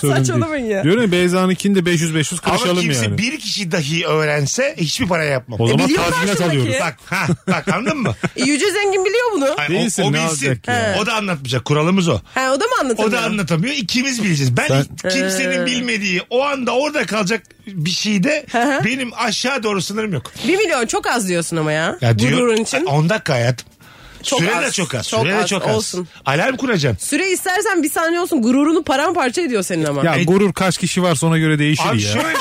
[SPEAKER 4] Sorun değil.
[SPEAKER 3] Saçmalamayın ya.
[SPEAKER 4] Diyorum ya Beyza'nınkini de 500-500
[SPEAKER 2] Ama
[SPEAKER 4] karışalım
[SPEAKER 2] kimse
[SPEAKER 4] yani.
[SPEAKER 2] bir E, kişi dahi öğrense hiçbir para yapmam.
[SPEAKER 4] O zaman
[SPEAKER 3] biliyorlar
[SPEAKER 4] tazminat
[SPEAKER 3] şuradaki.
[SPEAKER 4] alıyoruz.
[SPEAKER 2] Bak ha bak anladın
[SPEAKER 4] (laughs)
[SPEAKER 2] mı?
[SPEAKER 3] E, Yüce zengin biliyor bunu.
[SPEAKER 2] Ay,
[SPEAKER 4] Değilsin,
[SPEAKER 2] o, o
[SPEAKER 4] ne
[SPEAKER 2] bilsin.
[SPEAKER 4] olacak ya?
[SPEAKER 2] O da anlatmayacak. Kuralımız o.
[SPEAKER 3] He, o da mı anlatıyor?
[SPEAKER 2] O da anlatamıyor. İkimiz bileceğiz. Ben kimsenin
[SPEAKER 3] Ee.
[SPEAKER 2] bilmediği o anda orada kalacak bir şeyde benim aşağı doğru sınırım yok.
[SPEAKER 3] 1 milyon çok az diyorsun ama ya.
[SPEAKER 2] Ya diyor,
[SPEAKER 3] Gururun için.
[SPEAKER 2] 10 dakika hayatım.
[SPEAKER 3] Çok
[SPEAKER 2] Süre de
[SPEAKER 3] az.
[SPEAKER 2] çok az.
[SPEAKER 3] Çok
[SPEAKER 2] Süre de
[SPEAKER 3] az,
[SPEAKER 2] çok az.
[SPEAKER 3] olsun.
[SPEAKER 2] Alarm kuracağım.
[SPEAKER 3] Süre istersen bir saniye olsun gururunu paramparça ediyor senin ama.
[SPEAKER 4] Ya gurur kaç kişi varsa ona göre değişir
[SPEAKER 2] Abi
[SPEAKER 4] Şey ya. (laughs)
[SPEAKER 2] şöyle.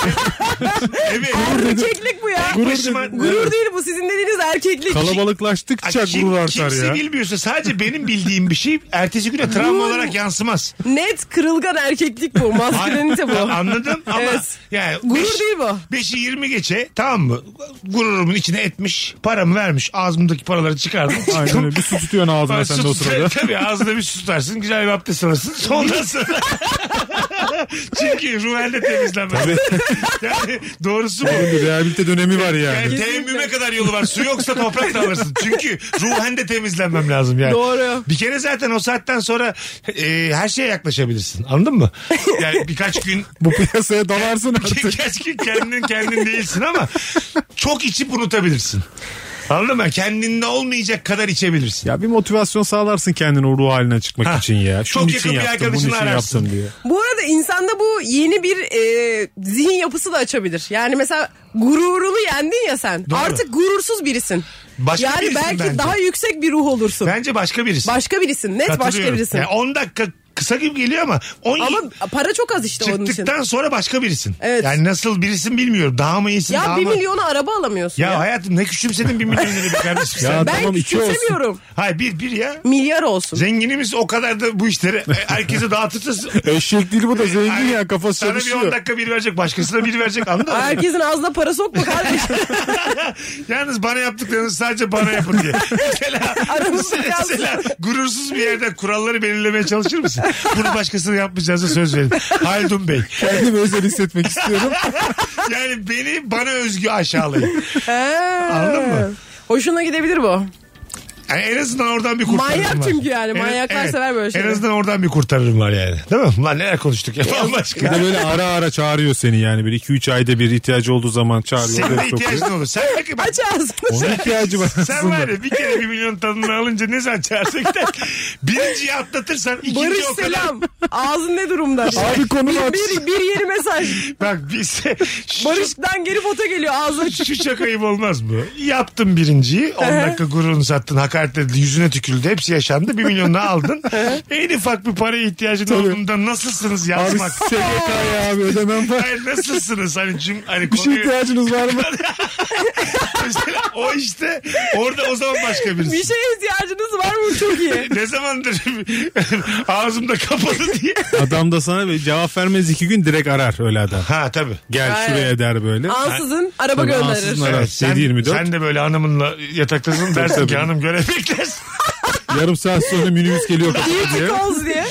[SPEAKER 2] evet.
[SPEAKER 3] Erkeklik bu ya.
[SPEAKER 2] Gurur başıma-
[SPEAKER 3] Gurur değil bu sizin dediğiniz erkeklik.
[SPEAKER 2] Ay,
[SPEAKER 4] Kalabalıklaştıkça
[SPEAKER 2] kim-
[SPEAKER 4] gurur artar
[SPEAKER 2] kimse
[SPEAKER 4] ya.
[SPEAKER 2] bilmiyorsa sadece benim bildiğim bir şey ertesi güne travma olarak yansımaz.
[SPEAKER 3] Net kırılgan erkeklik bu. Maskülenite bu.
[SPEAKER 2] (laughs) Anladım ama
[SPEAKER 3] Evet.
[SPEAKER 2] yani
[SPEAKER 3] Gurur
[SPEAKER 2] beş-
[SPEAKER 3] değil bu.
[SPEAKER 2] 5'i 20 geçe tamam mı? Gururumun içine etmiş. Paramı vermiş. Ağzımdaki paraları çıkardım.
[SPEAKER 4] (laughs) Aynen öyle. Bir su tutuyorsun
[SPEAKER 2] Sonra
[SPEAKER 4] ağzına sen de o
[SPEAKER 2] süt- (laughs)
[SPEAKER 4] sırada.
[SPEAKER 2] Tabii ağzına bir su tutarsın. Güzel bir abdest alırsın.
[SPEAKER 4] (laughs)
[SPEAKER 2] Sonra sonra. (laughs) Çünkü ruhelde temizlenmez. (laughs) yani doğrusu bu.
[SPEAKER 4] Bir rehabilite dönemi var
[SPEAKER 2] Yani
[SPEAKER 4] yani.
[SPEAKER 2] teyemmüme kadar yolu var. Su yoksa toprak da alırsın. Çünkü ruhen de temizlenmem lazım yani.
[SPEAKER 3] Doğru.
[SPEAKER 2] Bir kere zaten o saatten sonra e, her şeye yaklaşabilirsin. Anladın mı? Yani birkaç gün
[SPEAKER 4] Bu
[SPEAKER 2] (laughs)
[SPEAKER 4] piyasaya dalarsın artık.
[SPEAKER 2] Birkaç gün kendin kendin değilsin ama çok içip unutabilirsin. Anladın mı? Kendinde olmayacak kadar içebilirsin.
[SPEAKER 4] Ya bir motivasyon sağlarsın kendine o ruh haline çıkmak
[SPEAKER 2] Ha.
[SPEAKER 4] için ya.
[SPEAKER 2] Çok
[SPEAKER 4] Şunun
[SPEAKER 2] yakın
[SPEAKER 4] için
[SPEAKER 2] bir
[SPEAKER 4] yaptım, bunun
[SPEAKER 2] arkadaşını
[SPEAKER 4] için
[SPEAKER 2] ararsın.
[SPEAKER 4] yaptım diye.
[SPEAKER 3] Bu arada insanda bu yeni bir e, zihin yapısı da açabilir. Yani mesela gururunu yendin ya sen.
[SPEAKER 2] Doğru.
[SPEAKER 3] Artık gurursuz birisin.
[SPEAKER 2] Başka
[SPEAKER 3] yani
[SPEAKER 2] birisin
[SPEAKER 3] belki
[SPEAKER 2] bence.
[SPEAKER 3] daha yüksek bir ruh olursun.
[SPEAKER 2] Bence başka birisi.
[SPEAKER 3] Başka birisin. Net başka
[SPEAKER 2] Katılıyorum.
[SPEAKER 3] birisin.
[SPEAKER 2] Yani 10 dakika kısa gibi geliyor ama 10
[SPEAKER 3] Ama para çok az işte onun için.
[SPEAKER 2] çıktıktan sonra başka birisin.
[SPEAKER 3] Evet.
[SPEAKER 2] Yani nasıl birisin bilmiyorum. Daha mı iyisin?
[SPEAKER 3] Ya
[SPEAKER 2] daha
[SPEAKER 3] bir
[SPEAKER 2] mı...
[SPEAKER 3] milyona araba alamıyorsun
[SPEAKER 2] Ya,
[SPEAKER 3] ya.
[SPEAKER 2] hayatım ne küçümsedin bir milyon lira be kardeşim sen.
[SPEAKER 4] Ya
[SPEAKER 3] Ben
[SPEAKER 4] tamam iki olsun.
[SPEAKER 3] küçümsemiyorum.
[SPEAKER 2] Hayır bir bir ya.
[SPEAKER 3] Milyar olsun.
[SPEAKER 2] Zenginimiz o kadar da bu işleri herkese dağıtırsa
[SPEAKER 4] Eşek değil bu da zengin ya kafası
[SPEAKER 2] Sana bir 10
[SPEAKER 4] çalışıyor.
[SPEAKER 2] dakika bir verecek başkasına bir verecek anladın mı?
[SPEAKER 3] Herkesin ağzına para sokma kardeşim.
[SPEAKER 2] (laughs) Yalnız bana yaptıklarınız sadece bana yapın
[SPEAKER 3] (laughs)
[SPEAKER 2] diye. Mesela,
[SPEAKER 3] Aramızda
[SPEAKER 2] mesela,
[SPEAKER 3] kalsın.
[SPEAKER 2] mesela gurursuz bir yerde kuralları belirlemeye çalışır mısın? Bunu başkasına yapmayacağınıza söz verin. Haldun Bey.
[SPEAKER 4] Kendimi özel
[SPEAKER 2] (laughs)
[SPEAKER 4] hissetmek istiyorum.
[SPEAKER 2] Yani beni bana özgü aşağılayın.
[SPEAKER 3] Ha.
[SPEAKER 2] Anladın mı?
[SPEAKER 3] Hoşuna gidebilir bu.
[SPEAKER 2] Yani en azından oradan bir kurtarırım
[SPEAKER 3] Manyak
[SPEAKER 2] var.
[SPEAKER 3] çünkü yani,
[SPEAKER 2] En-
[SPEAKER 3] manyaklar sever böyle şeyleri.
[SPEAKER 2] En azından oradan bir kurtarırım var yani. Değil mi? Lan neler konuştuk ya. Allah
[SPEAKER 4] Bir de
[SPEAKER 2] aşkına.
[SPEAKER 4] böyle ara ara çağırıyor seni yani. Bir iki üç ayda bir ihtiyacı olduğu zaman çağırıyor.
[SPEAKER 2] Senin de
[SPEAKER 4] oraya sokuyor.
[SPEAKER 2] ihtiyacın olur. Sen bak,
[SPEAKER 3] Aç ağzını.
[SPEAKER 4] Onun ihtiyacı var
[SPEAKER 2] Sen var
[SPEAKER 4] aslında.
[SPEAKER 2] ya bir kere bir milyon tadını alınca ne zaman çağırsak
[SPEAKER 3] (laughs)
[SPEAKER 2] der. Birinciyi atlatırsan ikinciyi
[SPEAKER 3] (laughs) Barış
[SPEAKER 2] o kadar
[SPEAKER 3] selam. Ağzın ne durumda?
[SPEAKER 4] Abi konu
[SPEAKER 3] bir,
[SPEAKER 4] aç.
[SPEAKER 3] bir, bir yeri mesaj.
[SPEAKER 2] Bak biz şu,
[SPEAKER 3] Barış'tan geri foto geliyor ağzı açık.
[SPEAKER 2] şu şaka ayıp olmaz mı? Yaptın birinciyi 10 dakika gururunu sattın hakaret hakaret edildi. Yüzüne tükürüldü. Hepsi yaşandı. Bir milyonunu aldın. en ufak bir paraya ihtiyacın olduğunda nasılsınız
[SPEAKER 4] Abi
[SPEAKER 2] yazmak.
[SPEAKER 4] SGK ya abi ödemem var.
[SPEAKER 2] Hayır nasılsınız? Hani, cüm, hani
[SPEAKER 4] Bir şey
[SPEAKER 2] konuyu- (laughs)
[SPEAKER 4] ihtiyacınız var mı?
[SPEAKER 2] Mesela o işte orada o zaman başka birisi.
[SPEAKER 3] Bir
[SPEAKER 4] şey-
[SPEAKER 3] şeye ihtiyacınız var mı? Çok iyi.
[SPEAKER 2] Ne zamandır (laughs) ağzımda kapalı diye.
[SPEAKER 4] (laughs) Adam da sana bir cevap vermez iki gün direkt arar öyle adam.
[SPEAKER 2] Ha tabii.
[SPEAKER 4] Gel
[SPEAKER 3] Aynen.
[SPEAKER 4] şuraya der böyle.
[SPEAKER 3] Ansızın araba
[SPEAKER 4] Tabii
[SPEAKER 3] gönderir.
[SPEAKER 4] ansızın ara- Evet,
[SPEAKER 2] sen,
[SPEAKER 4] 7.24.
[SPEAKER 2] sen de böyle hanımınla yataktasın dersin ki hanım görev beklersin.
[SPEAKER 4] Yarım saat sonra minibüs (laughs) geliyor kapıda diye.
[SPEAKER 3] Koz diye.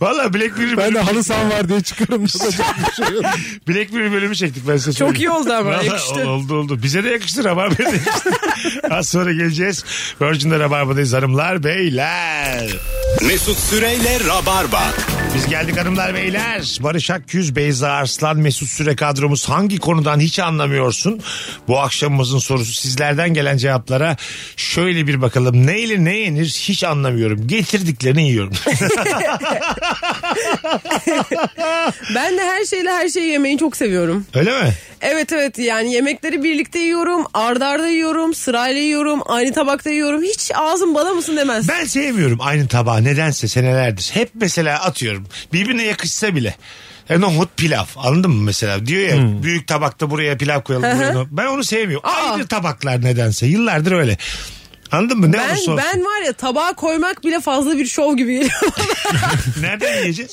[SPEAKER 2] Valla Black Mirror,
[SPEAKER 4] Ben de
[SPEAKER 2] bölümü,
[SPEAKER 4] halı sahan var diye çıkarım. (laughs) Yapacak bir şey yok.
[SPEAKER 2] Black Mirror bölümü çektik ben size
[SPEAKER 3] Çok
[SPEAKER 2] söyleyeyim.
[SPEAKER 3] iyi oldu ama,
[SPEAKER 2] Valla
[SPEAKER 3] yakıştı.
[SPEAKER 2] Oldu oldu. Bize de yakıştı Rabarba'ya da
[SPEAKER 3] (laughs)
[SPEAKER 2] yakıştı. Az sonra geleceğiz. Virgin'de Rabarba'dayız hanımlar beyler.
[SPEAKER 1] Mesut Süreyle Rabarba.
[SPEAKER 2] Biz geldik hanımlar beyler. Barış Akküz, Beyza Arslan, Mesut Süre kadromuz hangi konudan hiç anlamıyorsun? Bu akşamımızın sorusu sizlerden gelen cevaplara şöyle bir bakalım. Neyle ne yenir hiç anlamıyorum. Getirdiklerini yiyorum. (laughs)
[SPEAKER 3] Ben de her şeyle her şeyi yemeyi çok seviyorum.
[SPEAKER 2] Öyle mi?
[SPEAKER 3] Evet evet yani yemekleri birlikte yiyorum. Arda arda yiyorum. Sırayla yiyorum. Aynı tabakta yiyorum. Hiç ağzım bana mısın demez.
[SPEAKER 2] Ben sevmiyorum aynı tabağı nedense senelerdir. Hep mesela atıyorum birbirine yakışsa bile. E nohut pilav anladın mı mesela diyor ya büyük tabakta buraya pilav koyalım. buraya nohut. Ben onu sevmiyorum.
[SPEAKER 3] Hmm. Aa.
[SPEAKER 2] Aynı tabaklar nedense yıllardır öyle. Anladın mı? Ne
[SPEAKER 3] Ben,
[SPEAKER 2] olursa olsun.
[SPEAKER 3] ben var ya tabağa koymak bile fazla bir şov gibi geliyor. (laughs)
[SPEAKER 2] Nereden yiyeceğiz?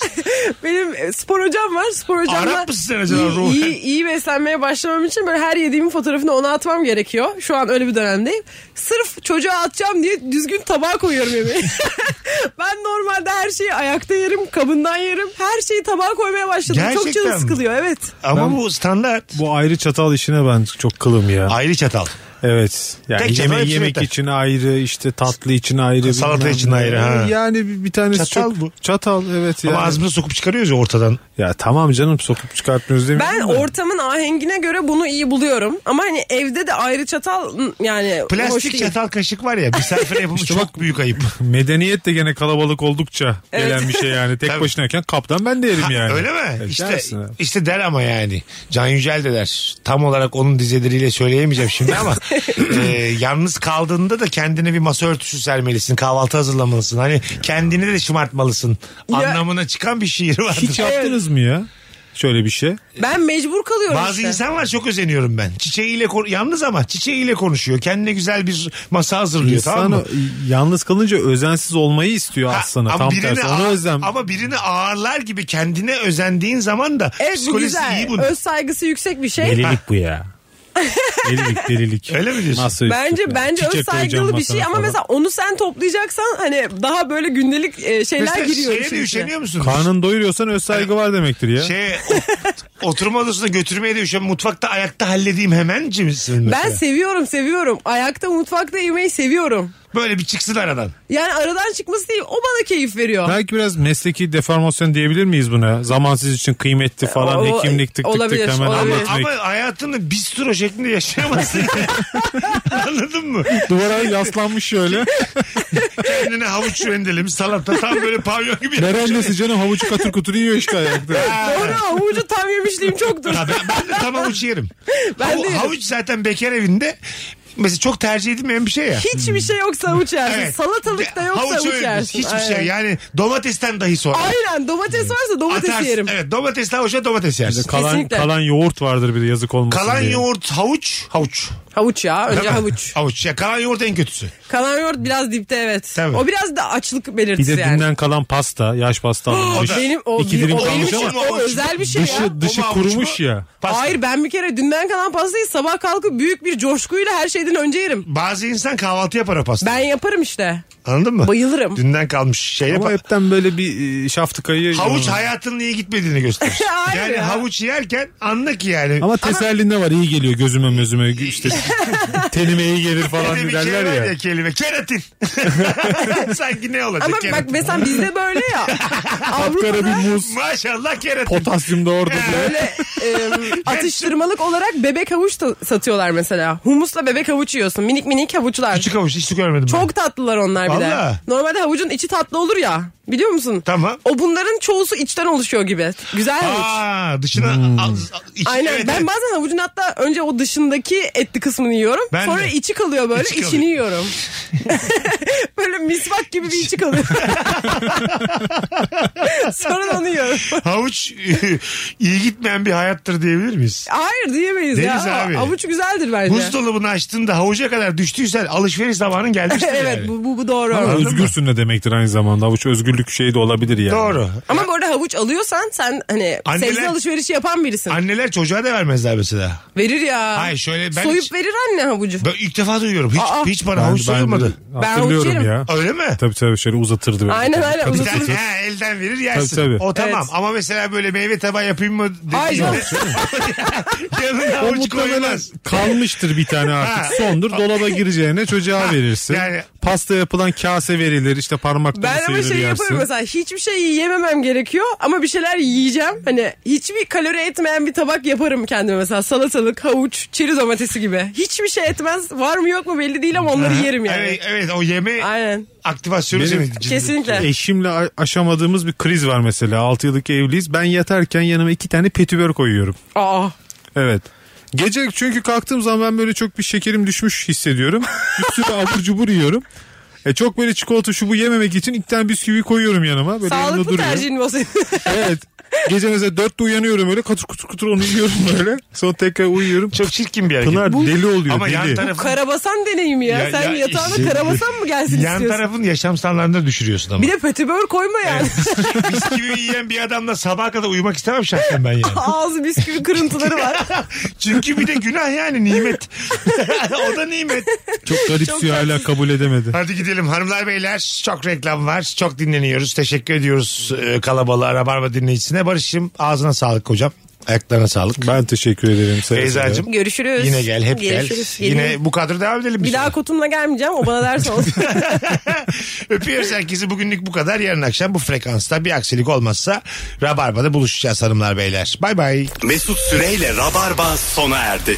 [SPEAKER 3] Benim e, spor hocam var. Spor hocamla
[SPEAKER 2] Arap mısın sen acaba
[SPEAKER 3] iyi-
[SPEAKER 2] ruhen?
[SPEAKER 3] iyi, iyi beslenmeye başlamam için böyle her yediğimin fotoğrafını ona atmam gerekiyor. Şu an öyle bir dönemdeyim. Sırf çocuğa atacağım diye düzgün tabağa koyuyorum yemeği. (laughs) ben normalde her şeyi ayakta yerim, kabından yerim. Her şeyi tabağa koymaya başladım. Çok
[SPEAKER 2] Gerçekten mi?
[SPEAKER 3] canım sıkılıyor evet.
[SPEAKER 2] Ama bu standart.
[SPEAKER 4] Bu ayrı çatal işine ben çok kılım ya.
[SPEAKER 2] Ayrı çatal.
[SPEAKER 4] Evet. Yani
[SPEAKER 2] Tek çatal
[SPEAKER 4] yeme-
[SPEAKER 2] hepsi
[SPEAKER 4] yemek
[SPEAKER 2] yeter.
[SPEAKER 4] için ayrı, işte tatlı için ayrı.
[SPEAKER 2] Salata
[SPEAKER 4] bilmem
[SPEAKER 2] için
[SPEAKER 4] ne.
[SPEAKER 2] ayrı, ha.
[SPEAKER 4] Yani bir, bir tanesi
[SPEAKER 2] Çatal
[SPEAKER 4] çok-
[SPEAKER 2] bu.
[SPEAKER 4] Çatal evet. Yani.
[SPEAKER 2] Ama ağzımıza sokup çıkarıyoruz ya ortadan.
[SPEAKER 4] Ya tamam canım sokup çıkartmıyoruz demiyorum.
[SPEAKER 3] Ben
[SPEAKER 4] da.
[SPEAKER 3] ortamın ahengine göre bunu iyi buluyorum. Ama hani evde de ayrı çatal m, yani hoş
[SPEAKER 2] Plastik
[SPEAKER 3] değil.
[SPEAKER 2] çatal kaşık var ya misafir yapımı
[SPEAKER 4] İşte
[SPEAKER 2] çok büyük ayıp.
[SPEAKER 4] Medeniyet de gene kalabalık oldukça
[SPEAKER 3] Evet.
[SPEAKER 4] gelen bir şey yani.
[SPEAKER 2] (laughs)
[SPEAKER 4] Tek
[SPEAKER 2] Tabii.
[SPEAKER 4] başınayken kaptan ben de yerim yani.
[SPEAKER 2] Öyle mi?
[SPEAKER 4] Evet,
[SPEAKER 2] İşte,
[SPEAKER 4] dersin abi.
[SPEAKER 2] işte der ama yani. Can Yücel de der. Tam olarak onun dizeleriyle söyleyemeyeceğim şimdi ama e, yalnız kaldığında da kendine bir masa örtüsü sermelisin. Kahvaltı hazırlamalısın. Hani kendini de şımartmalısın.
[SPEAKER 3] Ya-
[SPEAKER 2] Anlamına çıkan bir şiir vardır.
[SPEAKER 4] Hiç yaptınız mı ya? Şöyle bir
[SPEAKER 2] E,
[SPEAKER 4] şey.
[SPEAKER 3] Ben mecbur kalıyorum
[SPEAKER 2] Bazı
[SPEAKER 3] işte.
[SPEAKER 2] insanlar çok özeniyorum ben. Çiçeğiyle kon- yalnız ama çiçeğiyle konuşuyor. Kendine güzel bir masa hazırlıyor tamam
[SPEAKER 4] İnsan
[SPEAKER 2] mı?
[SPEAKER 4] yalnız kalınca özensiz olmayı istiyor
[SPEAKER 2] Ha,
[SPEAKER 4] aslında. Tam tersi. Ona
[SPEAKER 2] ağır-
[SPEAKER 4] özlem.
[SPEAKER 2] Ama birini ağırlar gibi kendine özendiğin zaman da
[SPEAKER 3] Evet bu
[SPEAKER 2] psikolojisi
[SPEAKER 3] güzel.
[SPEAKER 2] iyi bunun.
[SPEAKER 3] Öz saygısı yüksek bir şey.
[SPEAKER 4] Delilik bu ya. delilik delilik.
[SPEAKER 2] Öyle mi diyorsun?
[SPEAKER 4] Nasıl
[SPEAKER 3] Bence
[SPEAKER 4] üstlük ya?
[SPEAKER 3] bence
[SPEAKER 4] Çiçek
[SPEAKER 3] öz saygılı
[SPEAKER 4] koyacağım
[SPEAKER 3] bir şey
[SPEAKER 4] masana
[SPEAKER 3] ama
[SPEAKER 4] falan.
[SPEAKER 3] mesela onu sen toplayacaksan hani daha böyle gündelik e, şeyler
[SPEAKER 2] Mesela
[SPEAKER 3] giriyor.
[SPEAKER 2] şeye
[SPEAKER 3] işin
[SPEAKER 2] de
[SPEAKER 3] içine.
[SPEAKER 2] üşeniyor musun?
[SPEAKER 4] Karnını doyuruyorsan öz saygı var demektir ya.
[SPEAKER 2] Şey, o- oturma odasına götürmeye de üşeniyorum. Mutfakta ayakta halledeyim hemen misin mesela?
[SPEAKER 3] Ben seviyorum seviyorum. Ayakta mutfakta yemeyi seviyorum.
[SPEAKER 2] Böyle bir çıksın aradan.
[SPEAKER 3] Yani aradan çıkması değil o bana keyif veriyor.
[SPEAKER 4] Belki biraz mesleki deformasyon diyebilir miyiz buna? Zamansız için kıymetli falan,
[SPEAKER 3] O-
[SPEAKER 4] hekimlik tık tık
[SPEAKER 3] olabilir,
[SPEAKER 4] tık hemen
[SPEAKER 3] olabilir.
[SPEAKER 4] anlatmak.
[SPEAKER 2] Ama hayatını bistro şeklinde yaşayamazsın. (laughs) Anladın mı?
[SPEAKER 4] Duvara yaslanmış
[SPEAKER 2] (laughs)
[SPEAKER 4] şöyle.
[SPEAKER 2] Kendine havuç rendelemiş salata tam böyle pavyon gibi.
[SPEAKER 4] Merendesi canım havucu katır kutur yiyor
[SPEAKER 2] (laughs)
[SPEAKER 4] işte ayakta.
[SPEAKER 3] Doğru havucu tam yemişliğim çoktur.
[SPEAKER 2] Ha, ben, ben de tam havuç yerim.
[SPEAKER 3] (laughs) Ben
[SPEAKER 2] Havu-
[SPEAKER 3] de yerim.
[SPEAKER 2] Havuç zaten bekar evinde. Mesela çok tercih edilmeyen bir şey ya.
[SPEAKER 3] Hiçbir şey yoksa havuç yersin.
[SPEAKER 2] Evet.
[SPEAKER 3] Salatalık da yoksa havuç,
[SPEAKER 2] havuç öyle
[SPEAKER 3] yersin.
[SPEAKER 2] Hiçbir
[SPEAKER 3] Aynen.
[SPEAKER 2] şey yani domatesten dahi sonra.
[SPEAKER 3] Aynen domates varsa domates
[SPEAKER 2] Atarsın.
[SPEAKER 3] yerim.
[SPEAKER 2] Evet domatesle havuça domates yersin.
[SPEAKER 4] kalan,
[SPEAKER 3] Kesinlikle.
[SPEAKER 4] kalan yoğurt vardır bir de yazık olmasın
[SPEAKER 2] Kalan
[SPEAKER 4] diye.
[SPEAKER 2] yoğurt havuç havuç.
[SPEAKER 3] Havuç ya önce
[SPEAKER 2] Değil mi?
[SPEAKER 3] havuç.
[SPEAKER 2] Havuç. Ya kalan yoğurt en kötüsü.
[SPEAKER 3] Kalan yoğurt biraz dipte evet.
[SPEAKER 2] Tabii.
[SPEAKER 3] O biraz da açlık
[SPEAKER 4] Bir
[SPEAKER 3] belirtisi
[SPEAKER 4] de
[SPEAKER 3] yani.
[SPEAKER 4] dünden kalan pasta, yaş pasta alınmış.
[SPEAKER 3] Benim o,
[SPEAKER 4] İki dilim
[SPEAKER 3] o benim
[SPEAKER 4] kalmış
[SPEAKER 3] için
[SPEAKER 4] ama
[SPEAKER 3] o özel bir şey ya.
[SPEAKER 4] dışı, dışı
[SPEAKER 2] O mu havuç
[SPEAKER 4] kurumuş
[SPEAKER 2] mu?
[SPEAKER 4] ya.
[SPEAKER 2] Pasta.
[SPEAKER 3] Hayır ben bir kere dünden kalan pastayı sabah kalkıp büyük bir coşkuyla her şeyden önce yerim.
[SPEAKER 2] Bazı insan kahvaltı yapar o pasta.
[SPEAKER 3] Ben yaparım işte.
[SPEAKER 2] Anladın mı?
[SPEAKER 3] Bayılırım.
[SPEAKER 2] Dünden kalmış şeyle
[SPEAKER 4] Ama
[SPEAKER 2] pa-
[SPEAKER 4] hepten böyle bir e, şaftıkayı...
[SPEAKER 2] Havuç hayatının iyi gitmediğini gösterir.
[SPEAKER 3] (laughs) Hayır
[SPEAKER 2] yani
[SPEAKER 3] ya.
[SPEAKER 2] havuç yerken anla ki yani.
[SPEAKER 4] Ama teselli ne var iyi geliyor gözüme mözüme işte tenime iyi gelir falan
[SPEAKER 2] bir de bir kelime
[SPEAKER 4] derler
[SPEAKER 2] ya.
[SPEAKER 4] ya.
[SPEAKER 2] kelime.
[SPEAKER 3] (laughs)
[SPEAKER 2] Keratin. Sanki ne olacak
[SPEAKER 3] Ama bak
[SPEAKER 2] keratin?
[SPEAKER 3] mesela bizde böyle
[SPEAKER 4] (laughs)
[SPEAKER 3] ya.
[SPEAKER 4] Kapkara
[SPEAKER 3] Avrupa'da
[SPEAKER 4] bir muz
[SPEAKER 2] Maşallah keratin.
[SPEAKER 4] potasyum da orada diye.
[SPEAKER 3] böyle
[SPEAKER 4] (laughs)
[SPEAKER 3] e, atıştırmalık olarak bebek havuç da satıyorlar mesela. Humusla bebek havuç yiyorsun. Minik minik havuçlar.
[SPEAKER 2] Küçük havuç hiç görmedim ben.
[SPEAKER 3] Çok tatlılar onlar bir de.
[SPEAKER 2] Valla.
[SPEAKER 3] Normalde havucun içi tatlı olur ya. Biliyor musun?
[SPEAKER 2] Tamam.
[SPEAKER 3] O bunların çoğusu içten oluşuyor gibi. Güzel havuç.
[SPEAKER 2] Aa, dışına
[SPEAKER 4] Hmm.
[SPEAKER 2] al, al- iç-
[SPEAKER 3] Aynen.
[SPEAKER 2] evet,
[SPEAKER 3] ben
[SPEAKER 2] evet.
[SPEAKER 3] bazen havucun hatta önce o dışındaki etli kısmını yiyorum.
[SPEAKER 2] Ben
[SPEAKER 3] sonra
[SPEAKER 2] de.
[SPEAKER 3] içi kalıyor böyle.
[SPEAKER 2] İçi
[SPEAKER 3] içini
[SPEAKER 2] kalıyor. (laughs)
[SPEAKER 3] yiyorum. böyle misvak gibi bir içi kalıyor. sonra da onu yiyorum.
[SPEAKER 2] havuç (laughs) iyi gitmeyen bir hayattır diyebilir miyiz?
[SPEAKER 3] Hayır diyemeyiz
[SPEAKER 2] Deniz
[SPEAKER 3] ya.
[SPEAKER 2] abi.
[SPEAKER 3] Havuç güzeldir bence.
[SPEAKER 2] Buzdolabının açtığında havuca kadar düştüysen alışveriş zamanın gelmiştir
[SPEAKER 3] (laughs) evet
[SPEAKER 2] yani.
[SPEAKER 3] bu, bu, bu doğru.
[SPEAKER 4] Ama
[SPEAKER 2] Anladın
[SPEAKER 4] özgürsün de demektir aynı zamanda. Avuç özgürlük şeyi de olabilir yani.
[SPEAKER 2] Doğru.
[SPEAKER 3] Ama bu arada havuç alıyorsan sen hani
[SPEAKER 2] Anneler-
[SPEAKER 3] sebze alışverişi yapan birisin.
[SPEAKER 2] Anneler çocuğa da vermezler mesela.
[SPEAKER 3] verir ya.
[SPEAKER 2] Hayır, şöyle ben
[SPEAKER 3] Soyup
[SPEAKER 2] hiç-
[SPEAKER 3] verir anne havucu.
[SPEAKER 2] Ben ilk defa duyuyorum. Hiç,
[SPEAKER 3] Aa.
[SPEAKER 2] hiç bana havuç soyulmadı.
[SPEAKER 4] Ben
[SPEAKER 3] Ben
[SPEAKER 4] hatırlıyorum
[SPEAKER 3] havuç yerim.
[SPEAKER 4] ya.
[SPEAKER 2] Öyle mi?
[SPEAKER 4] Tabii tabii şöyle uzatırdı. böyle.
[SPEAKER 3] Aynen, aynen,
[SPEAKER 4] Tabii,
[SPEAKER 2] Bir
[SPEAKER 3] uzatırdı.
[SPEAKER 4] tabii.
[SPEAKER 2] tane ha, elden verir yersin.
[SPEAKER 4] Tabii, tabii.
[SPEAKER 2] O tamam
[SPEAKER 3] Evet.
[SPEAKER 2] ama mesela böyle meyve tabağı yapayım mı
[SPEAKER 3] Hayır,
[SPEAKER 2] dediğinde (laughs) yanına
[SPEAKER 4] O
[SPEAKER 2] havuç
[SPEAKER 4] muhtemelen
[SPEAKER 2] koymaz.
[SPEAKER 4] kalmıştır bir tane
[SPEAKER 2] Ha.
[SPEAKER 4] artık. Sondur dolaba gireceğine çocuğa verirsin.
[SPEAKER 2] yani-
[SPEAKER 4] Pasta yapılan kase verilir. işte parmak
[SPEAKER 3] Ben
[SPEAKER 4] dolması
[SPEAKER 3] ama
[SPEAKER 4] verilir
[SPEAKER 3] şey
[SPEAKER 4] yersin.
[SPEAKER 3] yaparım mesela hiçbir şey yememem gerekiyor ama bir şeyler yiyeceğim. Hani hiçbir kalori etmeyen bir tabak yaparım kendime mesela salatalık, havuç, çeri domatesi gibi. Hiçbir şey etmez var mı yok mu belli değil ama onları yerim yani.
[SPEAKER 2] Evet, evet o yeme
[SPEAKER 3] Aynen.
[SPEAKER 2] aktivasyonu
[SPEAKER 4] Benim-
[SPEAKER 2] senin için. Şey-
[SPEAKER 3] Kesinlikle.
[SPEAKER 4] Eşimle a- aşamadığımız bir kriz var mesela. 6 yıllık evliyiz. Ben yatarken yanıma iki tane petibör koyuyorum.
[SPEAKER 3] Aa.
[SPEAKER 4] Evet. Gece çünkü kalktığım zaman ben böyle çok bir şekerim
[SPEAKER 2] (laughs)
[SPEAKER 4] düşmüş hissediyorum. Üstüne abur cubur yiyorum. E çok böyle çikolata şu bu yememek için iki tane bisküvi koyuyorum yanıma. Böyle yanında
[SPEAKER 3] Sağlıklı
[SPEAKER 4] duruyor.
[SPEAKER 3] tercihin
[SPEAKER 2] (laughs)
[SPEAKER 3] bu senin.
[SPEAKER 4] Evet. Gece mesela dörtte uyanıyorum böyle katır kutur kutur onu yiyorum böyle. Sonra tekrar uyuyorum.
[SPEAKER 2] Çok çirkin bir hareket.
[SPEAKER 4] Pınar deli oluyor
[SPEAKER 2] Ama
[SPEAKER 4] deli.
[SPEAKER 2] yan tarafı
[SPEAKER 3] Karabasan deneyimi ya.
[SPEAKER 2] Ya-
[SPEAKER 3] Sen
[SPEAKER 2] ya-
[SPEAKER 3] yatağına
[SPEAKER 2] işte-
[SPEAKER 3] karabasan mı gelsin
[SPEAKER 2] Yan
[SPEAKER 3] istiyorsun?
[SPEAKER 2] tarafın yaşam standartını düşürüyorsun ama.
[SPEAKER 3] Bir
[SPEAKER 2] (laughs)
[SPEAKER 3] de pötibör koyma yani.
[SPEAKER 2] bisküvi yiyen bir adamla sabaha kadar uyumak istemem şahsen ben yani. (laughs)
[SPEAKER 3] (laughs) (laughs) Ağzı bisküvi kırıntıları var.
[SPEAKER 2] Çünkü bir de günah yani nimet. (laughs) o da nimet.
[SPEAKER 4] Çok garipsiyor hala kabul edemedi.
[SPEAKER 2] Hadi gidelim hanımlar beyler. Çok reklam var. Çok dinleniyoruz. Teşekkür ediyoruz e, kalabalığa, Rabarba dinleyicisine. Barış'ım ağzına sağlık hocam. Ayaklarına sağlık.
[SPEAKER 4] Ben teşekkür ederim. Sayın
[SPEAKER 2] Beyza'cığım.
[SPEAKER 3] Görüşürüz.
[SPEAKER 2] Yine gel hep
[SPEAKER 3] Görüşürüz.
[SPEAKER 2] gel.
[SPEAKER 3] Geleyim.
[SPEAKER 2] Yine bu kadro devam edelim.
[SPEAKER 3] Bir daha kotumla gelmeyeceğim. O bana ders olsun.
[SPEAKER 2] Öpüyoruz herkesi. Bugünlük bu kadar. Yarın akşam bu frekansta bir aksilik olmazsa Rabarba'da buluşacağız hanımlar beyler. Bay bay.
[SPEAKER 1] Mesut Süreyle Rabarba sona erdi.